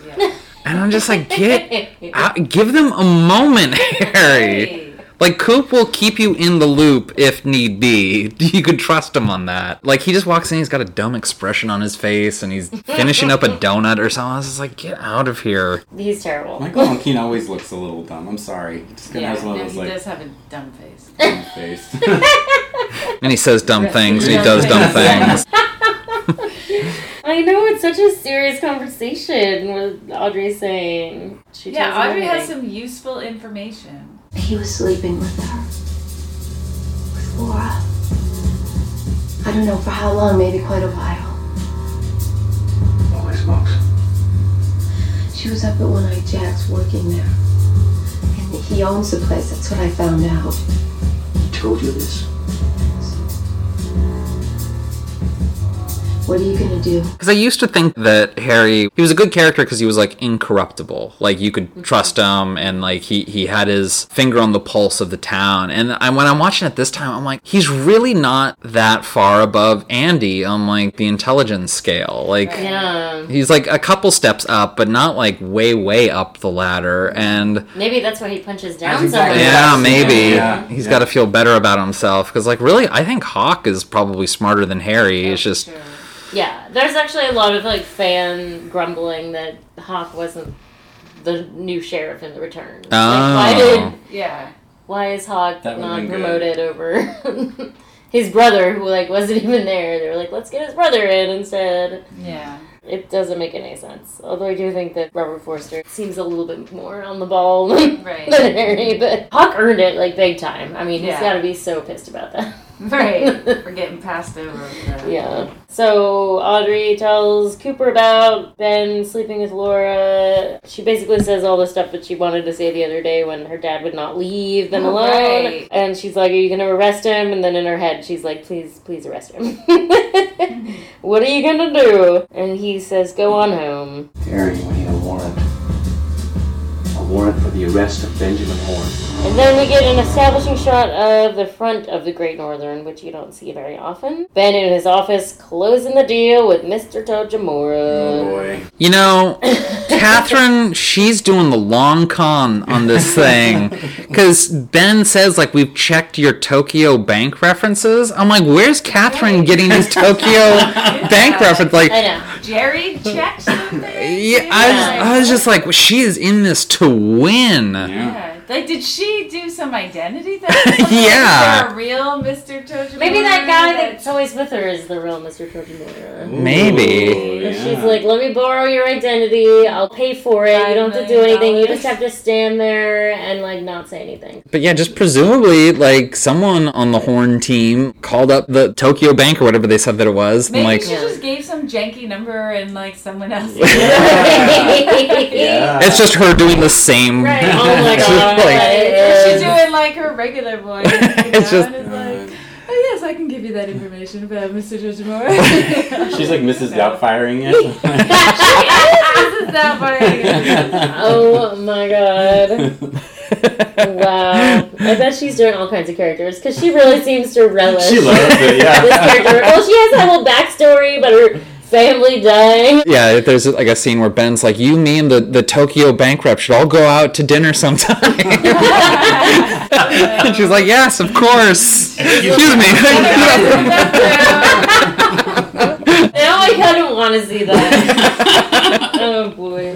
[SPEAKER 4] And I'm just like, get out, give them a moment, Harry. Like Coop will keep you in the loop if need be. [laughs] You can trust him on that. Like he just walks in, he's got a dumb expression on his face, and he's finishing up a donut or something. I was just like, get out of here.
[SPEAKER 2] He's terrible.
[SPEAKER 5] Michael Monkean always looks a little dumb. I'm sorry. Just gonna
[SPEAKER 3] Yeah,
[SPEAKER 5] have one
[SPEAKER 3] no,
[SPEAKER 5] of those
[SPEAKER 3] he
[SPEAKER 5] like
[SPEAKER 3] does have a dumb face.
[SPEAKER 5] [laughs] dumb face.
[SPEAKER 4] And he says dumb things, and he does dumb things.
[SPEAKER 2] I know it's such a serious conversation with Audrey saying she tells
[SPEAKER 3] yeah,
[SPEAKER 2] him
[SPEAKER 3] Audrey has
[SPEAKER 2] everything.
[SPEAKER 3] some useful information.
[SPEAKER 10] He was sleeping with her. With Laura. I don't know for how long, maybe quite a while.
[SPEAKER 9] Holy smokes.
[SPEAKER 10] She was up at One Eye Jack's working there. And he owns the place, that's what I found out.
[SPEAKER 8] He told you this?
[SPEAKER 10] What are you gonna do?
[SPEAKER 4] Because I used to think that Harry, he was a good character because he was like incorruptible. Like you could trust him, and like he he had his finger on the pulse of the town. And I, when I'm watching it this time, I'm like, he's really not that far above Andy on like the intelligence scale. Like
[SPEAKER 2] Yeah.
[SPEAKER 4] he's like a couple steps up, but not like way way up the ladder. And
[SPEAKER 2] Maybe that's why he punches down
[SPEAKER 4] yeah,
[SPEAKER 2] somebody.
[SPEAKER 4] maybe
[SPEAKER 5] Yeah,
[SPEAKER 4] he's
[SPEAKER 5] yeah.
[SPEAKER 4] got to feel better about himself because like really, I think Hawk is probably smarter than Harry. it's just.
[SPEAKER 2] Yeah, there's actually a lot of like fan grumbling that Hawk wasn't the new sheriff in the return. Like, why
[SPEAKER 4] Oh.
[SPEAKER 2] did yeah? Why is Hawk
[SPEAKER 4] That would've
[SPEAKER 2] not
[SPEAKER 4] been good.
[SPEAKER 2] promoted over [laughs] his brother, who like wasn't even there? They were like, let's get his brother in instead.
[SPEAKER 3] Yeah.
[SPEAKER 2] It doesn't make any sense. Although I do think that Robert Forster seems a little bit more on the ball than
[SPEAKER 3] Right.
[SPEAKER 2] [laughs]
[SPEAKER 3] [laughs]
[SPEAKER 2] Harry, but Hawk earned it like big time. I mean,
[SPEAKER 3] Yeah.
[SPEAKER 2] he's got to be so pissed about that. [laughs]
[SPEAKER 3] Right. We're getting passed over. with that.
[SPEAKER 2] Yeah. So Audrey tells Cooper about Ben sleeping with Laura. She basically says all the stuff that she wanted to say the other day when her dad would not leave them
[SPEAKER 3] Oh,
[SPEAKER 2] alone.
[SPEAKER 3] right.
[SPEAKER 2] And she's like, Are you going to arrest him? And then in her head, she's like, Please, please arrest
[SPEAKER 3] [laughs]
[SPEAKER 2] him. [laughs] what are you going to do? And he says, Go on home.
[SPEAKER 14] Harry, we need a warrant. A warrant for the arrest of Benjamin Horn.
[SPEAKER 2] And then we get an establishing shot of the front of the Great Northern, which you don't see very often. Ben in his office closing the deal with Mr. Tojimura. Oh
[SPEAKER 5] boy.
[SPEAKER 4] You know, Catherine, she's doing the long con on this thing. Because Ben says, like, we've checked your Tokyo bank references. I'm like, where's Catherine getting these Tokyo bank references? Like,
[SPEAKER 3] Jerry
[SPEAKER 4] [laughs]
[SPEAKER 3] checked something.
[SPEAKER 4] yeah, I, was, I was just like, well, she is in this to win.
[SPEAKER 3] Yeah. Like, did she do some
[SPEAKER 4] [laughs]
[SPEAKER 3] identity theft?
[SPEAKER 4] Yeah.
[SPEAKER 3] Is there a real Mr. Tojimura?
[SPEAKER 2] Maybe that guy that's always with her is the real Mr. Tortimura.
[SPEAKER 4] [laughs]
[SPEAKER 5] Oh,
[SPEAKER 4] Maybe.
[SPEAKER 2] And she's like, let me borrow your identity. I'll pay for it. You don't have to do anything. You just have to stand there and, like, not say anything.
[SPEAKER 4] But yeah, just presumably, like, someone on the Horn team called up the Tokyo bank or whatever they said that it was. and,
[SPEAKER 3] Maybe
[SPEAKER 4] like,
[SPEAKER 3] she just gave some janky number and like someone
[SPEAKER 4] [laughs]
[SPEAKER 3] else.
[SPEAKER 5] [laughs]
[SPEAKER 2] [laughs]
[SPEAKER 5] Yeah.
[SPEAKER 4] It's just her doing the same.
[SPEAKER 3] Right. Oh my
[SPEAKER 4] It's [laughs] just
[SPEAKER 3] god.
[SPEAKER 4] like-
[SPEAKER 3] She's doing like her regular
[SPEAKER 4] [laughs]
[SPEAKER 3] voice. You know?
[SPEAKER 4] It's just- Mm.
[SPEAKER 3] and it's like, oh yes, I can give you that information about Mr.
[SPEAKER 4] [laughs]
[SPEAKER 3] Tojimura.
[SPEAKER 5] She's like Mrs.
[SPEAKER 3] [laughs]
[SPEAKER 5] Doubtfiring
[SPEAKER 2] [laughs]
[SPEAKER 5] it.
[SPEAKER 3] this
[SPEAKER 5] [laughs]
[SPEAKER 3] is that funny.
[SPEAKER 2] Oh my god. wow. I bet she's doing all kinds of characters because she really seems to relish
[SPEAKER 5] She loves
[SPEAKER 3] [laughs]
[SPEAKER 5] it, yeah.
[SPEAKER 2] this
[SPEAKER 4] [laughs]
[SPEAKER 2] character. Well, she has that whole backstory about her family dying.
[SPEAKER 4] [laughs] Yeah, there's like a scene where Ben's like, "You, me, and the, the Tokyo bank rep should all go out to dinner sometime." [laughs] and she's like, "Yes, of course." Excuse me. [laughs]
[SPEAKER 2] Now I kind of want to see
[SPEAKER 3] [laughs]
[SPEAKER 2] that. oh boy.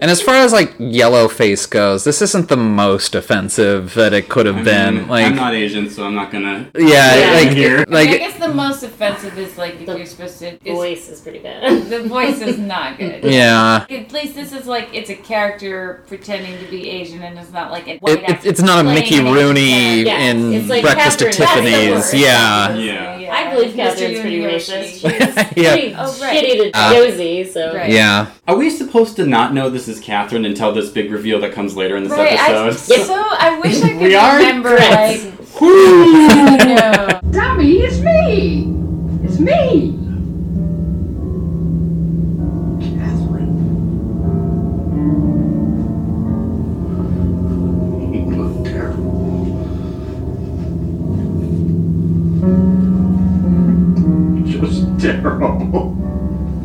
[SPEAKER 4] and as far as like yellow face goes, this isn't the most offensive that it could have
[SPEAKER 3] Mm-hmm.
[SPEAKER 4] been. like,
[SPEAKER 5] I'm not Asian, so I'm not gonna.
[SPEAKER 4] Yeah, like-
[SPEAKER 5] here.
[SPEAKER 4] like-
[SPEAKER 3] [laughs] I guess the most offensive is like if you're supposed to. The
[SPEAKER 2] voice is pretty bad.
[SPEAKER 3] The voice is not good.
[SPEAKER 4] Yeah.
[SPEAKER 3] At least this is like it's a character pretending to be Asian, and it's not like a
[SPEAKER 4] it,
[SPEAKER 3] white
[SPEAKER 4] it-
[SPEAKER 3] actor
[SPEAKER 4] it's not a
[SPEAKER 3] playing
[SPEAKER 4] Mickey
[SPEAKER 3] an Asian
[SPEAKER 4] Rooney
[SPEAKER 3] character.
[SPEAKER 4] in
[SPEAKER 2] it's like
[SPEAKER 4] Breakfast
[SPEAKER 2] Catherine,
[SPEAKER 4] at
[SPEAKER 2] that's the
[SPEAKER 4] Tiffany's.
[SPEAKER 2] word.
[SPEAKER 4] Yeah.
[SPEAKER 5] Yeah.
[SPEAKER 2] I believe
[SPEAKER 3] Mr.
[SPEAKER 2] Catherine's pretty
[SPEAKER 3] Universe.
[SPEAKER 2] [laughs] racist.
[SPEAKER 3] [laughs]
[SPEAKER 4] Yeah.
[SPEAKER 2] Pretty
[SPEAKER 3] Oh, right.
[SPEAKER 2] shitty to
[SPEAKER 4] Uh,
[SPEAKER 2] Josie, so.
[SPEAKER 4] Yeah.
[SPEAKER 5] Are we supposed to not know this is Catherine until this big reveal that comes later in this
[SPEAKER 3] Right, I,
[SPEAKER 5] episode.
[SPEAKER 3] so I wish
[SPEAKER 2] [laughs]
[SPEAKER 3] I could
[SPEAKER 5] We are
[SPEAKER 3] remember like
[SPEAKER 4] [laughs]
[SPEAKER 5] correct.
[SPEAKER 3] no.
[SPEAKER 15] Dummy, it's me! It's me!
[SPEAKER 8] You look terrible.
[SPEAKER 5] Just terrible.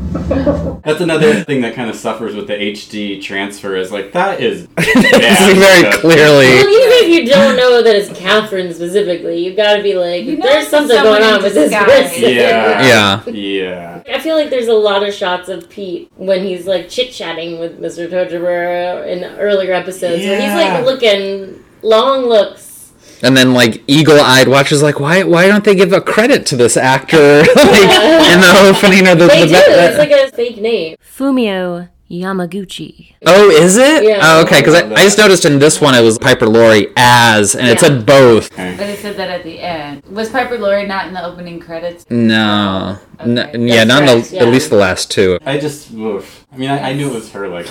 [SPEAKER 5] [laughs] That's another thing that kind of suffers with the HD transfer is like that is bad
[SPEAKER 4] Very
[SPEAKER 5] stuff.
[SPEAKER 4] clearly.
[SPEAKER 2] Well, even if you don't know that it's Catherine specifically, you've got to be like,
[SPEAKER 3] You know
[SPEAKER 2] there's
[SPEAKER 3] it's
[SPEAKER 2] something
[SPEAKER 3] someone
[SPEAKER 2] going
[SPEAKER 3] in
[SPEAKER 2] on with this
[SPEAKER 3] disguise.
[SPEAKER 2] person.
[SPEAKER 5] Yeah.
[SPEAKER 4] Yeah.
[SPEAKER 5] Yeah.
[SPEAKER 2] I feel like there's a lot of shots of Pete when he's like chit chatting with Mr. Tojibara in earlier episodes where he's
[SPEAKER 5] Yeah.
[SPEAKER 2] like looking long looks.
[SPEAKER 4] And then like eagle-eyed watchers like why why don't they give a credit to this actor [laughs] like in the opening or the,
[SPEAKER 2] they
[SPEAKER 4] the uh,
[SPEAKER 2] do. It's like a fake name. Fumio Yamaguchi.
[SPEAKER 4] Oh, is it?
[SPEAKER 2] Yeah.
[SPEAKER 4] Oh, okay. Because I, I just noticed in this one it was Piper Laurie as, and it
[SPEAKER 3] Yeah.
[SPEAKER 4] said both.
[SPEAKER 3] But it said that at the end. Was Piper Laurie not in the opening credits?
[SPEAKER 4] No. N-
[SPEAKER 3] Okay.
[SPEAKER 4] yeah,
[SPEAKER 3] That's
[SPEAKER 4] not in the,
[SPEAKER 3] correct, yeah.
[SPEAKER 4] at least the last two.
[SPEAKER 5] I just oof. I mean I, I knew it was her like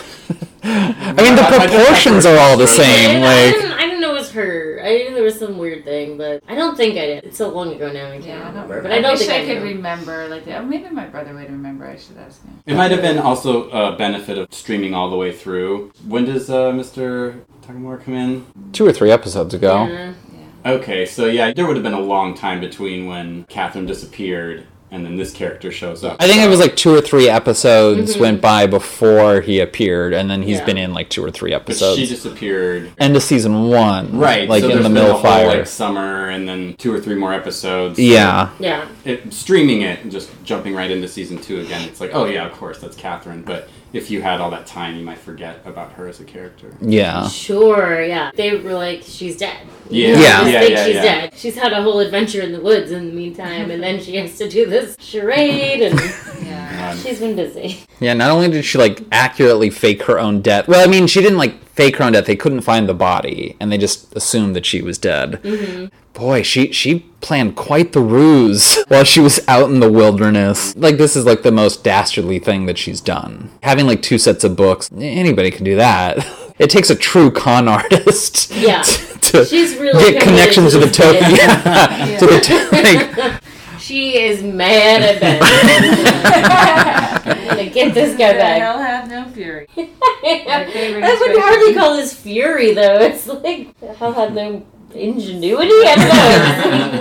[SPEAKER 4] I mean, the proportions are all the same.
[SPEAKER 2] I,
[SPEAKER 4] Like,
[SPEAKER 2] didn't, I didn't know it was her. I knew there was some weird thing, but I don't think I did. It's so long ago now, I can't remember. But I don't
[SPEAKER 3] wish
[SPEAKER 2] think I,
[SPEAKER 3] I could
[SPEAKER 2] knew.
[SPEAKER 3] remember like that. Oh, maybe my brother would remember. I should ask him.
[SPEAKER 5] It might have been also a benefit of streaming all the way through. When does uh, Mr. Takamura come in?
[SPEAKER 4] two or three episodes ago.
[SPEAKER 5] Okay, so yeah, there would have been a long time between when Catherine disappeared and then this character shows up.
[SPEAKER 4] I think it was like two or three episodes
[SPEAKER 5] Mhm.
[SPEAKER 4] went by before he appeared, and then he's
[SPEAKER 5] Yeah.
[SPEAKER 4] been in like two or three
[SPEAKER 5] But
[SPEAKER 4] episodes.
[SPEAKER 5] she disappeared.
[SPEAKER 4] End of season one.
[SPEAKER 5] Right,
[SPEAKER 4] Like
[SPEAKER 5] so
[SPEAKER 4] in
[SPEAKER 5] there's
[SPEAKER 4] the
[SPEAKER 5] been a
[SPEAKER 4] middle
[SPEAKER 5] whole,
[SPEAKER 4] fire.
[SPEAKER 5] like summer, and then two or three more episodes.
[SPEAKER 4] Yeah.
[SPEAKER 2] Yeah.
[SPEAKER 5] It, streaming it and just jumping right into season two again. It's like, oh yeah, of course, that's Catherine. But if you had all that time, you might forget about her as a character.
[SPEAKER 4] Yeah.
[SPEAKER 2] Sure, yeah. They were like, she's dead.
[SPEAKER 5] Yeah.
[SPEAKER 2] They
[SPEAKER 5] Yeah.
[SPEAKER 2] just
[SPEAKER 5] Yeah,
[SPEAKER 2] think
[SPEAKER 5] yeah,
[SPEAKER 2] she's
[SPEAKER 5] yeah.
[SPEAKER 2] dead. She's had a whole adventure in the woods in the meantime, and then she has to do this charade, and she's been busy.
[SPEAKER 4] Yeah, not only did she like accurately fake her own death. Well, I mean, she didn't like fake her own death. They couldn't find the body, and they just assumed that she was dead.
[SPEAKER 2] Mm-hmm.
[SPEAKER 4] Boy, she she planned quite the ruse [laughs] while she was out in the wilderness. Like this is like the most dastardly thing that she's done. Having like two sets of books, a- anybody can do that. [laughs] It takes a true con artist [laughs]
[SPEAKER 2] Yeah.
[SPEAKER 4] to
[SPEAKER 2] She's really
[SPEAKER 4] get connections to the
[SPEAKER 2] committed
[SPEAKER 4] token.
[SPEAKER 2] this
[SPEAKER 4] Yeah, [laughs] to the to- like,
[SPEAKER 2] [laughs] she is mad at
[SPEAKER 5] [laughs]
[SPEAKER 2] Ben. I'm gonna [laughs] get this guy back.
[SPEAKER 3] I'll have no fury.
[SPEAKER 2] [laughs] I would hardly call this fury, though. It's like I'll have no ingenuity. I don't know.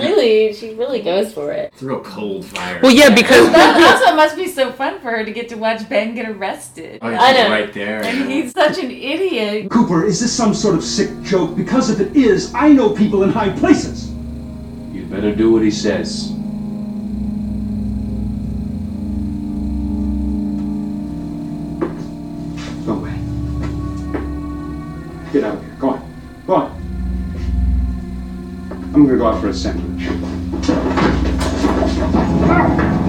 [SPEAKER 2] It's really, she really goes for it.
[SPEAKER 5] It's a real cold fire.
[SPEAKER 4] Well, yeah, because
[SPEAKER 3] That also must be so fun for her to get to watch Ben get arrested.
[SPEAKER 5] Oh, yeah, I she's know. right there.
[SPEAKER 3] And he's such an idiot.
[SPEAKER 16] Cooper, is this some sort of sick joke? Because if it is, I know people in high places.
[SPEAKER 14] You'd better do what he says.
[SPEAKER 16] Go away. Get out of here. Go on. Go on. I'm gonna go out for a sandwich.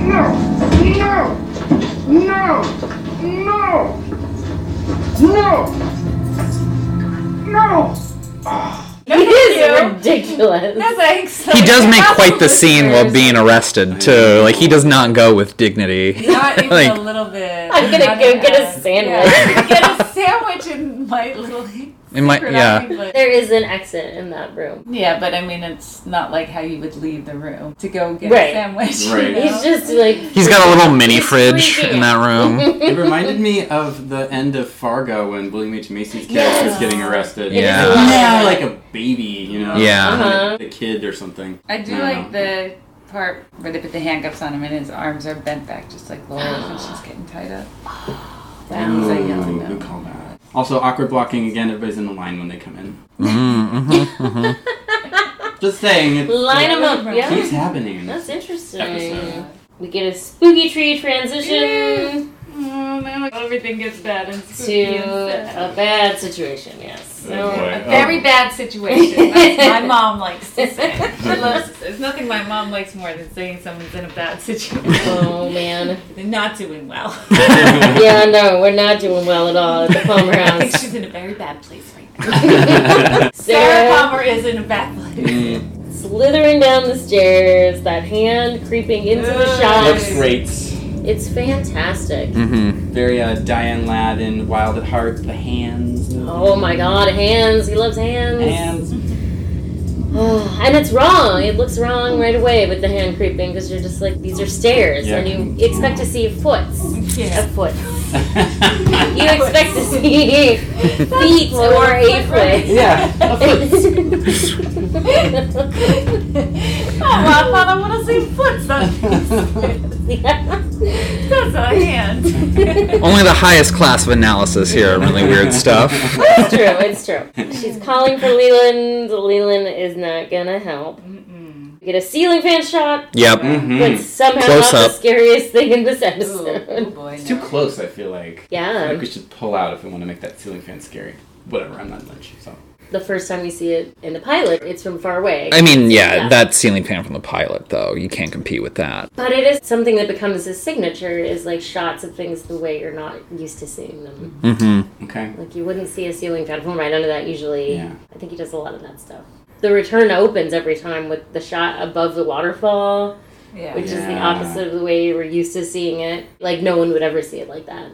[SPEAKER 9] No! No! No! No! No! No!
[SPEAKER 2] He is ridiculous.
[SPEAKER 3] No thanks.
[SPEAKER 4] he does make quite the scene while being arrested too. Like he does not go with
[SPEAKER 3] [laughs]
[SPEAKER 4] dignity.
[SPEAKER 3] Not even
[SPEAKER 4] like
[SPEAKER 3] a little bit.
[SPEAKER 2] I'm gonna
[SPEAKER 3] Not
[SPEAKER 2] go
[SPEAKER 3] an
[SPEAKER 2] get a
[SPEAKER 3] ad.
[SPEAKER 2] sandwich.
[SPEAKER 3] Yeah, get a sandwich in my little. [laughs]
[SPEAKER 4] it might, yeah.
[SPEAKER 2] There is an exit in that room.
[SPEAKER 3] Yeah, but I mean, it's not like how you would leave the room to go get
[SPEAKER 2] Right.
[SPEAKER 3] a sandwich. you
[SPEAKER 5] Right.
[SPEAKER 3] know?
[SPEAKER 2] He's just like
[SPEAKER 4] He's got a little mini fridge in that room.
[SPEAKER 5] it reminded me of the end of Fargo when William H. Macy's character
[SPEAKER 3] Yes.
[SPEAKER 5] is getting arrested.
[SPEAKER 4] It Yeah.
[SPEAKER 5] He's
[SPEAKER 4] is
[SPEAKER 5] like,
[SPEAKER 4] Yeah.
[SPEAKER 5] "Yeah, like a baby, you know?
[SPEAKER 4] Yeah.
[SPEAKER 2] Uh-huh.
[SPEAKER 5] The kid or something.
[SPEAKER 3] I do
[SPEAKER 5] don't
[SPEAKER 3] like
[SPEAKER 5] know.
[SPEAKER 3] the part where they put the handcuffs on him and his arms are bent back, just like Laura's when
[SPEAKER 2] [gasps]
[SPEAKER 3] she's getting tied up. That was like yelling
[SPEAKER 5] Ooh, good call back. Also, awkward blocking again. Everybody's in the line when they come in.
[SPEAKER 4] Mm-hmm.
[SPEAKER 5] Just saying. It's,
[SPEAKER 2] line him up. Yeah,
[SPEAKER 5] keeps happening.
[SPEAKER 2] That's interesting.
[SPEAKER 5] Episode.
[SPEAKER 2] We get a spooky tree transition
[SPEAKER 3] Oh, now everything gets bad and spooky
[SPEAKER 2] to
[SPEAKER 3] and sad.
[SPEAKER 2] a bad situation. Yes.
[SPEAKER 3] So, a
[SPEAKER 2] So,
[SPEAKER 3] very bad situation. That's what my mom likes to say.
[SPEAKER 2] [laughs]
[SPEAKER 3] She loves. There's nothing my mom likes more than saying someone's in a bad situation.
[SPEAKER 2] [laughs] oh man.
[SPEAKER 3] They're not
[SPEAKER 2] [laughs]
[SPEAKER 3] doing well.
[SPEAKER 2] yeah, no, we're not doing well at all at the Palmer
[SPEAKER 3] I
[SPEAKER 2] [laughs]
[SPEAKER 3] think
[SPEAKER 2] House.
[SPEAKER 3] she's in a very bad place right now. Sarah
[SPEAKER 2] Sarah
[SPEAKER 3] Palmer is in a bad place.
[SPEAKER 2] [laughs] slithering down the stairs, that hand creeping into the shot.
[SPEAKER 5] Looks great.
[SPEAKER 2] It's fantastic.
[SPEAKER 4] Mm-hmm.
[SPEAKER 5] Very uh, Diane Ladd in Wild at Heart, the hands.
[SPEAKER 2] Oh my god, hands. He loves hands. [laughs]
[SPEAKER 5] Hands.
[SPEAKER 2] and it's wrong. It looks wrong right away with the hand creeping because you're just like, these are stairs.
[SPEAKER 5] Yeah.
[SPEAKER 2] And you expect to see foots.
[SPEAKER 3] Yeah.
[SPEAKER 2] A foot. You expect to see feet
[SPEAKER 3] Foot.
[SPEAKER 2] or a foot.
[SPEAKER 5] yeah.
[SPEAKER 3] [laughs] Oh, I thought I want to see
[SPEAKER 2] [laughs]
[SPEAKER 3] foots. That's, that's a hand.
[SPEAKER 4] Only the highest class of analysis here. Really
[SPEAKER 2] [laughs]
[SPEAKER 4] weird stuff.
[SPEAKER 2] It's true. It's true. She's calling for Leland. Leland is not gonna help. We get a ceiling fan shot.
[SPEAKER 4] Yep.
[SPEAKER 5] Mm-hmm. Mm.
[SPEAKER 2] But somehow
[SPEAKER 4] Close
[SPEAKER 2] not
[SPEAKER 4] up.
[SPEAKER 2] the scariest thing in this
[SPEAKER 3] Ooh,
[SPEAKER 2] episode.
[SPEAKER 3] oh boy.
[SPEAKER 5] It's
[SPEAKER 3] no.
[SPEAKER 5] too close, I feel like. I feel
[SPEAKER 2] Yeah.
[SPEAKER 5] like we should pull out if we want to make that ceiling fan scary. Whatever, I'm not Lynch, so.
[SPEAKER 2] The first time you see it in the pilot, it's from far away.
[SPEAKER 4] I mean, yeah, that ceiling fan from the pilot, though. You can't compete with that.
[SPEAKER 2] But it is something that becomes his signature is like shots of things the way you're not used to seeing them.
[SPEAKER 4] Mm-hmm.
[SPEAKER 5] Okay.
[SPEAKER 2] Like you wouldn't see a ceiling fan from right under that usually.
[SPEAKER 5] Yeah.
[SPEAKER 2] I think he does a lot of that stuff. The return opens every time with the shot above the waterfall,
[SPEAKER 3] Yeah.
[SPEAKER 2] which is the
[SPEAKER 5] Yeah.
[SPEAKER 2] opposite of the way we're used to seeing it. Like no one would ever see it like that.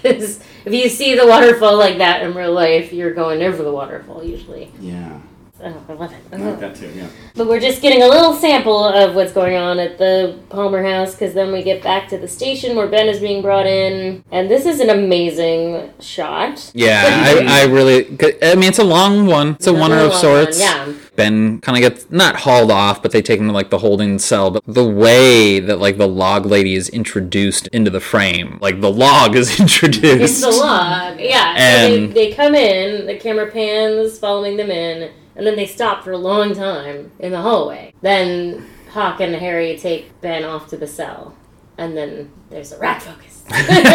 [SPEAKER 2] [laughs] Cuz if you see the waterfall like that in real life, you're going over the waterfall usually.
[SPEAKER 5] Yeah.
[SPEAKER 2] Oh, I love it.
[SPEAKER 5] I like that too, yeah.
[SPEAKER 2] But we're just getting a little sample of what's going on at the Palmer house because then we get back to the station where Ben is being brought in. And this is an amazing shot.
[SPEAKER 4] Yeah, I, I really. I mean, it's a long one. It's a
[SPEAKER 2] Another
[SPEAKER 4] one of
[SPEAKER 2] long
[SPEAKER 4] sorts.
[SPEAKER 2] one, yeah.
[SPEAKER 4] Ben kind of gets not hauled off, but they take him to like the holding cell. But the way that like the log lady is introduced into the frame, like the log is [laughs] introduced.
[SPEAKER 2] It's the log. Yeah.
[SPEAKER 4] And-
[SPEAKER 2] so they, they come in, the camera pans, following them in, and then they stop for a long time in the hallway. Then Hawk and Harry take Ben off to the cell. And then there's a rat focus.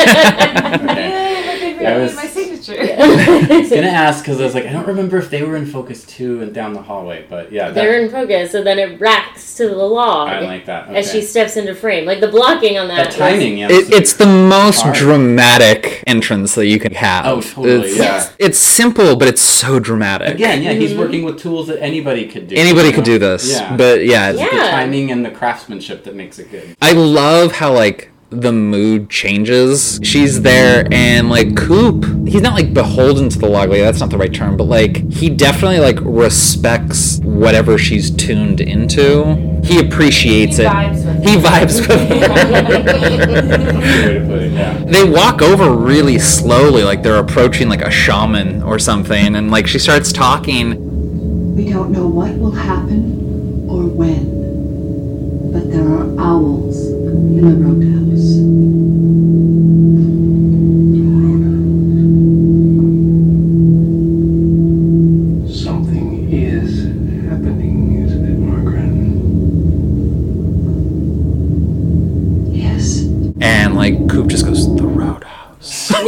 [SPEAKER 5] [laughs] Okay.
[SPEAKER 3] Yeah, but they
[SPEAKER 5] Yeah, I
[SPEAKER 3] really
[SPEAKER 5] was-
[SPEAKER 3] my signature. [laughs]
[SPEAKER 5] I was gonna ask because I was like, I don't remember if they were in focus two and down the hallway, but yeah, that,
[SPEAKER 2] They're in focus, so then it racks to the log.
[SPEAKER 5] I like that. Okay.
[SPEAKER 2] as she steps into frame. Like the blocking on that.
[SPEAKER 5] that timing, yeah.
[SPEAKER 4] [laughs] It, it's the most
[SPEAKER 5] Hard.
[SPEAKER 4] dramatic entrance that you can have.
[SPEAKER 5] Oh, totally,
[SPEAKER 4] It's,
[SPEAKER 5] yeah.
[SPEAKER 4] it's simple, but it's so dramatic.
[SPEAKER 5] again, yeah,
[SPEAKER 2] Mm-hmm.
[SPEAKER 5] he's working with tools that anybody could do.
[SPEAKER 4] Anybody
[SPEAKER 5] you
[SPEAKER 4] could
[SPEAKER 5] know?
[SPEAKER 4] do this,
[SPEAKER 5] Yeah.
[SPEAKER 4] but yeah,
[SPEAKER 5] It's the
[SPEAKER 2] Yeah.
[SPEAKER 5] timing and the craftsmanship that makes it good.
[SPEAKER 4] I love how like the mood changes. She's there and like Coop, he's not like beholden to the log lady, that's not the right term, but like he definitely like respects whatever she's tuned into. He appreciates
[SPEAKER 3] He
[SPEAKER 4] it.
[SPEAKER 3] vibes with
[SPEAKER 4] he
[SPEAKER 3] it. [laughs]
[SPEAKER 4] vibes with her.
[SPEAKER 5] Good way to put it,
[SPEAKER 2] Hmm.
[SPEAKER 5] yeah.
[SPEAKER 4] they walk over really slowly, like they're approaching like a shaman or something, and like she starts talking.
[SPEAKER 12] We don't know what will happen or when, but there are owls in the roadhouse.
[SPEAKER 14] Something is happening, isn't it, Margaret?
[SPEAKER 12] Yes,
[SPEAKER 4] And like Coop just goes, The
[SPEAKER 2] [laughs]
[SPEAKER 4] roadhouse. [laughs]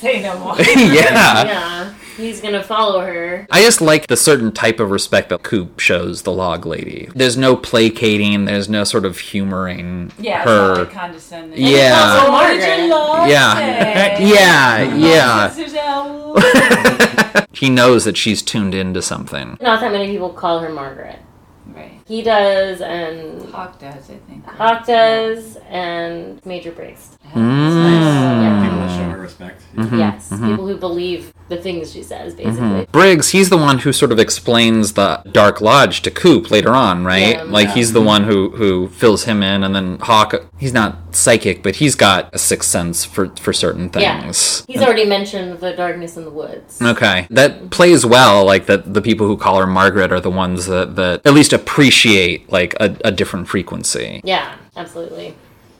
[SPEAKER 2] Yeah.
[SPEAKER 3] Say no more.
[SPEAKER 4] yeah.
[SPEAKER 2] yeah. He's gonna follow her.
[SPEAKER 4] I just like the certain type of respect that Coop shows the log lady. There's no placating, there's no sort of humoring
[SPEAKER 3] Yeah, it's not
[SPEAKER 4] her.
[SPEAKER 3] like condescending.
[SPEAKER 5] Uh,
[SPEAKER 4] Yeah.
[SPEAKER 3] Oh, what did you
[SPEAKER 2] [laughs]
[SPEAKER 3] love
[SPEAKER 4] [laughs] Yeah.
[SPEAKER 3] today?
[SPEAKER 4] yeah, yeah.
[SPEAKER 3] Sisters out.
[SPEAKER 4] [laughs] he knows that she's tuned into something.
[SPEAKER 2] Not that many people call her Margaret.
[SPEAKER 3] Right.
[SPEAKER 2] He does, and
[SPEAKER 3] Hawk does, I think.
[SPEAKER 2] Hawk does, and Major Briggs.
[SPEAKER 5] People
[SPEAKER 4] Mm.
[SPEAKER 5] that show her respect.
[SPEAKER 4] Mm-hmm.
[SPEAKER 2] Yes,
[SPEAKER 5] Mm-hmm.
[SPEAKER 2] people who believe the things she says, basically.
[SPEAKER 4] Briggs, he's the one who sort of explains the Dark Lodge to Coop later on, right?
[SPEAKER 2] Yeah.
[SPEAKER 4] Like he's the one who who fills him in, and then Hawk. He's not psychic, but he's got a sixth sense for for certain
[SPEAKER 2] Yeah.
[SPEAKER 4] things.
[SPEAKER 2] He's already mentioned the darkness in the woods.
[SPEAKER 4] Okay, that plays well. Like that, the people who call her Margaret are the ones that, that at least appreciate like a, a different frequency.
[SPEAKER 2] Yeah, absolutely.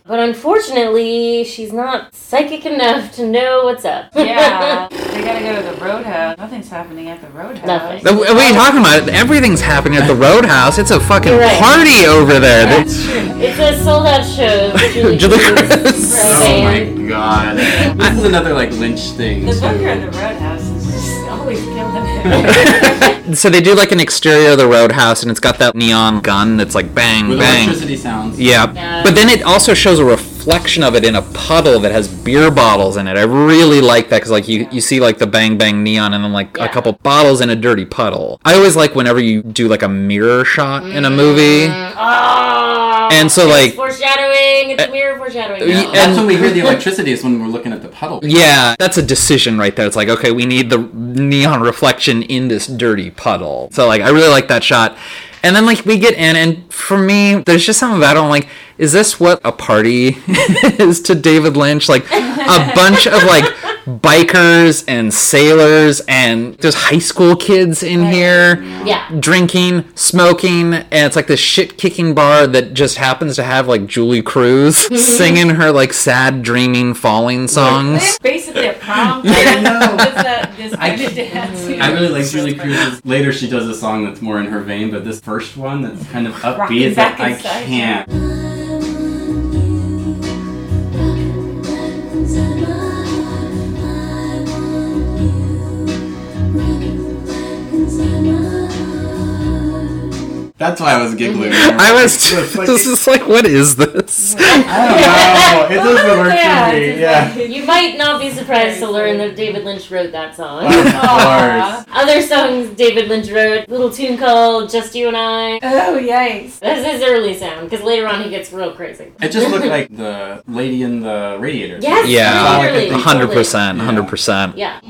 [SPEAKER 2] But unfortunately, she's not psychic enough to know what's up. [laughs]
[SPEAKER 3] Yeah. They gotta go to the roadhouse. Nothing's happening at the roadhouse.
[SPEAKER 2] Nothing.
[SPEAKER 4] Th- What are you talking about? Everything's happening at the Roadhouse. It's a fucking
[SPEAKER 2] You're right.
[SPEAKER 4] party over there. They-
[SPEAKER 3] That's true.
[SPEAKER 2] It's a sold out show.
[SPEAKER 5] [laughs]
[SPEAKER 2] Julie
[SPEAKER 4] Julie
[SPEAKER 2] Cruz.
[SPEAKER 4] Cruz.
[SPEAKER 2] Right,
[SPEAKER 5] Oh
[SPEAKER 2] band.
[SPEAKER 5] my god. This is another like Lynch thing.
[SPEAKER 3] The
[SPEAKER 5] too.
[SPEAKER 3] booker of the roadhouse is just always killing it.
[SPEAKER 4] [laughs] So they do like an exterior of the Roadhouse, and it's got that neon gun that's like bang,
[SPEAKER 5] With
[SPEAKER 4] bang.
[SPEAKER 5] electricity sounds.
[SPEAKER 4] Yeah.
[SPEAKER 2] Yeah.
[SPEAKER 4] But then it also shows a reflection of it in a puddle that has beer bottles in it. I really like that because like you, you see like the bang bang neon and then like
[SPEAKER 2] Yeah.
[SPEAKER 4] a couple bottles in a dirty puddle. I always like whenever you do like a mirror shot in a movie.
[SPEAKER 2] Mm. Oh,
[SPEAKER 4] And so, like, eh,
[SPEAKER 2] foreshadowing. It's weird foreshadowing.
[SPEAKER 4] Yeah.
[SPEAKER 2] No.
[SPEAKER 5] That's when we hear
[SPEAKER 4] [laughs]
[SPEAKER 5] the electricity is when we're looking at the puddle.
[SPEAKER 4] yeah, that's a decision right there. It's like, okay, we need the neon reflection in this dirty puddle. So, like, I really like that shot. And then, like, we get in, and for me, there's just something about it. I'm like, is this what a party [laughs] is to David Lynch? Like, a bunch of, like, bikers and sailors, and there's high school kids in here
[SPEAKER 2] Yeah.
[SPEAKER 4] drinking, smoking, and it's like this shit kicking bar that just happens to have like Julie Cruz singing her like sad, dreaming, falling songs.
[SPEAKER 3] Basically, a
[SPEAKER 5] [laughs]
[SPEAKER 3] prom.
[SPEAKER 5] I know.
[SPEAKER 3] It's that- this kind of dance.
[SPEAKER 5] I really like Julie Cruz's. Later, she does a song that's more in her vein, but this first one that's kind of
[SPEAKER 3] Rocking
[SPEAKER 5] upbeat is
[SPEAKER 3] back
[SPEAKER 5] that I
[SPEAKER 3] inside.
[SPEAKER 5] can't. That's why I was
[SPEAKER 4] [laughs]
[SPEAKER 5] giggling.
[SPEAKER 4] I was just, [laughs] this is like, what is [laughs] this?
[SPEAKER 3] [laughs]
[SPEAKER 5] I don't know. It doesn't work
[SPEAKER 3] Yeah,
[SPEAKER 5] for me.
[SPEAKER 3] it's
[SPEAKER 5] Yeah.
[SPEAKER 2] You might not be surprised to learn that David Lynch wrote that song.
[SPEAKER 5] Of course.
[SPEAKER 2] Other songs David Lynch wrote, little tune called "Just You and I."
[SPEAKER 3] Oh yikes!
[SPEAKER 2] That's his early sound, because later on he gets real crazy.
[SPEAKER 5] It just looked like the lady in the radiator.
[SPEAKER 2] Yes,
[SPEAKER 4] Yeah,
[SPEAKER 2] literally,
[SPEAKER 4] a hundred percent, a hundred percent.
[SPEAKER 2] Yeah.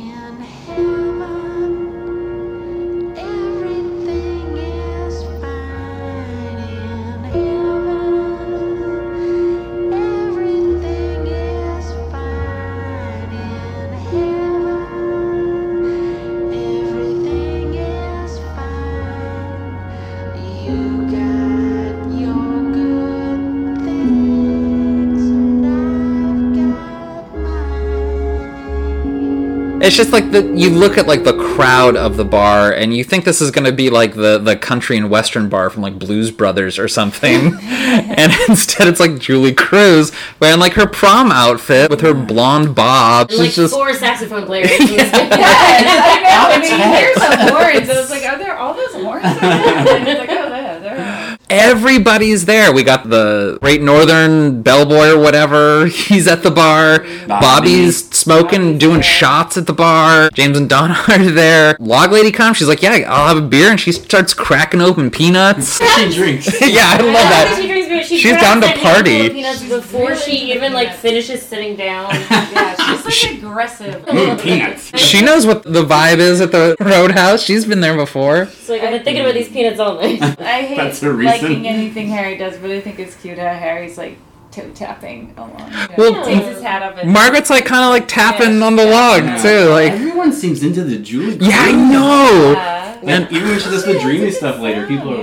[SPEAKER 4] It's just like the you look at like the crowd of the bar, and you think this is gonna be like the the country and western bar from like Blues Brothers or something, and [laughs] instead it's like Julie Cruz wearing like her prom outfit with her blonde bob.
[SPEAKER 2] And, like
[SPEAKER 4] She's just
[SPEAKER 2] four saxophone
[SPEAKER 4] [laughs]
[SPEAKER 2] players. [laughs]
[SPEAKER 3] Yeah,
[SPEAKER 5] Out
[SPEAKER 3] I
[SPEAKER 5] of
[SPEAKER 3] mean,
[SPEAKER 5] text.
[SPEAKER 3] here's the horns. I was like, are there all those horns? out there? And it's like, oh, yeah, there are.
[SPEAKER 4] everybody's there. We got the Great Northern bellboy or whatever. [laughs] He's at the bar. Bobby's smoking, doing shots at the bar. James and Donna [laughs] are there. Log lady comes. She's like, "Yeah, I'll have a beer," and she starts cracking open peanuts. [laughs]
[SPEAKER 5] She drinks.
[SPEAKER 4] yeah, I love that.
[SPEAKER 2] She drinks beer. She
[SPEAKER 4] She's
[SPEAKER 2] grabs
[SPEAKER 4] down to
[SPEAKER 2] that handful of
[SPEAKER 4] party.
[SPEAKER 2] peanuts before she even like finishes sitting down.
[SPEAKER 3] Yeah, she's like
[SPEAKER 5] [laughs]
[SPEAKER 3] aggressive.
[SPEAKER 5] Mm, peanuts.
[SPEAKER 4] She knows what the vibe is at the roadhouse. She's been there before.
[SPEAKER 2] It's like I've been thinking about these peanuts all night.
[SPEAKER 3] I hate
[SPEAKER 5] That's her reason.
[SPEAKER 3] liking anything Harry does, but I think it's cute how Harry's like toe tapping along. You know,
[SPEAKER 4] Well,
[SPEAKER 3] takes his hat off. and-
[SPEAKER 4] Margaret's like kind of like tapping on the
[SPEAKER 5] Yeah.
[SPEAKER 4] log too. Like,
[SPEAKER 5] Everyone seems into the Julie.
[SPEAKER 4] yeah, I
[SPEAKER 5] Cruz.
[SPEAKER 4] know.
[SPEAKER 3] Uh,
[SPEAKER 5] Like, even when she does the dreamy stuff later, people are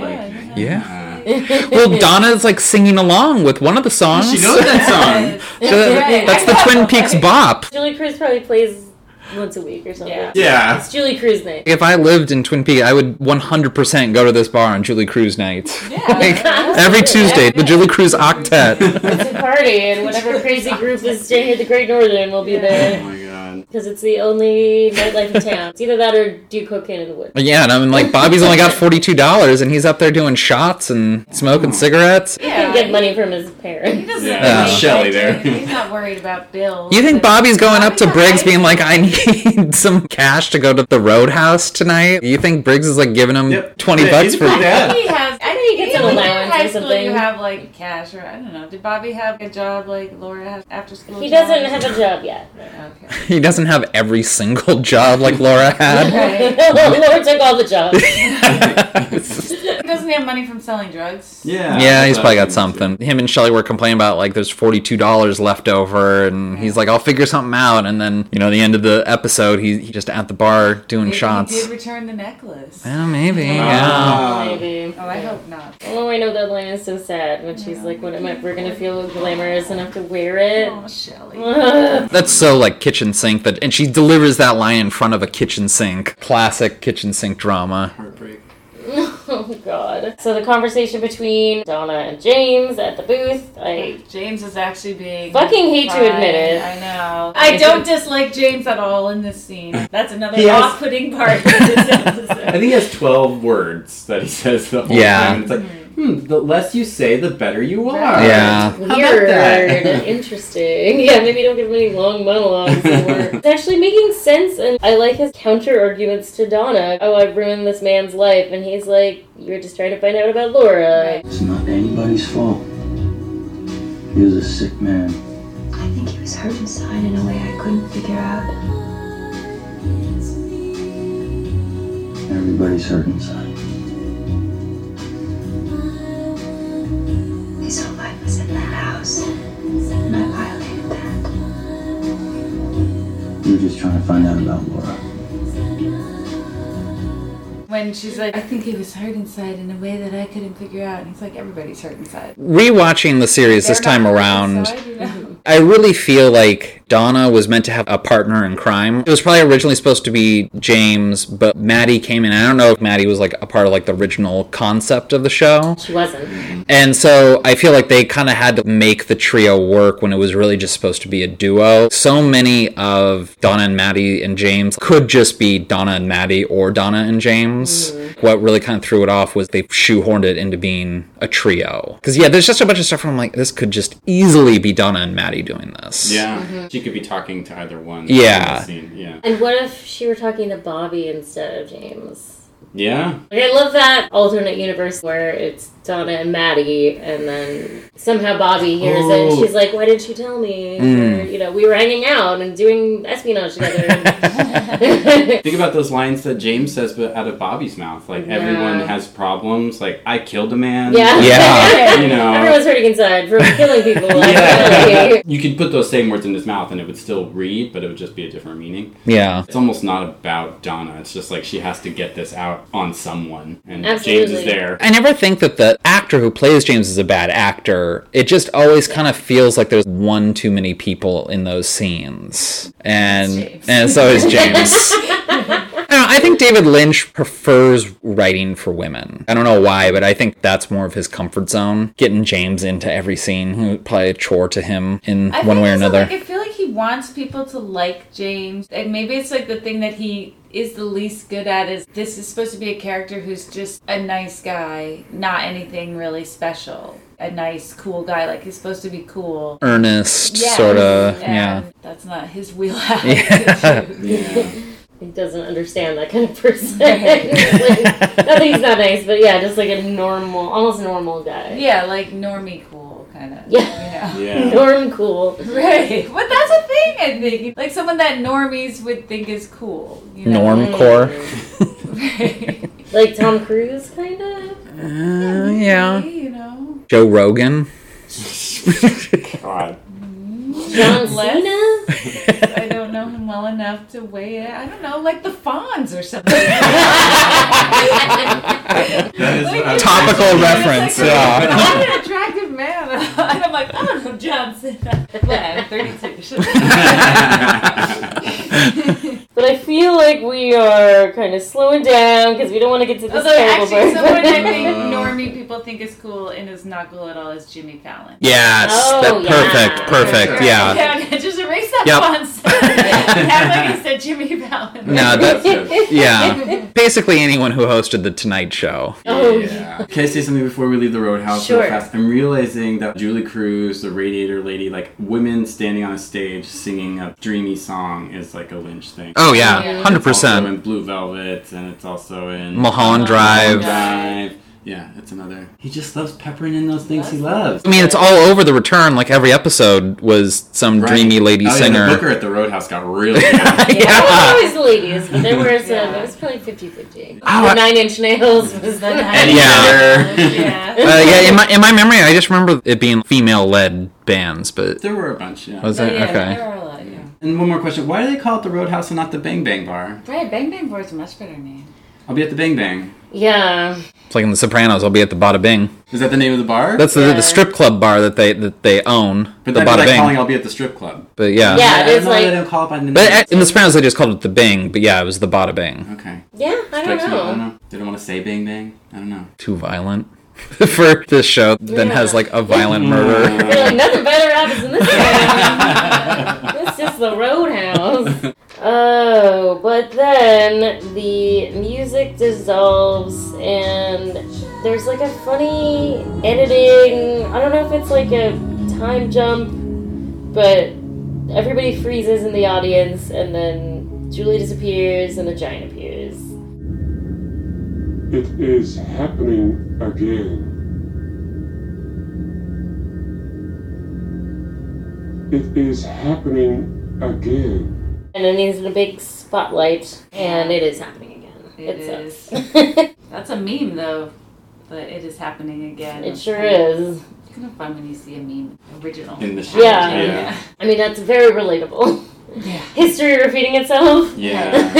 [SPEAKER 3] yeah.
[SPEAKER 5] like,
[SPEAKER 4] Yeah.
[SPEAKER 5] uh,
[SPEAKER 4] Well, Donna's like singing along with one of the songs.
[SPEAKER 5] she knows
[SPEAKER 4] [laughs]
[SPEAKER 5] that song.
[SPEAKER 4] So that- that's the Twin Peaks bop.
[SPEAKER 2] [laughs] Julie Cruz probably plays once a week or something.
[SPEAKER 3] Yeah.
[SPEAKER 5] Yeah.
[SPEAKER 2] It's Julie Cruz night.
[SPEAKER 4] If I lived in Twin Peaks, I would 100% go to this bar on Julie Cruz night. [laughs] Like, every Tuesday, the Julie Cruz Octet.
[SPEAKER 2] It's a party,
[SPEAKER 3] [laughs]
[SPEAKER 2] and whatever crazy group is staying at the Great Northern will be
[SPEAKER 5] Oh
[SPEAKER 2] there
[SPEAKER 5] my god.
[SPEAKER 2] because it's the only nightlife in town. It's either that or do cocaine in the woods.
[SPEAKER 4] yeah, and I'm like, Bobby's only got $42, and he's up there doing shots and smoking cigarettes.
[SPEAKER 2] He didn't get money from his
[SPEAKER 3] He
[SPEAKER 2] parents.
[SPEAKER 3] doesn't
[SPEAKER 5] Yeah,
[SPEAKER 3] really
[SPEAKER 5] Shelley
[SPEAKER 3] like
[SPEAKER 5] there.
[SPEAKER 3] it. He's not worried about bills.
[SPEAKER 4] You think
[SPEAKER 3] Like,
[SPEAKER 4] Bobby's going up to
[SPEAKER 3] Bobby's
[SPEAKER 4] Briggs
[SPEAKER 3] alright.
[SPEAKER 4] being like, I need [laughs] some cash to go to the roadhouse tonight? You think Briggs is like giving him
[SPEAKER 5] Yep.
[SPEAKER 4] 20
[SPEAKER 5] Yeah,
[SPEAKER 4] bucks
[SPEAKER 5] he's
[SPEAKER 4] for
[SPEAKER 5] pretty
[SPEAKER 3] I
[SPEAKER 5] bad.
[SPEAKER 3] think he has. I
[SPEAKER 2] think
[SPEAKER 3] think
[SPEAKER 2] he
[SPEAKER 3] he
[SPEAKER 2] gets an allowance or
[SPEAKER 3] high school,
[SPEAKER 2] something.
[SPEAKER 3] You have like cash, or I don't know. Did Bobby have a job like Laura has after school?
[SPEAKER 2] He
[SPEAKER 3] job?
[SPEAKER 2] doesn't have a job yet.
[SPEAKER 3] Okay.
[SPEAKER 4] [laughs] He doesn't have every single job like Laura had.
[SPEAKER 2] [laughs]
[SPEAKER 4] [laughs]
[SPEAKER 3] Right.
[SPEAKER 2] Laura took all the jobs. [laughs]
[SPEAKER 3] he doesn't have money from selling drugs.
[SPEAKER 5] Yeah.
[SPEAKER 4] Yeah,
[SPEAKER 5] that's
[SPEAKER 4] he's
[SPEAKER 5] what
[SPEAKER 4] probably
[SPEAKER 5] I
[SPEAKER 4] got
[SPEAKER 5] was
[SPEAKER 4] something. Him and Shelly were complaining about like there's forty two dollars left over, and he's like, "I'll figure something out." And then you know, the end of the episode, he he's just at the bar doing
[SPEAKER 3] Maybe He Oh.
[SPEAKER 4] shots.
[SPEAKER 3] did return the necklace.
[SPEAKER 4] Yeah, maybe. Yeah.
[SPEAKER 5] Ah.
[SPEAKER 2] Maybe.
[SPEAKER 3] Oh, I hope not.
[SPEAKER 2] Oh, I know that line is so sad when she's like, "What am I? We're gonna feel glamorous enough to wear it."
[SPEAKER 3] Oh, Shelly.
[SPEAKER 4] That's so like kitchen sink that, and she delivers that line in front of a kitchen sink. Classic kitchen sink drama.
[SPEAKER 5] Heartbreak.
[SPEAKER 2] [laughs] Oh God! So the conversation between Donna and James at the booth, I
[SPEAKER 3] James is actually being
[SPEAKER 2] Fucking hate to
[SPEAKER 3] fine.
[SPEAKER 2] admit it.
[SPEAKER 3] I know. I don't dislike James at all in this scene. That's another
[SPEAKER 5] He has-
[SPEAKER 3] off-putting part. Of
[SPEAKER 4] [laughs]
[SPEAKER 3] this episode.
[SPEAKER 5] I think he has 12 words that he says the whole
[SPEAKER 4] Yeah.
[SPEAKER 5] time. It's like, hmm, the less you say, the better you are.
[SPEAKER 4] Yeah.
[SPEAKER 5] How about
[SPEAKER 2] weird,
[SPEAKER 5] that?
[SPEAKER 2] interesting. [laughs] Yeah, maybe don't give him any long monologues. anymore. it's actually making sense, and I like his counter arguments to Donna. Oh, I've ruined this man's life, and he's like, "You were just trying to find out about Laura."
[SPEAKER 8] It's not anybody's fault. He was a sick man.
[SPEAKER 10] I think he was hurt inside in a way I couldn't figure out.
[SPEAKER 8] Everybody's hurt inside.
[SPEAKER 10] His whole life was in that house, and I violated that.
[SPEAKER 8] You were just trying to find out about Laura.
[SPEAKER 3] When she's like, I think he was hurt inside in a way that I couldn't figure out. And he's like, everybody's hurt inside.
[SPEAKER 4] Rewatching the series this
[SPEAKER 3] They're
[SPEAKER 4] time
[SPEAKER 3] not hurt
[SPEAKER 4] around,
[SPEAKER 3] inside, you know?
[SPEAKER 4] [laughs] I really feel like Donna was meant to have a partner in crime. It was probably originally supposed to be James, but Maddie came in. I don't know if Maddie was like a part of like the original concept of the show.
[SPEAKER 2] She wasn't.
[SPEAKER 4] And so I feel like they kind of had to make the trio work when it was really just supposed to be a duo. So many of Donna and Maddie and James could just be Donna and Maddie or Donna and James. What really kind of threw it off was they shoehorned it into being a trio. Because, yeah, there's just a bunch of stuff where I'm like, this could just easily be Donna and Maddie doing this.
[SPEAKER 5] [laughs] Yeah, she could be talking to either one.
[SPEAKER 4] Yeah.
[SPEAKER 5] in the scene, yeah,
[SPEAKER 2] And what if she were talking to Bobby instead of James?
[SPEAKER 5] yeah.
[SPEAKER 2] Like, I love that alternate universe where it's Donna and Maddie, and then somehow Bobby hears it, and
[SPEAKER 4] Oh.
[SPEAKER 2] she's like, "Why didn't you tell me?
[SPEAKER 5] Mm.
[SPEAKER 2] Or, you know, we were hanging out and doing espionage together." [laughs]
[SPEAKER 5] Think about those lines that James says, but out of Bobby's mouth. Like everyone
[SPEAKER 2] Yeah.
[SPEAKER 5] has problems. Like I killed a man.
[SPEAKER 2] yeah,
[SPEAKER 5] [laughs] you know.
[SPEAKER 2] everyone's hurting inside from killing
[SPEAKER 3] [laughs]
[SPEAKER 2] people. Like, [laughs] really.
[SPEAKER 5] you could put those same words in his mouth, and it would still read, but it would just be a different meaning.
[SPEAKER 4] Yeah.
[SPEAKER 5] It's almost not about Donna. It's just like she has to get this out on someone, and James is
[SPEAKER 2] Absolutely.
[SPEAKER 5] there.
[SPEAKER 4] I never think that the actor who plays James is a bad actor. It just always kind of feels like there's one too many people in those scenes. And and so
[SPEAKER 3] [laughs]
[SPEAKER 4] is James. I, don't know, I think David Lynch prefers writing for women. I don't know why, but I think that's more of his comfort zone. Getting James into every scene, was probably a chore to him in
[SPEAKER 3] I
[SPEAKER 4] one
[SPEAKER 3] think
[SPEAKER 4] way or
[SPEAKER 3] also,
[SPEAKER 4] another.
[SPEAKER 3] Like, I feel like he wants people to like James, and maybe it's like the thing that he is the least good at is this is supposed to be a character who's just a nice guy, not anything really special. A nice, cool guy, like he's supposed to be cool.
[SPEAKER 4] Earnest, sorta,
[SPEAKER 3] and
[SPEAKER 4] yeah.
[SPEAKER 3] That's not his wheelhouse.
[SPEAKER 4] Yeah.
[SPEAKER 2] He doesn't understand that kind of person. [laughs] Like,
[SPEAKER 4] [laughs]
[SPEAKER 2] not that he's not nice, but yeah, just like a normal, almost normal guy.
[SPEAKER 3] [laughs] Yeah, like normie cool kind of.
[SPEAKER 2] Yeah.
[SPEAKER 3] You know?
[SPEAKER 2] [laughs]
[SPEAKER 3] [laughs]
[SPEAKER 2] Norm cool.
[SPEAKER 3] Right, but that's a thing I think. Like someone that normies would think is cool. You know? [laughs]
[SPEAKER 4] Mm. Normcore.
[SPEAKER 2] Like Tom Cruise, kind of.
[SPEAKER 4] Uh, [laughs] yeah.
[SPEAKER 3] You know.
[SPEAKER 4] Joe Rogan.
[SPEAKER 5] God.
[SPEAKER 2] John
[SPEAKER 3] Less-
[SPEAKER 2] Cena.
[SPEAKER 3] I don't know him well enough to weigh it. I don't know, like the Fonz or
[SPEAKER 4] [laughs]
[SPEAKER 3] something.
[SPEAKER 4] Topical reference, yeah.
[SPEAKER 3] [laughs] I'm an attractive man, [laughs] and I'm like, oh, no, John [laughs] Cena. Well, I'm 32.
[SPEAKER 4] [laughs]
[SPEAKER 2] But I feel like we are kind of slowing down because we don't want to get to this
[SPEAKER 3] Although
[SPEAKER 2] terrible
[SPEAKER 3] actually,
[SPEAKER 2] part. [laughs]
[SPEAKER 3] someone [laughs] I think normie people think is cool and is not cool at all is Jimmy Fallon.
[SPEAKER 4] Yes, that perfect, perfect, yeah.
[SPEAKER 3] [laughs] Just erase that
[SPEAKER 4] Yep.
[SPEAKER 3] Fonz. [laughs] Act like you said Jimmy Fallon.
[SPEAKER 4] No,
[SPEAKER 5] [laughs]
[SPEAKER 4] that yeah. Basically, anyone who hosted the Tonight Show.
[SPEAKER 2] Oh,
[SPEAKER 5] yeah. Can I say something before we leave the Roadhouse
[SPEAKER 2] Sure.
[SPEAKER 5] real fast? I'm realizing that Julie Cruz, the Radiator Lady, like women standing on a stage singing a dreamy song is like a Lynch thing.
[SPEAKER 4] Oh, yeah.
[SPEAKER 5] It's
[SPEAKER 4] 100%.
[SPEAKER 5] also in Blue Velvet, and it's also in
[SPEAKER 4] Mulholland Drive.
[SPEAKER 5] Drive. Yeah, it's another. He just loves peppering in those things he loves.
[SPEAKER 4] I mean, it's all over the return. Like every episode was some
[SPEAKER 5] Right.
[SPEAKER 4] dreamy lady
[SPEAKER 5] oh, Yeah,
[SPEAKER 4] singer. [laughs]
[SPEAKER 5] the booker at the Roadhouse got really.
[SPEAKER 2] I don't know always ladies, but there was uh, it was probably 50-50.
[SPEAKER 4] Oh,
[SPEAKER 2] the
[SPEAKER 4] I-
[SPEAKER 2] Nine Inch Nails was the
[SPEAKER 4] And yeah.
[SPEAKER 2] Yeah.
[SPEAKER 4] Uh, yeah, in my in my memory, I just remember it being female led bands, but
[SPEAKER 5] [laughs] there were a bunch. Yeah.
[SPEAKER 4] was it okay?
[SPEAKER 3] are a lot, yeah.
[SPEAKER 5] And one more question: Why do they call it the Roadhouse and not the Bang Bang Bar?
[SPEAKER 3] Right, Bang Bang Board's a much better name.
[SPEAKER 5] I'll be at the Bang Bang.
[SPEAKER 2] Yeah.
[SPEAKER 4] It's like in The Sopranos, I'll be at the Bada Bing.
[SPEAKER 5] Is that the name of the bar?
[SPEAKER 4] That's the, the strip club bar that they that they own.
[SPEAKER 5] But
[SPEAKER 4] the
[SPEAKER 5] that'd be
[SPEAKER 4] Bada
[SPEAKER 5] like
[SPEAKER 4] Bing.
[SPEAKER 5] calling I'll be at the strip club.
[SPEAKER 4] but yeah.
[SPEAKER 2] Yeah,
[SPEAKER 5] I
[SPEAKER 2] there's
[SPEAKER 5] don't know why they
[SPEAKER 2] like
[SPEAKER 5] don't call it by the name.
[SPEAKER 4] But uh, in The Sopranos, they just called it the Bing. But yeah, it was the Bada Bing.
[SPEAKER 5] okay.
[SPEAKER 2] yeah, I don't
[SPEAKER 5] Strikes me- I don't
[SPEAKER 2] know.
[SPEAKER 5] know. They don't want to say Bang Bang. I don't know.
[SPEAKER 4] Too violent [laughs] for this show. Then has like a violent murder.
[SPEAKER 5] [laughs]
[SPEAKER 2] They're like nothing better happens in this [laughs] town. It's just the Roadhouse. Oh, but then the music dissolves and there's like a funny editing. I don't know if it's like a time jump, but everybody freezes in the audience and then Julie disappears and the giant appears.
[SPEAKER 17] It is happening again.
[SPEAKER 7] It is happening again.
[SPEAKER 2] And then he's in a big spotlight, and it is happening again.
[SPEAKER 3] It
[SPEAKER 2] it
[SPEAKER 3] is.
[SPEAKER 2] sucks.
[SPEAKER 3] That's a meme, though. But it is happening
[SPEAKER 2] [laughs]
[SPEAKER 3] again.
[SPEAKER 2] it sure is.
[SPEAKER 3] It's kind of fun when you see a meme original.
[SPEAKER 5] In the show.
[SPEAKER 2] Yeah.
[SPEAKER 5] Yeah.
[SPEAKER 2] I mean, that's very relatable. [laughs]
[SPEAKER 3] Yeah.
[SPEAKER 2] History repeating itself.
[SPEAKER 5] Yeah.
[SPEAKER 2] [laughs]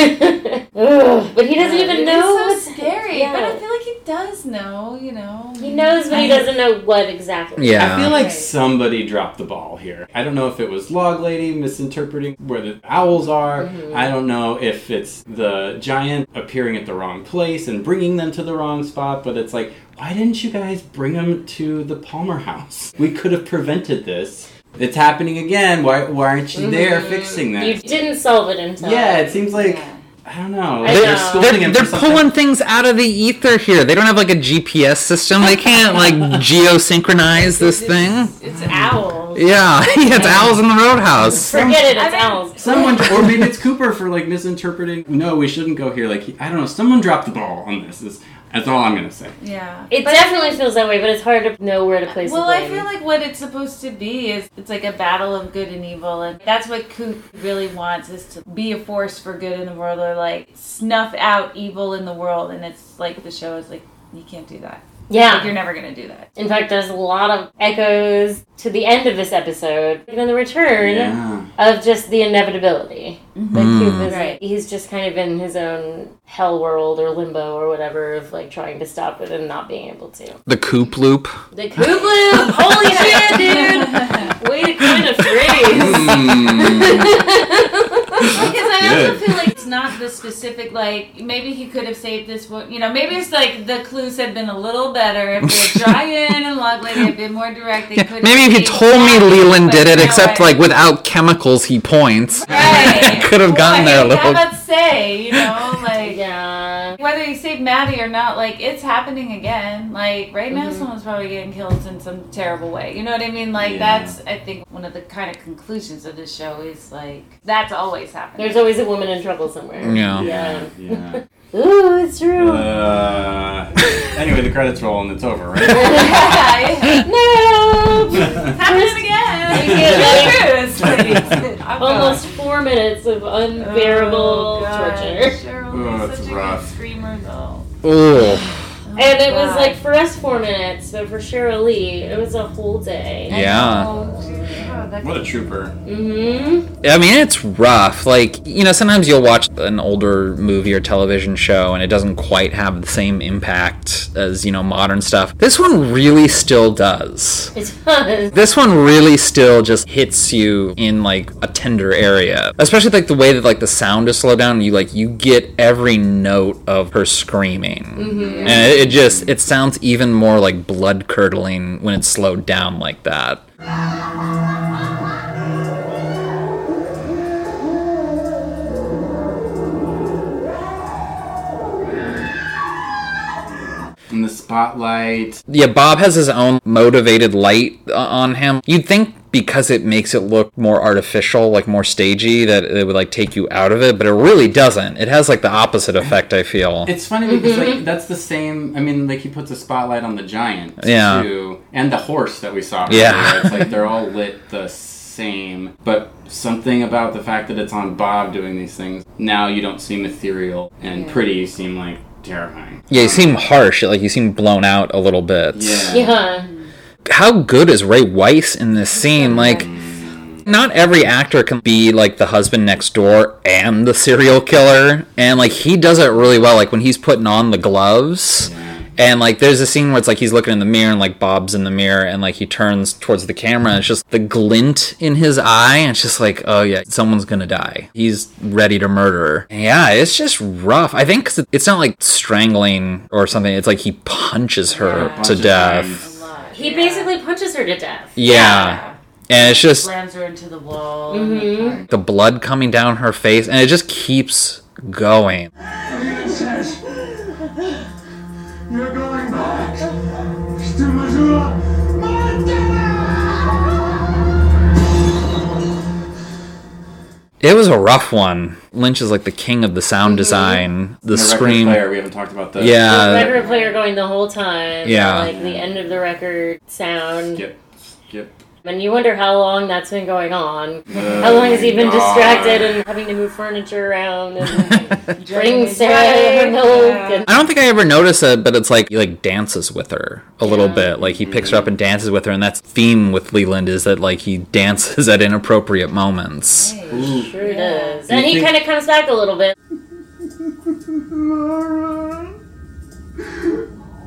[SPEAKER 2] Ugh, but he doesn't
[SPEAKER 3] Yeah,
[SPEAKER 2] even
[SPEAKER 3] it
[SPEAKER 2] know.
[SPEAKER 3] is
[SPEAKER 2] what's-
[SPEAKER 3] so scary, but I
[SPEAKER 2] Yeah.
[SPEAKER 3] feel like he does know. You know.
[SPEAKER 2] He knows, but he doesn't know what exactly.
[SPEAKER 4] Yeah.
[SPEAKER 5] I feel like
[SPEAKER 3] Right.
[SPEAKER 5] somebody dropped the ball here. I don't know if it was Log Lady misinterpreting where the owls are. I don't know if it's the giant appearing at the wrong place and bringing them to the wrong spot, but it's like, why didn't you guys bring them to the Palmer house? We could have prevented this. It's happening again. Why, why aren't you there fixing
[SPEAKER 2] You
[SPEAKER 5] that?
[SPEAKER 2] didn't solve it in time.
[SPEAKER 5] Yeah, it seems like. I don't know.
[SPEAKER 2] I
[SPEAKER 5] They're
[SPEAKER 2] know.
[SPEAKER 5] scolding
[SPEAKER 4] They're,
[SPEAKER 5] him for
[SPEAKER 4] they're
[SPEAKER 5] something.
[SPEAKER 4] pulling things out of the ether here. They don't have like a GPS system. They
[SPEAKER 2] [laughs]
[SPEAKER 4] can't like geosynchronize this thing.
[SPEAKER 3] It's owls.
[SPEAKER 4] Yeah, [laughs] it's owls in the roadhouse.
[SPEAKER 2] Forget it. It's owls.
[SPEAKER 5] Someone, or maybe it's Cooper for like misinterpreting. No, we shouldn't go here. Like he, I don't know. Someone dropped the ball on this. Is that's all I'm gonna say.
[SPEAKER 3] Yeah.
[SPEAKER 2] It definitely feels that way, but it's hard to know where to place. the
[SPEAKER 3] Well, I
[SPEAKER 2] blame.
[SPEAKER 3] feel like what it's supposed to be is it's like a battle of good and evil, and that's what Coop really wants is to be a force for good in the world, or like snuff out evil in the world. And it's like the show is like, you can't do that. Like,
[SPEAKER 2] yeah.
[SPEAKER 3] you're never gonna do that.
[SPEAKER 2] In fact, there's a lot of echoes to the end of this episode, even the return
[SPEAKER 5] Yeah.
[SPEAKER 2] of just the inevitability. Mm. That Cube is,
[SPEAKER 3] Right.
[SPEAKER 2] he's just kind of in his own hell world or limbo or whatever of like trying to stop it and not being able to.
[SPEAKER 4] The coop loop.
[SPEAKER 2] The Koobloop!
[SPEAKER 3] [laughs]
[SPEAKER 2] Holy shit, dude! Way to kind of [laughs] phrase.
[SPEAKER 3] Because I
[SPEAKER 5] Good.
[SPEAKER 3] also feel like it's not the specific, like, maybe he could have saved this one. You know, maybe it's like the clues had been a little better. If the
[SPEAKER 4] [laughs]
[SPEAKER 3] giant and log lady had been more direct, they could have
[SPEAKER 4] Maybe if he
[SPEAKER 3] saved
[SPEAKER 4] told me
[SPEAKER 3] that,
[SPEAKER 4] Leland
[SPEAKER 3] but
[SPEAKER 4] did it,
[SPEAKER 3] no,
[SPEAKER 4] except
[SPEAKER 3] I-
[SPEAKER 4] like without chemicals, he points. [laughs]
[SPEAKER 3] Right.
[SPEAKER 4] Could have gotten
[SPEAKER 3] Boy,
[SPEAKER 4] there a
[SPEAKER 3] How
[SPEAKER 4] little.
[SPEAKER 3] about say, you
[SPEAKER 4] [laughs]
[SPEAKER 3] know, like,
[SPEAKER 2] yeah.
[SPEAKER 3] whether you save Maddie or not, like, it's happening again. Like,
[SPEAKER 2] Mm-hmm.
[SPEAKER 3] right now, someone's probably getting killed in some terrible way. You know what I mean? Like,
[SPEAKER 5] Yeah.
[SPEAKER 3] that's, I think, one of the kind of conclusions of this show is, like, that's always happening. [laughs]
[SPEAKER 2] There's always a woman in trouble somewhere.
[SPEAKER 4] Yeah.
[SPEAKER 5] Yeah. Yeah.
[SPEAKER 2] Ooh, it's true.
[SPEAKER 5] Uh, anyway, the credits roll and it's over, right? [laughs]
[SPEAKER 2] Uh.
[SPEAKER 3] Yeah,
[SPEAKER 2] [laughs] no!
[SPEAKER 3] it's
[SPEAKER 2] [laughs]
[SPEAKER 3] happening again.
[SPEAKER 2] We get,
[SPEAKER 3] Cruise, please. I'm
[SPEAKER 2] [laughs]
[SPEAKER 3] gone.
[SPEAKER 2] Almost four minutes of unbearable
[SPEAKER 3] Oh, God.
[SPEAKER 2] torture.
[SPEAKER 3] Cheryl
[SPEAKER 5] Oh,
[SPEAKER 3] is
[SPEAKER 5] it's
[SPEAKER 3] such a
[SPEAKER 5] rough.
[SPEAKER 3] good screamer, though.
[SPEAKER 4] Ooh.
[SPEAKER 2] And it was
[SPEAKER 3] God.
[SPEAKER 2] like for us four minutes, but for Cheryl Lee, it was a whole day.
[SPEAKER 4] Yeah.
[SPEAKER 3] Oh, dude.
[SPEAKER 4] Uh,
[SPEAKER 3] Oh, that
[SPEAKER 5] what a trooper.
[SPEAKER 2] Mm-hmm.
[SPEAKER 4] I mean, it's rough. Like, you know, sometimes you'll watch an older movie or television show and it doesn't quite have the same impact as, you know, modern stuff. This one really still does.
[SPEAKER 2] It was. [laughs]
[SPEAKER 4] This one really still just hits you in like a tender area. Especially like the way that like the sound is slowed down, you like you get every note of her screaming. And it, it just it sounds even more like blood curdling when it's slowed down like that.
[SPEAKER 5] In the spotlight.
[SPEAKER 4] Yeah, Bob has his own motivated light uh, on him. You'd think because it makes it look more artificial, like more stagey, that it would like take you out of it, but it really doesn't. It has like the opposite effect, I feel.
[SPEAKER 5] It's funny because
[SPEAKER 2] Mm-hmm.
[SPEAKER 5] like that's the same. I mean, like he puts a spotlight on the giant.
[SPEAKER 4] Yeah.
[SPEAKER 5] Too, and the horse that we saw.
[SPEAKER 4] Yeah.
[SPEAKER 5] earlier. It's like they're all lit the same, but something about the fact that it's on Bob doing these things. Now you don't seem ethereal and pretty. You seem like terrifying.
[SPEAKER 4] Yeah, you seem harsh, like you seem blown out a little bit.
[SPEAKER 5] Yeah.
[SPEAKER 2] Yeah.
[SPEAKER 4] How good is Ray Weiss in this scene? Like not every actor can be like the husband next door and the serial killer and like he does it really well like when he's putting on the gloves and like there's a scene where it's like he's looking in the mirror and like bob's in the mirror and like he turns towards the camera and it's just the glint in his eye and it's just like oh yeah someone's gonna die he's ready to murder yeah it's just rough i think 'cause it- it's not like strangling or something it's like he punches her
[SPEAKER 5] Yeah.
[SPEAKER 4] to
[SPEAKER 5] Punches
[SPEAKER 4] death
[SPEAKER 5] him.
[SPEAKER 3] was a lot.
[SPEAKER 2] He
[SPEAKER 3] Yeah.
[SPEAKER 2] basically punches her to death.
[SPEAKER 4] yeah and it's just
[SPEAKER 3] slams her into the wall.
[SPEAKER 2] Mm-hmm.
[SPEAKER 4] the blood coming down her face, and it just keeps going.
[SPEAKER 11] Princess, you're going back to Missoula, Montana!
[SPEAKER 4] It was a rough one. Lynch is like the king of the
[SPEAKER 2] Mm-hmm.
[SPEAKER 4] sound design, the,
[SPEAKER 5] And record
[SPEAKER 4] scream.
[SPEAKER 5] player. We haven't talked about the
[SPEAKER 2] The
[SPEAKER 4] Yeah,
[SPEAKER 2] record player going the whole time.
[SPEAKER 4] Uh, Yeah.
[SPEAKER 2] Like the end of the record sound.
[SPEAKER 5] skip skip
[SPEAKER 2] And you wonder how long that's been going on.
[SPEAKER 5] Oh
[SPEAKER 2] how long has he been
[SPEAKER 4] God.
[SPEAKER 2] distracted and having to move furniture around
[SPEAKER 4] [laughs]
[SPEAKER 2] and bring Sarah
[SPEAKER 3] Right,
[SPEAKER 2] her milk? And
[SPEAKER 4] [laughs] I don't think I ever noticed it, but it's like he like dances with her a little bit. Like he picks her
[SPEAKER 5] Mm-hmm.
[SPEAKER 4] up and dances with her, and that's the theme with Leland is that like he dances at inappropriate moments.
[SPEAKER 2] sure does.
[SPEAKER 4] Do you
[SPEAKER 2] And he
[SPEAKER 4] think-
[SPEAKER 2] kind of comes back a little bit.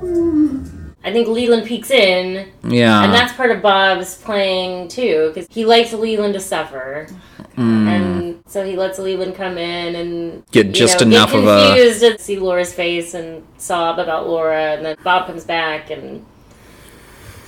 [SPEAKER 2] I think Leland peeks in,
[SPEAKER 4] Yeah.
[SPEAKER 2] and that's part of Bob's playing too, because he likes Leland to suffer,
[SPEAKER 4] Mm.
[SPEAKER 2] and so he lets Leland come in and
[SPEAKER 4] Get
[SPEAKER 2] you
[SPEAKER 4] just
[SPEAKER 2] know,
[SPEAKER 4] enough
[SPEAKER 2] get
[SPEAKER 4] of a-
[SPEAKER 2] confused and see Laura's face and sob about Laura, and then Bob comes back and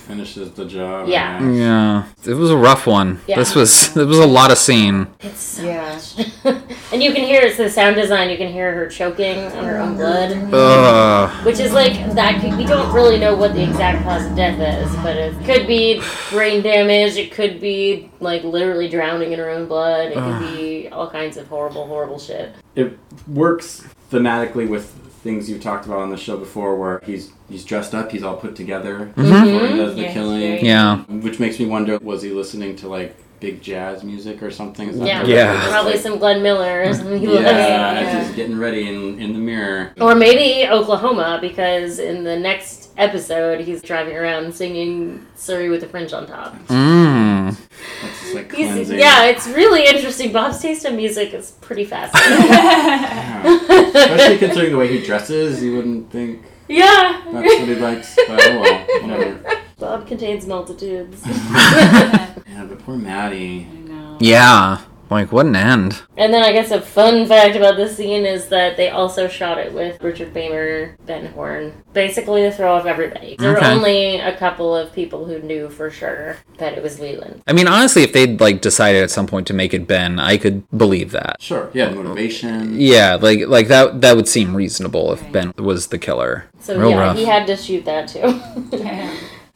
[SPEAKER 5] Finishes the job.
[SPEAKER 2] Yeah.
[SPEAKER 4] yeah, it was a rough one.
[SPEAKER 2] Yeah.
[SPEAKER 4] This was [laughs] it was a lot of scene.
[SPEAKER 2] it's so [laughs]
[SPEAKER 3] [laughs]
[SPEAKER 2] much, and you can hear it's the sound design. You can hear her choking on her own blood.
[SPEAKER 4] Ugh.
[SPEAKER 2] Which is like that. Could, we don't really know what the exact cause of death is, but it could be brain damage. It could be like literally drowning in her own blood. It could be all kinds of horrible, horrible shit.
[SPEAKER 5] It works thematically with things you've talked about on the show before, where he's he's dressed up, he's all put together
[SPEAKER 4] Mhm.
[SPEAKER 5] before he does the
[SPEAKER 2] Yeah, he's
[SPEAKER 5] killing.
[SPEAKER 2] very- Mm-hmm. Yeah.
[SPEAKER 5] Which makes me wonder, was he listening to like big jazz music or something? Is that
[SPEAKER 2] Yeah,
[SPEAKER 5] the-
[SPEAKER 2] probably some Glenn Miller or something. he Oh,
[SPEAKER 5] Yeah,
[SPEAKER 2] loves.
[SPEAKER 5] as he's getting ready in in the mirror.
[SPEAKER 2] Or maybe Oklahoma, because in the next episode he's driving around singing "Surrey with a Fringe on Top."
[SPEAKER 4] Mm.
[SPEAKER 5] That's just like
[SPEAKER 2] He's-
[SPEAKER 5] cleansing.
[SPEAKER 2] yeah, it's really interesting. Bob's taste in music is pretty fascinating.
[SPEAKER 5] [laughs] Especially considering the way he dresses, you wouldn't think
[SPEAKER 2] [laughs] yeah.
[SPEAKER 5] that's what he likes. But oh well, whatever.
[SPEAKER 2] [laughs]
[SPEAKER 5] [laughs]
[SPEAKER 2] Bob contains multitudes.
[SPEAKER 5] Yeah, but poor Maddie.
[SPEAKER 4] [laughs] Yeah, like what an end.
[SPEAKER 2] And then I guess a fun fact about this scene is that they also shot it with Richard Beamer, Ben Horn. Basically, the throw off everybody. There were
[SPEAKER 4] Okay.
[SPEAKER 2] only a couple of people who knew for sure that it was Leland.
[SPEAKER 4] I mean, honestly, if they'd like decided at some point to make it Ben, I could believe that.
[SPEAKER 5] Sure. Yeah, motivation.
[SPEAKER 4] Yeah, like like that that would seem reasonable if Ben was the killer.
[SPEAKER 2] So
[SPEAKER 4] Real
[SPEAKER 2] yeah,
[SPEAKER 4] rough.
[SPEAKER 2] he had to shoot that too.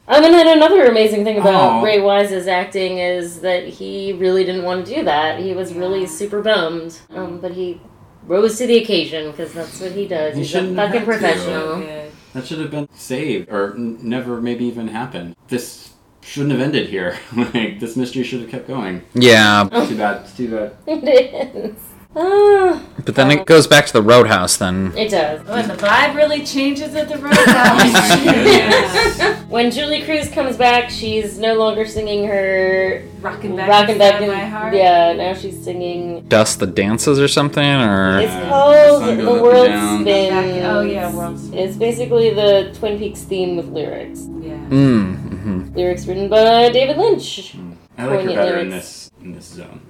[SPEAKER 2] Um, and then another amazing thing about
[SPEAKER 4] Aw.
[SPEAKER 2] Ray Wise's acting is that he really didn't want to do that. He was really super bummed, um, but he rose to the occasion because that's what he does.
[SPEAKER 5] He
[SPEAKER 2] He's a
[SPEAKER 5] shouldn't have
[SPEAKER 2] fucking
[SPEAKER 5] had to.
[SPEAKER 2] professional.
[SPEAKER 5] That should have been saved or n- never maybe even happened. This shouldn't have ended here. [laughs] like this mystery should have kept going.
[SPEAKER 4] Yeah.
[SPEAKER 2] Oh.
[SPEAKER 5] Too bad. Too bad.
[SPEAKER 2] [laughs] It is. Ah,
[SPEAKER 4] But then it goes back to the roadhouse then.
[SPEAKER 2] it does.
[SPEAKER 3] Oh, and the vibe really changes at the
[SPEAKER 2] [laughs]
[SPEAKER 3] roadhouse.
[SPEAKER 2] When Julie Cruz comes back, she's no longer singing her
[SPEAKER 3] Rockin' back,
[SPEAKER 2] rockin' back
[SPEAKER 3] inside
[SPEAKER 2] in
[SPEAKER 3] my heart.
[SPEAKER 2] Yeah, now she's singing.
[SPEAKER 4] Dust the dances or something or
[SPEAKER 2] It's called
[SPEAKER 5] the sun
[SPEAKER 2] the,
[SPEAKER 5] goes up and
[SPEAKER 2] world
[SPEAKER 5] down.
[SPEAKER 2] spins.
[SPEAKER 3] Oh, yeah, World Spins.
[SPEAKER 2] It's basically the Twin Peaks theme with lyrics.
[SPEAKER 3] Yeah.
[SPEAKER 4] Mm, mhm.
[SPEAKER 2] Lyrics written by David Lynch.
[SPEAKER 5] I like her
[SPEAKER 2] Poignant
[SPEAKER 5] better in
[SPEAKER 2] lyrics.
[SPEAKER 5] this in this zone.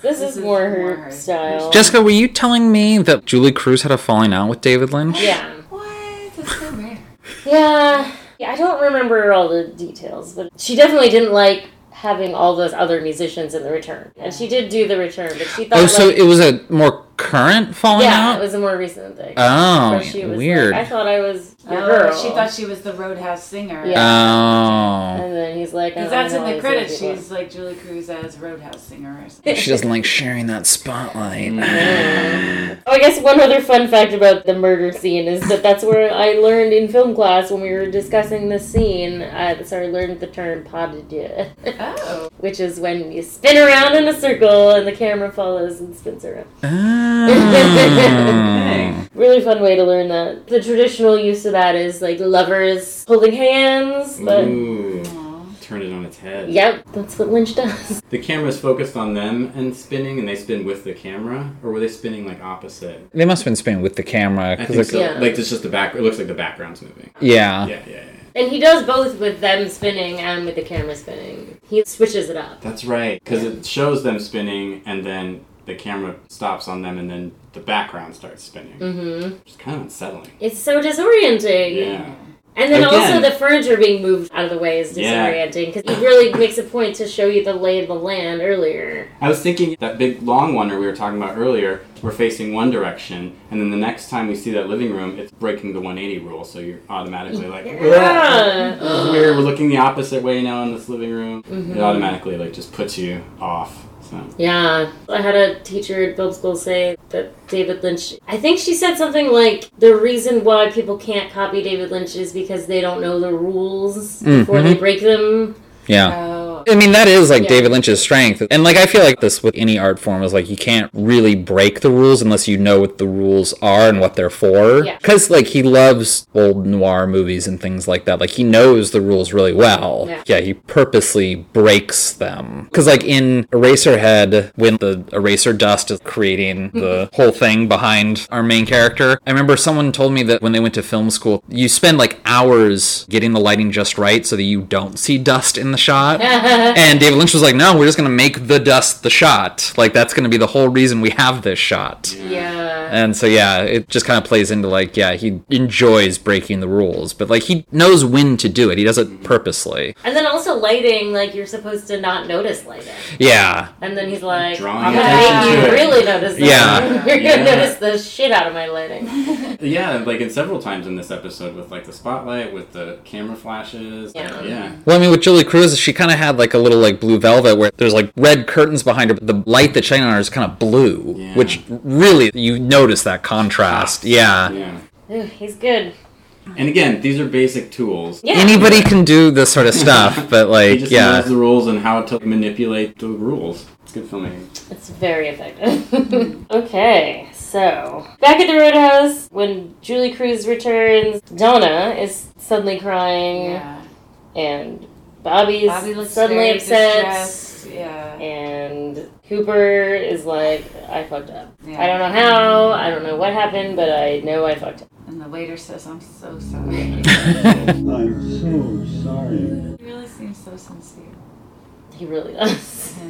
[SPEAKER 2] This, is, more her style.
[SPEAKER 4] Jessica, were you telling me that Julie Cruz had a falling out with David Lynch?
[SPEAKER 2] Yeah. What? That's so rare. yeah. Yeah, I don't remember all the details, but she definitely didn't like having all those other musicians in the return. And she did do the return, but she thought
[SPEAKER 4] Oh, so
[SPEAKER 2] like,
[SPEAKER 4] it was a more current falling
[SPEAKER 2] yeah,
[SPEAKER 4] out?
[SPEAKER 2] it was a more recent thing.
[SPEAKER 4] Oh,
[SPEAKER 2] Where she was
[SPEAKER 4] weird.
[SPEAKER 2] like, I thought I was your girl.
[SPEAKER 3] Oh, she thought she was the roadhouse singer.
[SPEAKER 4] Oh.
[SPEAKER 2] And then he's like, I don't
[SPEAKER 3] Because that's in
[SPEAKER 2] know
[SPEAKER 3] the
[SPEAKER 2] these
[SPEAKER 3] credits.
[SPEAKER 2] other people.
[SPEAKER 3] She's like Julie Cruz as roadhouse singer or something.
[SPEAKER 4] She doesn't like sharing that spotlight.
[SPEAKER 2] Mm.
[SPEAKER 3] [laughs]
[SPEAKER 2] Oh, I guess one other fun fact about the murder scene is that that's where I learned in film class when we were discussing this scene. I, so I learned the term pas de deux,
[SPEAKER 3] Oh.
[SPEAKER 2] which is when you spin around in a circle and the camera follows and spins around.
[SPEAKER 4] Oh.
[SPEAKER 2] Really fun way to learn that. The traditional use of that is like lovers holding hands, but
[SPEAKER 5] [laughs] Ooh. Turn it on its head.
[SPEAKER 2] yep, that's what Lynch does. [laughs]
[SPEAKER 5] The camera's focused on them and spinning, and they spin with the camera, or were they spinning like opposite?
[SPEAKER 4] They must have been spinning with the camera.
[SPEAKER 5] I
[SPEAKER 4] 'cause
[SPEAKER 5] think
[SPEAKER 4] like-
[SPEAKER 5] so.
[SPEAKER 2] Yeah.
[SPEAKER 5] Like it's just the back. It looks like the background's moving.
[SPEAKER 4] Yeah.
[SPEAKER 5] Yeah, yeah, yeah.
[SPEAKER 2] And he does both with them spinning and with the camera spinning. He switches it up.
[SPEAKER 5] That's right, because it shows them spinning, and then the camera stops on them, and then the background starts spinning.
[SPEAKER 2] hmm
[SPEAKER 5] It's kind of unsettling.
[SPEAKER 2] It's so disorienting.
[SPEAKER 5] Yeah.
[SPEAKER 2] And then also
[SPEAKER 5] Again.
[SPEAKER 2] the furniture being moved out of the way is
[SPEAKER 5] Yeah.
[SPEAKER 2] disorienting because he really makes a point to show you the lay of the land earlier.
[SPEAKER 5] I was thinking that big long wonder we were talking about earlier, we're facing one direction, and then the next time we see that living room, it's breaking the 180 rule, so you're automatically like,
[SPEAKER 2] Yeah.
[SPEAKER 5] "Ugh, we're, we're looking the opposite way now in this living room.
[SPEAKER 2] Mhm.
[SPEAKER 5] It automatically like just puts you off. So.
[SPEAKER 2] Yeah. I had a teacher at film school say that David Lynch, I think she said something like the reason why people can't copy David Lynch is because they don't know the rules
[SPEAKER 4] Mm,
[SPEAKER 2] before they
[SPEAKER 4] mhm.
[SPEAKER 2] break them.
[SPEAKER 4] Yeah.
[SPEAKER 3] Oh,
[SPEAKER 4] I mean, that is like David Lynch's strength. And like, I feel like this with any art form is like, you can't really break the rules unless you know what the rules are and what they're for.
[SPEAKER 17] Yeah.
[SPEAKER 4] Because like, he loves old noir movies and things like that. Like, he knows the rules really well.
[SPEAKER 17] Yeah.
[SPEAKER 4] he purposely breaks them. Because like in Eraserhead, when the eraser dust is creating
[SPEAKER 17] [laughs]
[SPEAKER 4] the whole thing behind our main character, I remember someone told me that when they went to film school, you spend like hours getting the lighting just right so that you don't see dust in the
[SPEAKER 17] [laughs]
[SPEAKER 4] shot and David Lynch was like, "No, we're just gonna make the dust the shot. Like that's gonna be the whole reason we have this shot."
[SPEAKER 17] Yeah.
[SPEAKER 4] And so yeah, it just kind of plays into like, yeah, he enjoys breaking the rules, but like he knows when to do it. He does it purposely.
[SPEAKER 2] And then also lighting, like you're supposed to not notice lighting.
[SPEAKER 4] Yeah.
[SPEAKER 2] And then he's like,
[SPEAKER 4] Drawing
[SPEAKER 2] I'm gonna
[SPEAKER 5] attention
[SPEAKER 2] make
[SPEAKER 5] to
[SPEAKER 2] you
[SPEAKER 5] it.
[SPEAKER 2] really notice this.
[SPEAKER 5] Yeah.
[SPEAKER 2] [laughs] You're gonna
[SPEAKER 5] Yeah.
[SPEAKER 2] notice the shit out of my lighting.
[SPEAKER 5] Yeah, like in several times in this episode with like the spotlight, with the camera flashes. Yeah. yeah.
[SPEAKER 4] Well, I mean, with Julie Cruz, she kind of had like a little like blue velvet where there's like red curtains behind her, but the light that's shining on her is kind of blue, which really you notice that contrast. Yeah.
[SPEAKER 5] Yeah.
[SPEAKER 2] Ooh, he's good.
[SPEAKER 5] And again, these are basic tools.
[SPEAKER 2] Yeah.
[SPEAKER 4] Anybody can do this sort of stuff, but
[SPEAKER 5] He
[SPEAKER 4] like,
[SPEAKER 5] just
[SPEAKER 4] yeah.
[SPEAKER 5] knows the rules and how to manipulate the rules. It's good filmmaking.
[SPEAKER 2] It's very
[SPEAKER 3] Mm-hmm.
[SPEAKER 2] effective. [laughs] okay, so back at the roadhouse, when Julie Cruz returns, Donna is suddenly crying, and Bobby's
[SPEAKER 3] Bobby looks
[SPEAKER 2] suddenly
[SPEAKER 3] very
[SPEAKER 2] upset,
[SPEAKER 3] distressed, yeah.
[SPEAKER 2] and Cooper is like, "I fucked up.
[SPEAKER 3] Yeah.
[SPEAKER 2] I don't know how. I don't know what happened, but I know I fucked up."
[SPEAKER 3] And the waiter says, I'm
[SPEAKER 2] [laughs]
[SPEAKER 3] so sorry.
[SPEAKER 18] I'm so sorry.
[SPEAKER 3] He really seems so sincere.
[SPEAKER 2] He really does. [laughs]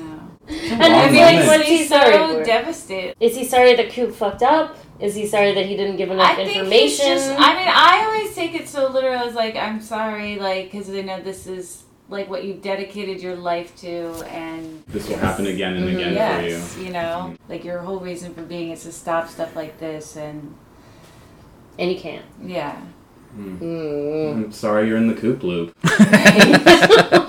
[SPEAKER 3] Yeah.
[SPEAKER 2] And I feel like, what is he
[SPEAKER 3] He's
[SPEAKER 2] sorry
[SPEAKER 3] so
[SPEAKER 2] for?
[SPEAKER 3] devastated.
[SPEAKER 2] Is he sorry that Coop fucked up? Is he sorry that he didn't give enough
[SPEAKER 3] I think he's
[SPEAKER 2] information?
[SPEAKER 3] just. I mean, I always take it so literal as like I'm sorry, like because I know this is like what you've dedicated your life to, and
[SPEAKER 5] This will happen again and
[SPEAKER 3] Mhm.
[SPEAKER 5] again
[SPEAKER 3] yes,
[SPEAKER 5] for
[SPEAKER 3] you. know, like your whole reason for being is to stop stuff like this, and
[SPEAKER 2] and you can't.
[SPEAKER 3] Yeah.
[SPEAKER 5] you. Hmm. I'm sorry you're in the coop loop.
[SPEAKER 2] oh [laughs]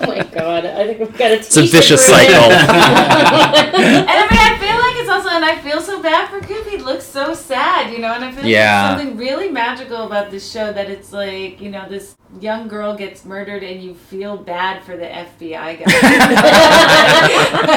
[SPEAKER 2] my god! I think we've got a.
[SPEAKER 5] It's a
[SPEAKER 2] t-shirt
[SPEAKER 5] vicious
[SPEAKER 2] for him.
[SPEAKER 5] cycle.
[SPEAKER 3] and I mean, I feel like it's also, and I feel so bad for Coop. He looks so sad, you know. And I feel like
[SPEAKER 4] Yeah.
[SPEAKER 3] there's something really magical about this show that it's like, you know, this young girl gets murdered, and you feel bad for the FBI guy. [laughs] but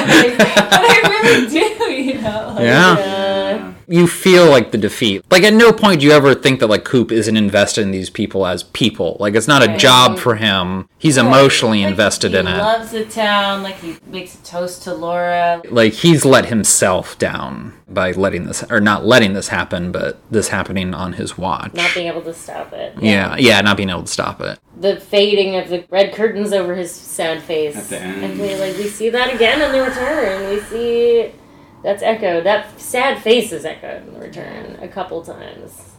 [SPEAKER 3] I really do, you know. like,
[SPEAKER 4] [laughs] Yeah.
[SPEAKER 2] uh,
[SPEAKER 4] you feel like the defeat. Like at no point do you ever think that like Coop isn't invested in these people as people. Like it's not a
[SPEAKER 3] Right.
[SPEAKER 4] job for him. He's emotionally invested
[SPEAKER 3] he
[SPEAKER 4] in it.
[SPEAKER 3] loves the town. Like he makes a toast to Laura.
[SPEAKER 4] like he's let himself down by letting this or not letting this happen, but this happening on his watch.
[SPEAKER 2] [laughs] not being able to stop it.
[SPEAKER 4] yeah, yeah, not being able to stop it.
[SPEAKER 2] The fading of the red curtains over his sad face.
[SPEAKER 4] At the end.
[SPEAKER 2] And we like we see that again in the return. We see that's echoed. That sad face is echoed in the return a couple times.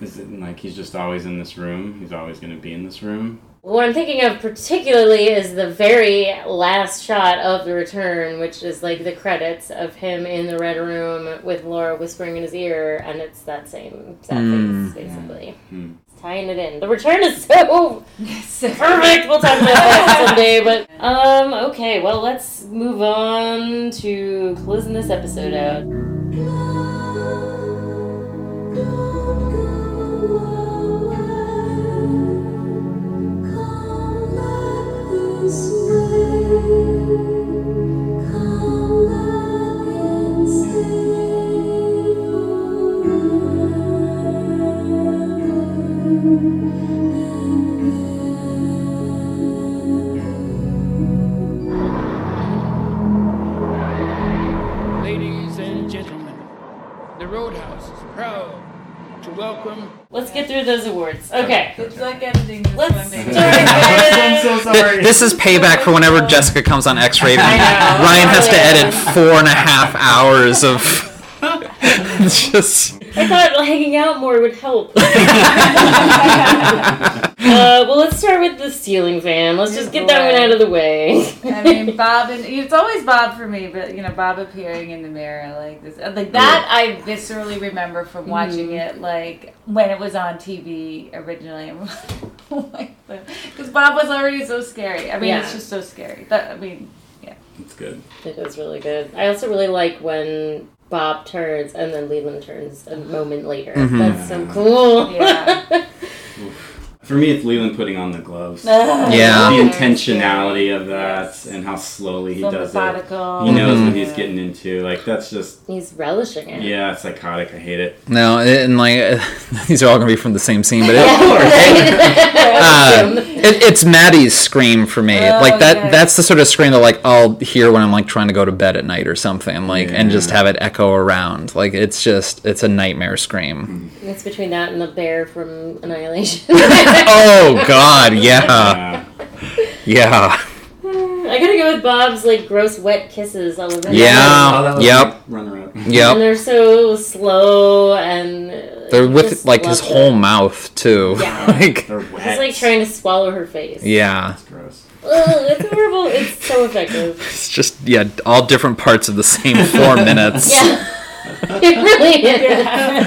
[SPEAKER 5] Is it like he's just always in this room? He's always going to be in this room?
[SPEAKER 2] What I'm thinking of particularly is the very last shot of the return, which is like the credits of him in the red room with Laura whispering in his ear, and it's that same sad
[SPEAKER 17] Mm.
[SPEAKER 2] face, basically.
[SPEAKER 5] Hmm.
[SPEAKER 2] Tying it in. The return is so perfect. We'll talk about that someday, but um, okay, well let's move on to closing this episode out.
[SPEAKER 19] Ladies and gentlemen, the Roadhouse is proud to welcome.
[SPEAKER 2] Let's get through those awards. Okay.
[SPEAKER 3] Good luck editing this Let's one. Nick.
[SPEAKER 5] [laughs]
[SPEAKER 2] I'm
[SPEAKER 4] Th- [laughs] This is payback for whenever Jessica comes on X Raven. Ryan has to edit four and a half hours of [laughs] it's just [laughs]
[SPEAKER 2] I thought hanging out more would help. uh, well, let's start with the ceiling fan. Let's just get that one out of the way.
[SPEAKER 3] I
[SPEAKER 2] [laughs]
[SPEAKER 3] mean, Bob and it's always Bob for me, but you know, Bob appearing in the mirror like this, uh, like that, I viscerally remember from watching it, like when it was on TV originally. [laughs] Because Bob was already so scary. I mean, it's
[SPEAKER 2] Yeah.
[SPEAKER 3] just so scary. That I mean, yeah.
[SPEAKER 5] It's good.
[SPEAKER 2] It is really good. I also really like when Bob turns and
[SPEAKER 4] Mm-hmm.
[SPEAKER 2] then Leland turns a moment later.
[SPEAKER 5] Mhm.
[SPEAKER 2] That's so cool.
[SPEAKER 3] Yeah.
[SPEAKER 5] For me, it's Leland putting on
[SPEAKER 2] [laughs]
[SPEAKER 5] the gloves.
[SPEAKER 4] Yeah.
[SPEAKER 5] The intentionality of that and how slowly he
[SPEAKER 2] So
[SPEAKER 5] does
[SPEAKER 2] methodical.
[SPEAKER 5] it. He knows
[SPEAKER 4] Mhm.
[SPEAKER 5] what he's getting into. Like, that's just,
[SPEAKER 2] [laughs] He's relishing it.
[SPEAKER 5] yeah, it's psychotic. I hate it.
[SPEAKER 4] No, and like [laughs] these are all gonna be from the same scene,
[SPEAKER 2] [laughs]
[SPEAKER 4] but [laughs] it,
[SPEAKER 2] Yeah.
[SPEAKER 4] uh, it, it's Maddie's scream for me.
[SPEAKER 2] Oh,
[SPEAKER 4] like that,
[SPEAKER 2] yeah.
[SPEAKER 4] that's the sort of scream that like I'll hear when I'm like trying to go to bed at night or something, like, and just have it echo around. Like it's just, it's a
[SPEAKER 2] [laughs]
[SPEAKER 4] nightmare scream. [laughs]
[SPEAKER 2] It's between that and the bear from Annihilation. [laughs]
[SPEAKER 4] oh God, yeah, yeah,
[SPEAKER 2] I gotta go with Bob's like gross wet kisses all over.
[SPEAKER 4] Yeah.
[SPEAKER 5] Oh, that was
[SPEAKER 4] Yep.
[SPEAKER 5] my Runner-up.
[SPEAKER 2] And
[SPEAKER 4] yep.
[SPEAKER 2] they're so slow and uh,
[SPEAKER 4] They're
[SPEAKER 2] just
[SPEAKER 4] with like his
[SPEAKER 2] love
[SPEAKER 4] whole
[SPEAKER 2] it.
[SPEAKER 4] mouth too.
[SPEAKER 2] Yeah.
[SPEAKER 4] [laughs] like,
[SPEAKER 5] They're
[SPEAKER 2] He's
[SPEAKER 5] wet.
[SPEAKER 2] like trying to swallow her face.
[SPEAKER 4] yeah.
[SPEAKER 5] gross. [laughs]
[SPEAKER 2] Ugh, it's horrible. It's so
[SPEAKER 4] [laughs]
[SPEAKER 2] effective.
[SPEAKER 4] It's just yeah, all different parts of the same
[SPEAKER 2] [laughs]
[SPEAKER 4] four minutes.
[SPEAKER 2] Yeah. It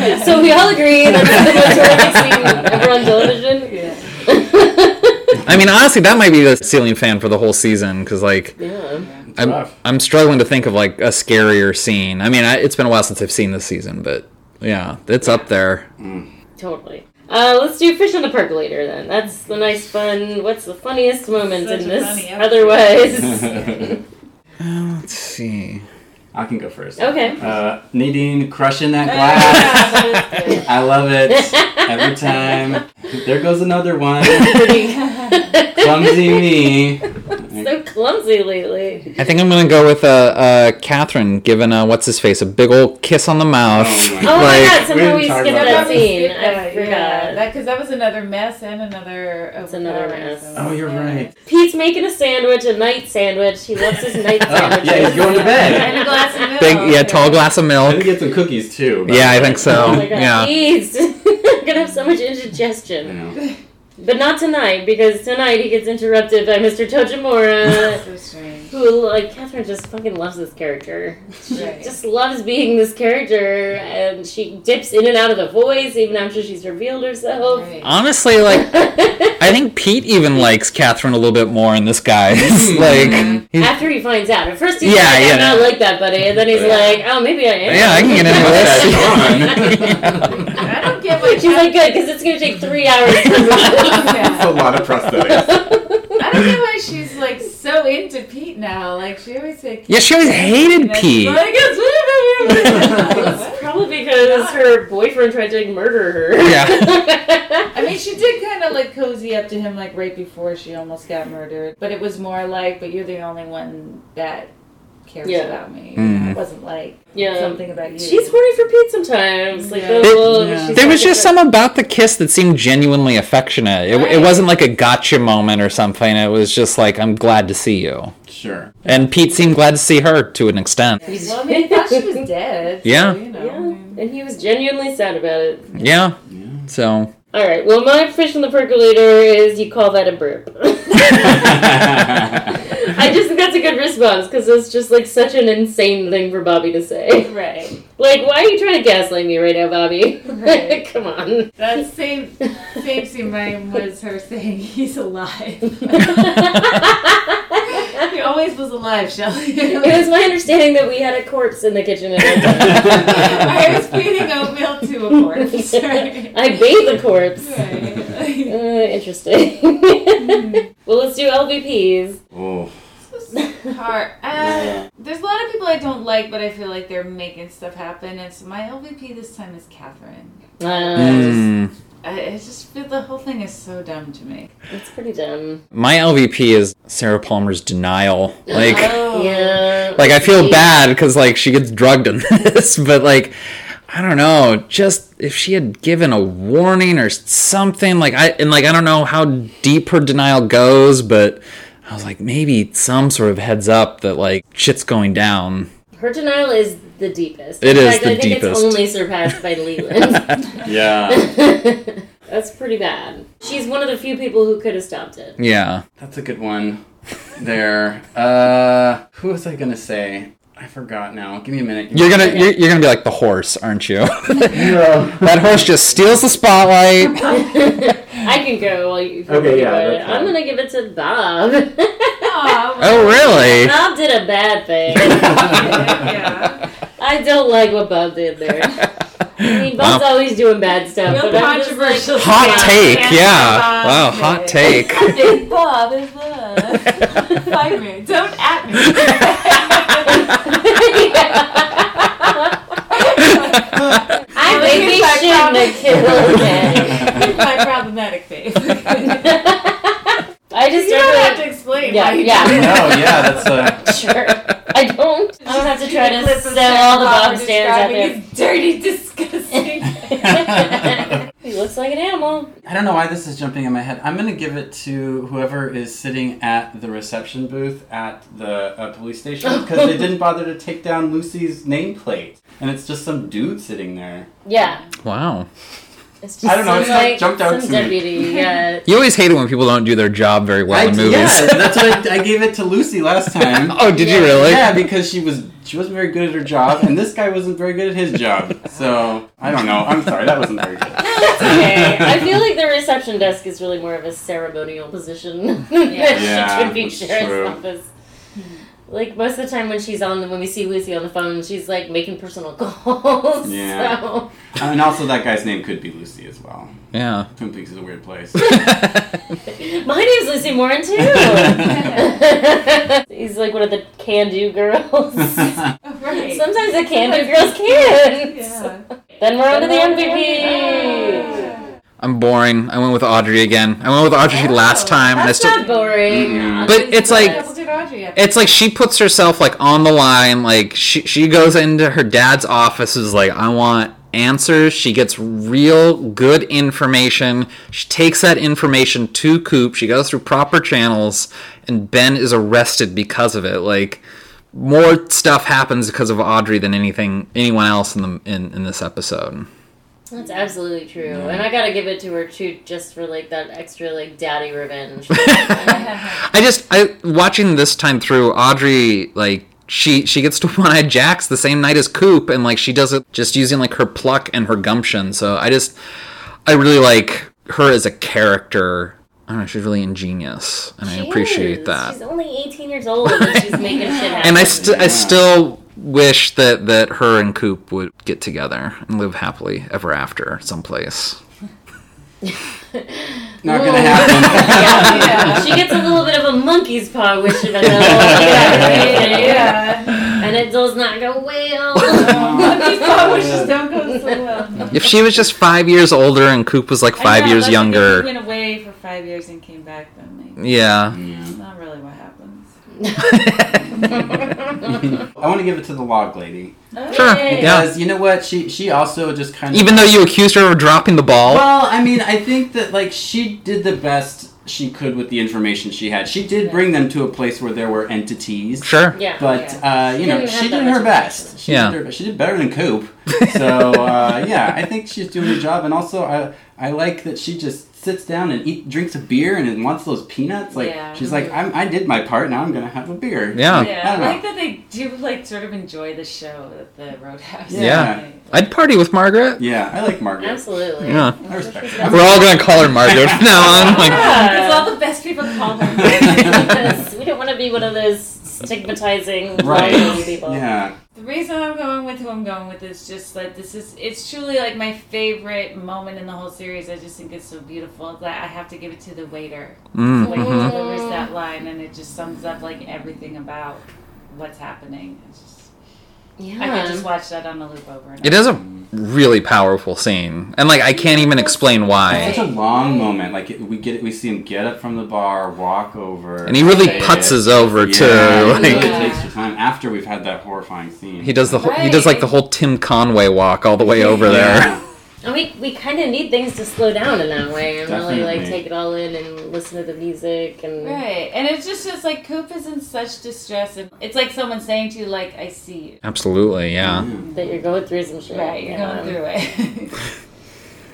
[SPEAKER 5] [laughs]
[SPEAKER 2] really is. So we all agree that's the most horrific
[SPEAKER 5] [laughs]
[SPEAKER 2] scene ever on television. [laughs]
[SPEAKER 4] I mean, honestly, that might be the ceiling fan for the whole season because like
[SPEAKER 2] Yeah.
[SPEAKER 4] I'm I'm struggling to think of like a scarier scene. I mean, I, it's been a while since I've seen this season, but yeah, it's up there.
[SPEAKER 2] Totally. Uh, let's do fish on the percolator then. That's the nice fun. What's the funniest moment
[SPEAKER 3] Such
[SPEAKER 2] in
[SPEAKER 3] a
[SPEAKER 2] this?
[SPEAKER 3] funny episode.
[SPEAKER 5] [laughs]
[SPEAKER 2] Otherwise,
[SPEAKER 4] Uh, let's see.
[SPEAKER 5] I can go first.
[SPEAKER 2] Okay.
[SPEAKER 5] Uh, Nadine crushing
[SPEAKER 2] [laughs]
[SPEAKER 5] that [laughs] glass. I love it every time. There goes another one. Clumsy me.
[SPEAKER 2] so clumsy lately.
[SPEAKER 4] I think I'm gonna go with uh, uh Catherine giving uh what's his face a big old kiss on the mouth.
[SPEAKER 5] Oh
[SPEAKER 2] Oh my god! Somehow
[SPEAKER 5] didn't
[SPEAKER 2] we
[SPEAKER 5] talk
[SPEAKER 2] skipped
[SPEAKER 5] about
[SPEAKER 2] that
[SPEAKER 5] that.
[SPEAKER 2] scene.
[SPEAKER 3] Yeah,
[SPEAKER 2] I forgot.
[SPEAKER 3] that because that was another mess and another. That's
[SPEAKER 2] another mess.
[SPEAKER 5] Oh, you're right.
[SPEAKER 2] Pete's making a sandwich, a night sandwich. He loves his
[SPEAKER 5] [laughs]
[SPEAKER 2] night sandwich.
[SPEAKER 5] Oh, yeah, he's going to bed.
[SPEAKER 2] And a glass of milk.
[SPEAKER 4] Big yeah, tall glass of
[SPEAKER 5] I think
[SPEAKER 4] milk.
[SPEAKER 5] he had some cookies too. but-
[SPEAKER 4] Yeah, I think so.
[SPEAKER 5] [laughs]
[SPEAKER 2] Oh my god,
[SPEAKER 4] Yeah.
[SPEAKER 2] please. [laughs] I'm gonna have so much
[SPEAKER 5] I
[SPEAKER 2] indigestion.
[SPEAKER 5] know.
[SPEAKER 2] But not tonight, because tonight he gets interrupted by Mr.
[SPEAKER 4] [laughs]
[SPEAKER 2] Tojimura,
[SPEAKER 3] So strange.
[SPEAKER 2] who, like, Catherine just fucking loves this character. She
[SPEAKER 3] Right.
[SPEAKER 2] just loves being this character, and she dips in and out of the voice even after she's revealed herself.
[SPEAKER 3] Right.
[SPEAKER 4] Honestly, like I think Pete even likes Catherine a little bit more in this guy. [laughs] It's like he's-
[SPEAKER 2] [laughs] After he finds out. At first he's
[SPEAKER 4] Yeah,
[SPEAKER 2] like, I'm
[SPEAKER 4] yeah.
[SPEAKER 2] not like that, buddy. And then he's
[SPEAKER 5] Yeah.
[SPEAKER 2] like, oh, maybe I am.
[SPEAKER 4] yeah, I can get [laughs] into this.
[SPEAKER 5] Mustache on.
[SPEAKER 3] I don't get
[SPEAKER 2] [laughs]
[SPEAKER 3] what
[SPEAKER 2] She's like, good, because it's going to take three hours to resolve this."
[SPEAKER 3] [laughs]
[SPEAKER 5] [laughs] That's a lot of
[SPEAKER 4] [laughs]
[SPEAKER 5] prosthetics.
[SPEAKER 2] [laughs]
[SPEAKER 3] I don't get why she's like so into Pete now. Like she always like.
[SPEAKER 4] Yeah, she always hated
[SPEAKER 3] And she's
[SPEAKER 4] Pete.
[SPEAKER 3] Like, it's-
[SPEAKER 4] [laughs]
[SPEAKER 3] [laughs]
[SPEAKER 2] It's probably because her boyfriend tried to like, murder her. Yeah.
[SPEAKER 3] I mean, she did kind of like cozy up to him like right before she almost got murdered, but it was more like, "But you're the only one that cares
[SPEAKER 2] Yeah.
[SPEAKER 3] about me."
[SPEAKER 4] Mhm.
[SPEAKER 3] It wasn't like
[SPEAKER 2] [laughs] yeah.
[SPEAKER 3] something about you.
[SPEAKER 2] She's worried for Pete sometimes. Like,
[SPEAKER 3] Yeah.
[SPEAKER 2] the
[SPEAKER 4] There-
[SPEAKER 2] little-
[SPEAKER 5] yeah.
[SPEAKER 2] she's
[SPEAKER 4] There
[SPEAKER 2] like
[SPEAKER 4] was just
[SPEAKER 2] different-
[SPEAKER 4] some about the kiss that seemed genuinely affectionate. It, it
[SPEAKER 2] Right.
[SPEAKER 4] wasn't like a gotcha moment or something. It was just like, I'm glad to see you.
[SPEAKER 5] Sure. [laughs]
[SPEAKER 4] And Pete seemed glad to see her to an extent.
[SPEAKER 3] well, I mean, I thought she
[SPEAKER 2] [laughs]
[SPEAKER 3] was dead. so,
[SPEAKER 4] Yeah.
[SPEAKER 3] you know, I mean,
[SPEAKER 2] Yeah, and he was genuinely sad about it.
[SPEAKER 4] Yeah.
[SPEAKER 5] Yeah.
[SPEAKER 4] So,
[SPEAKER 2] All right. Well, my fish in the percolator is you call that a burp. [laughs]
[SPEAKER 5] Oh,
[SPEAKER 2] I just think that's a good response because it's just like such an insane thing for Bobby to say.
[SPEAKER 3] Right.
[SPEAKER 2] Like, why are you trying to gaslight me right now, Bobby?
[SPEAKER 3] Right.
[SPEAKER 2] [laughs] Come on.
[SPEAKER 3] That
[SPEAKER 2] [laughs]
[SPEAKER 3] same same scene mine was her saying he's alive.
[SPEAKER 2] [laughs]
[SPEAKER 3] [laughs] he always was alive, Shelley.
[SPEAKER 2] It was my understanding that we had a corpse in the kitchen. And I,
[SPEAKER 3] I was feeding oatmeal to a [laughs] corpse. Right.
[SPEAKER 2] [laughs] I bathe a corpse. Uh,
[SPEAKER 3] Right. [laughs]
[SPEAKER 2] interesting. well, let's do LVPs.
[SPEAKER 5] Oh.
[SPEAKER 3] Hard. Uh, there's a lot of people I don't like, but I feel like they're making stuff happen. And so my LVP this time is Catherine.
[SPEAKER 2] Uh,
[SPEAKER 4] mm,
[SPEAKER 3] I, I just feel the whole thing is so dumb to me.
[SPEAKER 2] It's pretty dumb.
[SPEAKER 4] my LVP is Sarah Palmer's denial. Like,
[SPEAKER 3] Oh.
[SPEAKER 2] Yeah.
[SPEAKER 4] like I feel
[SPEAKER 2] She-
[SPEAKER 4] bad because, like, she gets drugged in [laughs] this, but, like, I don't know. Just if she had given a warning or something, like, I, and, like, I don't know how deep her denial goes, but I was like, maybe some sort of heads up that, like, shit's going down.
[SPEAKER 2] Her denial is the deepest.
[SPEAKER 4] It
[SPEAKER 2] In
[SPEAKER 4] is
[SPEAKER 2] fact,
[SPEAKER 4] the
[SPEAKER 2] I think it's
[SPEAKER 4] deepest.
[SPEAKER 2] only surpassed by
[SPEAKER 4] [laughs]
[SPEAKER 2] Leland.
[SPEAKER 5] Yeah.
[SPEAKER 2] That's pretty bad. She's one of the few people who could have stopped
[SPEAKER 4] [laughs]
[SPEAKER 2] it.
[SPEAKER 4] Yeah.
[SPEAKER 5] That's a good one. There. Uh, who was I gonna say? I forgot now. Give me a minute.
[SPEAKER 4] You're
[SPEAKER 5] [laughs]
[SPEAKER 4] gonna you're, you're gonna be like the horse, aren't you? [laughs] that horse just steals the spotlight.
[SPEAKER 2] [laughs] I can go while you.
[SPEAKER 5] Okay, yeah,
[SPEAKER 2] but
[SPEAKER 5] that's
[SPEAKER 2] I'm
[SPEAKER 5] fine.
[SPEAKER 2] gonna give it to
[SPEAKER 4] [laughs]
[SPEAKER 2] Bob.
[SPEAKER 3] Aw, well,
[SPEAKER 4] Oh,
[SPEAKER 2] [laughs]
[SPEAKER 4] really?
[SPEAKER 2] Bob did a
[SPEAKER 4] [laughs]
[SPEAKER 2] bad thing.
[SPEAKER 3] yeah.
[SPEAKER 2] I don't like what Bob did there. I mean, Bud's
[SPEAKER 4] Wow.
[SPEAKER 2] always doing bad stuff.
[SPEAKER 3] Real
[SPEAKER 2] but I'm just like-
[SPEAKER 3] controversial
[SPEAKER 4] Hot
[SPEAKER 3] stuff.
[SPEAKER 4] take,
[SPEAKER 3] Anthony
[SPEAKER 4] yeah.
[SPEAKER 3] Bob
[SPEAKER 4] Wow,
[SPEAKER 3] did it.
[SPEAKER 4] hot take.
[SPEAKER 3] Big Bob is love. Fight me. Don't at me.
[SPEAKER 4] [laughs]
[SPEAKER 3] [laughs]
[SPEAKER 2] [laughs]
[SPEAKER 4] [laughs]
[SPEAKER 2] I
[SPEAKER 3] Well,
[SPEAKER 2] think we
[SPEAKER 3] here's my
[SPEAKER 2] shouldn't
[SPEAKER 3] problem.
[SPEAKER 2] have killed him.
[SPEAKER 3] Here's my problematic face. [laughs]
[SPEAKER 2] I just
[SPEAKER 3] you don't have
[SPEAKER 2] don't
[SPEAKER 3] to explain
[SPEAKER 2] Yeah,
[SPEAKER 3] why you
[SPEAKER 2] yeah.
[SPEAKER 5] No, yeah,
[SPEAKER 3] [laughs]
[SPEAKER 5] that's uh,
[SPEAKER 2] really, sure. I don't. I don't have to try to
[SPEAKER 3] Clip of
[SPEAKER 2] sell all the
[SPEAKER 3] Bob
[SPEAKER 2] Bob stands out
[SPEAKER 3] describing
[SPEAKER 2] there.
[SPEAKER 3] his Dirty, [laughs] disgusting.
[SPEAKER 2] [laughs] He looks like an animal.
[SPEAKER 5] I don't know why this is jumping in my head. I'm gonna give it to whoever is sitting at the reception booth at the uh, police station because they didn't bother to take down Lucy's nameplate, and it's just some dude sitting there.
[SPEAKER 2] Yeah.
[SPEAKER 4] Wow.
[SPEAKER 2] It's just
[SPEAKER 5] I don't know,
[SPEAKER 2] some,
[SPEAKER 5] it's not
[SPEAKER 2] like,
[SPEAKER 5] jumped out
[SPEAKER 2] some
[SPEAKER 5] to me.
[SPEAKER 2] deputy. Yeah.
[SPEAKER 4] You always hate it when people don't do their job very well
[SPEAKER 5] I,
[SPEAKER 4] in movies.
[SPEAKER 5] Yeah, that's what I, I gave it to Lucy
[SPEAKER 4] [laughs]
[SPEAKER 5] last [laughs] time.
[SPEAKER 4] oh, did you really?
[SPEAKER 5] yeah, because she was she wasn't very good at her job, and this guy wasn't very good at his job. So I don't know. I'm sorry, that wasn't very [laughs] good.
[SPEAKER 2] Okay. I feel like the reception desk is really more of a ceremonial position [laughs] than
[SPEAKER 5] Yeah,
[SPEAKER 2] she should be
[SPEAKER 5] that's
[SPEAKER 2] sheriff's
[SPEAKER 5] true.
[SPEAKER 2] office. Like most of the time when she's on the when we see Lucy on the phone, she's like making personal [laughs] calls.
[SPEAKER 5] Yeah.
[SPEAKER 2] So
[SPEAKER 5] And also, that guy's name could be Lucy as well.
[SPEAKER 4] Yeah. [laughs]
[SPEAKER 5] Twin Peaks is a weird place. [laughs]
[SPEAKER 2] my name's Lucy Moran too. He's like one of the can-do
[SPEAKER 5] [laughs]
[SPEAKER 2] girls.
[SPEAKER 3] right.
[SPEAKER 2] Sometimes the can-do girls can.
[SPEAKER 3] [laughs] Yeah. Oh,
[SPEAKER 2] Then we're on to the
[SPEAKER 3] Then we're
[SPEAKER 2] MVP.
[SPEAKER 4] I'm boring. I went with Audrey again. I went with Audrey last time, and I
[SPEAKER 2] That's
[SPEAKER 4] still.
[SPEAKER 2] not boring.
[SPEAKER 4] Mm. But it's like-
[SPEAKER 3] Let's do Audrey [laughs] after.
[SPEAKER 4] It's like she puts herself like on the line. Like she she goes into her dad's office is like I want answers. She gets real good information. She takes that information to Coop. She goes through proper channels, and Ben is arrested because of it. Like more stuff happens because of Audrey than anything anyone else in the in, in this episode.
[SPEAKER 2] That's absolutely true, and I gotta give it to her too, just for like that extra like daddy
[SPEAKER 5] [laughs]
[SPEAKER 2] revenge.
[SPEAKER 4] I just I watching this time through Audrey like she she gets to [laughs] one eyed Jax the same night as Coop and like she does it just using like her pluck and her gumption. So I just I really like her as a character. I don't know, she's really ingenious and I appreciate
[SPEAKER 2] Jeez,
[SPEAKER 4] that.
[SPEAKER 2] She's only 18 years old and
[SPEAKER 5] [laughs]
[SPEAKER 2] she's making shit happen.
[SPEAKER 4] and I st- I still wish that that her and Coop would get together and live happily ever after someplace.
[SPEAKER 5] Not
[SPEAKER 4] [laughs]
[SPEAKER 5] gonna happen.
[SPEAKER 2] yeah. She gets a little bit of a monkey's paw wish about
[SPEAKER 5] [laughs]
[SPEAKER 2] that whole thing,
[SPEAKER 3] yeah.
[SPEAKER 2] and it does not go well.
[SPEAKER 5] [laughs]
[SPEAKER 3] [laughs] These Bob wishes don't go so well.
[SPEAKER 4] If she was just 5 years older and Coop was like 5
[SPEAKER 3] I know,
[SPEAKER 4] years
[SPEAKER 3] that's like if
[SPEAKER 4] younger.
[SPEAKER 3] He went away for five years and came back. Then like, [laughs]
[SPEAKER 4] Yeah. [laughs]
[SPEAKER 3] that's not really what happens.
[SPEAKER 5] I want to give it to the log lady.
[SPEAKER 4] Sure. Yeah.
[SPEAKER 5] Because you know what? She she also just kind of
[SPEAKER 4] Even though you accused her of dropping the ball.
[SPEAKER 5] Well, I mean, I think that like she did the best she could with the information she had. She did bring them to a place where there were entities.
[SPEAKER 4] sure.
[SPEAKER 2] Yeah.
[SPEAKER 5] But uh, you know,
[SPEAKER 2] didn't
[SPEAKER 5] she
[SPEAKER 2] have that
[SPEAKER 5] did
[SPEAKER 2] much
[SPEAKER 5] her best. She
[SPEAKER 4] Yeah.
[SPEAKER 5] did her best. She did better
[SPEAKER 4] [laughs]
[SPEAKER 5] than Coop. So uh, yeah, I think she's doing her job. And also, I I like that she just sits down and eat, drinks a beer and wants those peanuts. Like
[SPEAKER 3] Yeah.
[SPEAKER 5] she's like, I'm, I did my part. Now I'm gonna have a beer.
[SPEAKER 4] Yeah.
[SPEAKER 5] Like, I
[SPEAKER 3] Yeah,
[SPEAKER 5] don't
[SPEAKER 3] I
[SPEAKER 5] know.
[SPEAKER 3] like that they do like sort of enjoy the show at the Roadhouse.
[SPEAKER 4] Yeah.
[SPEAKER 5] Yeah.
[SPEAKER 4] I'd party with Margaret.
[SPEAKER 5] yeah, I like Margaret.
[SPEAKER 2] Absolutely.
[SPEAKER 4] Yeah.
[SPEAKER 5] I respect her.
[SPEAKER 4] We're all gonna call her Margaret from
[SPEAKER 3] [laughs]
[SPEAKER 4] now on. [laughs] Like,
[SPEAKER 3] Because
[SPEAKER 2] Yeah.
[SPEAKER 3] all the best people call
[SPEAKER 4] [laughs]
[SPEAKER 5] [laughs]
[SPEAKER 3] them.
[SPEAKER 2] Because we don't want to be one of those stigmatizing
[SPEAKER 5] Right.
[SPEAKER 2] lonely people.
[SPEAKER 5] Yeah.
[SPEAKER 3] the reason I'm going with who I'm going with is just that this is it's truly like my favorite moment in the whole series. I just think it's so beautiful that I have to give it to the waiter.
[SPEAKER 4] mm,
[SPEAKER 3] Like
[SPEAKER 4] mhm.
[SPEAKER 3] delivers that line and it just sums up like everything about what's happening. It's just I could just
[SPEAKER 2] Yeah.
[SPEAKER 3] watch that on a loop over and
[SPEAKER 4] It is a really powerful scene, and like I can't even explain
[SPEAKER 5] It's
[SPEAKER 4] why.
[SPEAKER 5] such a long moment. Like it, we get, we see him get up from the bar, walk over,
[SPEAKER 4] And he really
[SPEAKER 5] say
[SPEAKER 4] putzes
[SPEAKER 5] it.
[SPEAKER 4] over
[SPEAKER 5] Yeah,
[SPEAKER 4] too.
[SPEAKER 5] he really
[SPEAKER 4] Like
[SPEAKER 5] takes your time after we've had that horrifying scene.
[SPEAKER 4] he does the whole, he does like the whole Tim Conway walk all the way over there.
[SPEAKER 5] Yeah.
[SPEAKER 2] And we, we kind of need things to slow down in that way and really like
[SPEAKER 5] Definitely.
[SPEAKER 2] take it all in and listen to the music and
[SPEAKER 3] Right. And it's just it's like Coop is in such distress and it's like someone saying to you like I see you.
[SPEAKER 4] Absolutely, yeah.
[SPEAKER 2] that you're going through some shit.
[SPEAKER 3] Right, you're
[SPEAKER 2] Yeah.
[SPEAKER 3] going through it. [laughs]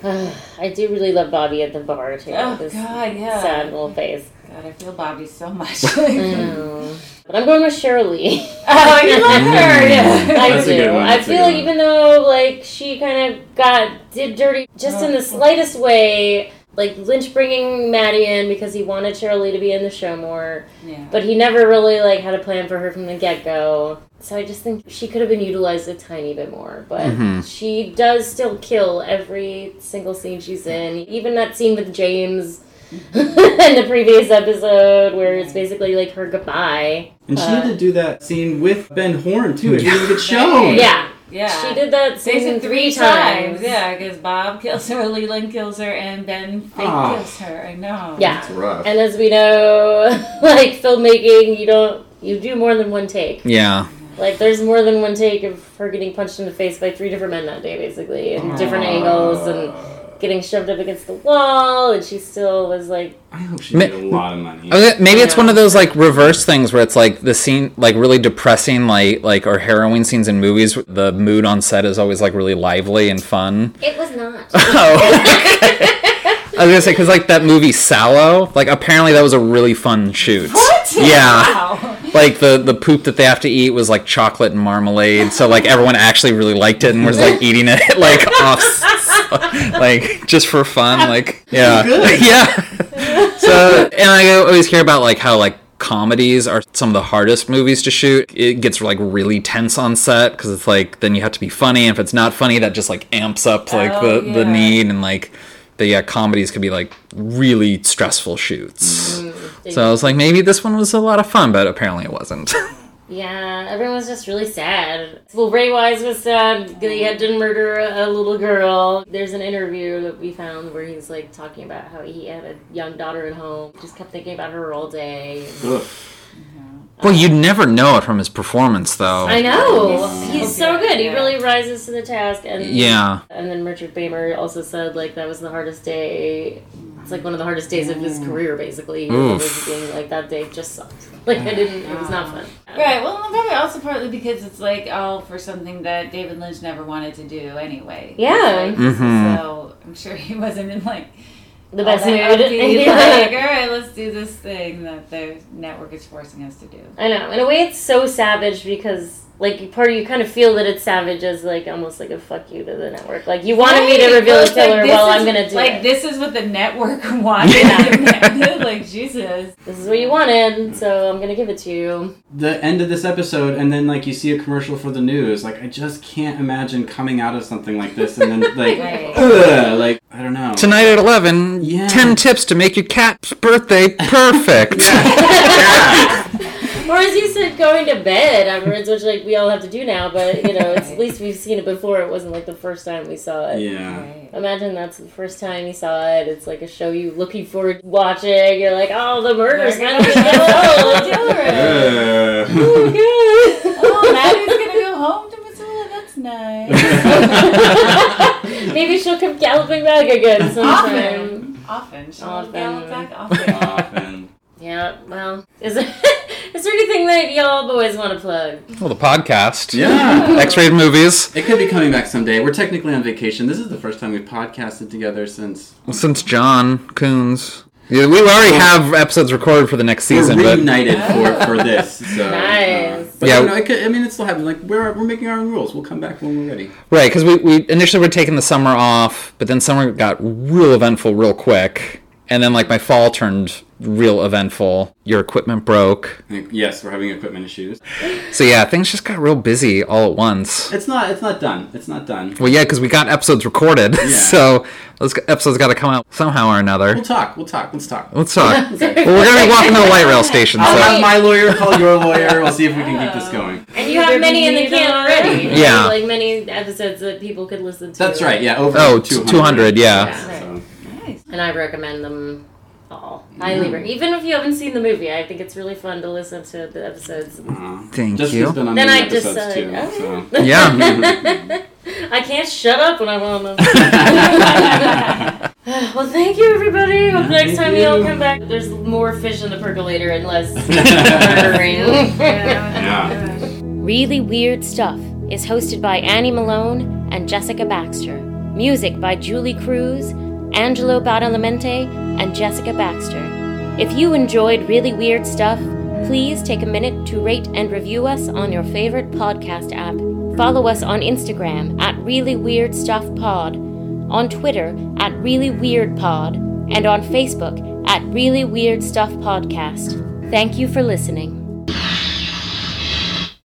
[SPEAKER 2] I do really love Bobby at the bar too.
[SPEAKER 3] Oh,
[SPEAKER 2] with his
[SPEAKER 3] God, yeah.
[SPEAKER 2] sad little face.
[SPEAKER 3] God, I feel Bobby so
[SPEAKER 2] [laughs]
[SPEAKER 3] much. [laughs]
[SPEAKER 2] Mm. But I'm going with Shirley.
[SPEAKER 3] Mm-hmm. Oh, you love her.
[SPEAKER 2] I
[SPEAKER 3] Yeah.
[SPEAKER 5] Mm-hmm. That's a
[SPEAKER 2] do.
[SPEAKER 5] good one,
[SPEAKER 2] I
[SPEAKER 5] that's a
[SPEAKER 2] feel like
[SPEAKER 5] good one.
[SPEAKER 3] Oh.
[SPEAKER 2] even though like she kind of got did dirty just in the slightest way, like Lynch bringing Maddie in because he wanted Shirley to be in the show more,
[SPEAKER 3] Yeah.
[SPEAKER 2] but he never really like had a plan for her from the get go. So I just think she could have been utilized a tiny bit more, but
[SPEAKER 4] Mhm.
[SPEAKER 2] she does still kill every single scene she's in. Even that scene with James [laughs] in the previous episode where it's basically like her goodbye.
[SPEAKER 5] And she
[SPEAKER 2] Uh,
[SPEAKER 5] had to do that scene with Ben Horn too. It didn't get shown.
[SPEAKER 2] yeah.
[SPEAKER 3] Oh, Yeah.
[SPEAKER 2] She did that
[SPEAKER 3] They
[SPEAKER 2] season
[SPEAKER 3] said
[SPEAKER 2] three,
[SPEAKER 3] three
[SPEAKER 2] times.
[SPEAKER 3] times. Yeah, because Bob kills her, [laughs] Leland kills her, and Ben fake
[SPEAKER 5] Ah.
[SPEAKER 3] kills her. I know.
[SPEAKER 2] Yeah.
[SPEAKER 5] It's rough.
[SPEAKER 2] And as we know, [laughs] like filmmaking, you don't you do more than one take.
[SPEAKER 4] Yeah.
[SPEAKER 2] Like there's more than one take of her getting punched in the face by three different men that day, basically, and different angles, and getting shoved up against the wall, and she still was like,
[SPEAKER 5] I hope she made a lot of money.
[SPEAKER 4] Okay, Maybe it's one of those like reverse things where it's like the scene, like really depressing, like like or harrowing scenes in movies. The mood on set is always like really lively and fun.
[SPEAKER 2] "It was not."
[SPEAKER 4] [laughs] I was gonna say because like that movie Sallow, like apparently that was a really fun shoot.
[SPEAKER 3] What?
[SPEAKER 4] Yeah,
[SPEAKER 3] Wow. [laughs]
[SPEAKER 4] like the the poop that they have to eat was like chocolate and marmalade, so like everyone actually really liked it and was like eating it [laughs] like off, like just for fun, like yeah, [laughs]
[SPEAKER 5] Good.
[SPEAKER 4] yeah. so and I always hear about like how like comedies are some of the hardest movies to shoot it gets like really tense on set because it's like then you have to be funny and if it's not funny that just like amps up like
[SPEAKER 3] Oh,
[SPEAKER 4] the the
[SPEAKER 3] yeah.
[SPEAKER 4] need and like the yeah comedies could be like really stressful shoots so i was like maybe this one was a lot of fun but apparently it wasn't [laughs]
[SPEAKER 2] Yeah, everyone was just really sad. Well, Ray Wise was sad. They had to murder a little girl. There's an interview that we found where he's like talking about how he had a young daughter at home. Just kept thinking about her all day.
[SPEAKER 5] Ugh.
[SPEAKER 4] well you'd never know it from his performance though
[SPEAKER 2] I know
[SPEAKER 3] He's so
[SPEAKER 2] he's so
[SPEAKER 3] good,
[SPEAKER 2] good. He
[SPEAKER 3] yeah.
[SPEAKER 2] really rises to the task. And
[SPEAKER 4] Yeah.
[SPEAKER 2] and then Richard Bamer also said like that was the hardest day. It's like one of the hardest days of his career, basically. He was
[SPEAKER 4] Oof.
[SPEAKER 2] being like that day just sucked. [laughs] Like I didn't. It was not fun.
[SPEAKER 3] Right. Well, and probably also partly because it's like all for something that David Lynch never wanted to do anyway.
[SPEAKER 2] Yeah.
[SPEAKER 3] Like,
[SPEAKER 4] Mhm.
[SPEAKER 3] So I'm sure he wasn't in like
[SPEAKER 2] The best
[SPEAKER 3] all that
[SPEAKER 2] mood. [laughs]
[SPEAKER 3] happy,
[SPEAKER 2] Yeah.
[SPEAKER 3] like, all right, let's do this thing that the network is forcing us to do.
[SPEAKER 2] I know. In a way, it's so savage because, like, part of you kind of feel that it's savage as, like, almost like a fuck you to the network. Like, you wanted me
[SPEAKER 3] Right,
[SPEAKER 2] to reveal
[SPEAKER 3] but
[SPEAKER 2] the killer,
[SPEAKER 3] like, this
[SPEAKER 2] well,
[SPEAKER 3] is-
[SPEAKER 2] I'm going to do
[SPEAKER 3] Like
[SPEAKER 2] it.
[SPEAKER 3] this is what the network [laughs] wanted. [laughs] like Jesus.
[SPEAKER 2] This is what you wanted, so I'm going to give it to you.
[SPEAKER 5] the end of this episode and then like you see a commercial for the news like i just can't imagine coming out of something like this and then like
[SPEAKER 3] Right.
[SPEAKER 5] [laughs] ugh, like i don't know
[SPEAKER 4] tonight at 11
[SPEAKER 5] Yeah.
[SPEAKER 4] 10 tips to make your cat's birthday
[SPEAKER 5] [laughs]
[SPEAKER 4] perfect
[SPEAKER 2] Or as you said, going to bed afterwards, which, like, we all have to do now, but, you know, it's, at least we've seen it before. It wasn't, like, the first time we saw it.
[SPEAKER 4] [laughs]
[SPEAKER 5] yeah
[SPEAKER 2] Imagine that's the first time you saw it. It's like a show you looking forward to watching. You're like, oh, the murder's
[SPEAKER 3] We're
[SPEAKER 2] going to be
[SPEAKER 3] gonna
[SPEAKER 2] killed.
[SPEAKER 5] Ugh.
[SPEAKER 3] Oh, Maddie's gonna go home to Missoula. That's
[SPEAKER 2] [laughs]
[SPEAKER 3] nice.
[SPEAKER 2] Maybe she'll come galloping back again sometime.
[SPEAKER 3] Often, often, she'll
[SPEAKER 2] Often.
[SPEAKER 3] gallop back often.
[SPEAKER 5] [laughs] Often.
[SPEAKER 2] Yeah, well, is there, [laughs] is there anything that y'all boys want to plug?
[SPEAKER 4] well the podcast
[SPEAKER 5] yeah
[SPEAKER 4] x-rated movies
[SPEAKER 5] it could be coming back someday we're technically on vacation this is the first time we've podcasted together since
[SPEAKER 4] since john coons yeah, we already have episodes recorded for the next season
[SPEAKER 5] we're
[SPEAKER 4] but
[SPEAKER 5] reunited for, for this so
[SPEAKER 2] Nice.
[SPEAKER 5] uh, but
[SPEAKER 4] Yeah.
[SPEAKER 5] yeah. you know, it could, i mean it still happens like we're, we're making our own rules we'll come back when we're ready
[SPEAKER 4] Right, because we, we initially were taking the summer off, but then summer got real eventful real quick. And then, like, my fall turned real eventful. Your equipment broke.
[SPEAKER 5] Like, yes we're having equipment issues
[SPEAKER 4] So, yeah, things just got real busy all at once.
[SPEAKER 5] it's not it's not done it's not done
[SPEAKER 4] Well, yeah, because we got episodes recorded. [laughs] So, those episodes got to come out somehow or another.
[SPEAKER 5] we'll talk we'll talk let's talk
[SPEAKER 4] Let's talk.
[SPEAKER 5] Okay.
[SPEAKER 4] well, we're going to be walking to the light rail station.
[SPEAKER 5] I'll have
[SPEAKER 4] So,
[SPEAKER 5] my lawyer call your lawyer. We'll see if we can keep this going.
[SPEAKER 2] And you have many in the can already. right?
[SPEAKER 4] Yeah.
[SPEAKER 2] Like many episodes that people could listen to.
[SPEAKER 5] That's right. Yeah. Over.
[SPEAKER 4] oh, t- 200, yeah.
[SPEAKER 5] So,
[SPEAKER 2] And I recommend them all. Highly recommend. Even if you haven't seen the movie, I think it's really fun to listen to the episodes.
[SPEAKER 5] uh,
[SPEAKER 4] Thank
[SPEAKER 5] Jessica's
[SPEAKER 4] you.
[SPEAKER 5] been on
[SPEAKER 2] Then
[SPEAKER 5] many
[SPEAKER 2] I just
[SPEAKER 5] episodes
[SPEAKER 2] said,
[SPEAKER 5] too.
[SPEAKER 2] okay.
[SPEAKER 5] So.
[SPEAKER 2] [laughs]
[SPEAKER 4] Yeah.
[SPEAKER 2] I can't shut up when I'm on
[SPEAKER 5] [laughs]
[SPEAKER 2] them. [laughs] well, thank you, everybody. Hope next
[SPEAKER 5] Thank
[SPEAKER 2] time you all
[SPEAKER 5] you.
[SPEAKER 2] come back, there's more fish in the percolator and
[SPEAKER 5] [laughs]
[SPEAKER 2] less murdering.
[SPEAKER 5] Yeah.
[SPEAKER 2] Really Weird Stuff is hosted by Annie Malone and Jessica Baxter. Music by Julie Cruz, Angelo Badalamenti, and Jessica Baxter. If you enjoyed Really Weird Stuff, please take a minute to rate and review us on your favorite podcast app. Follow us on Instagram at Really Weird Stuff Pod, on Twitter at Really Weird Pod, and on Facebook at Really Weird Stuff Podcast. Thank you for listening.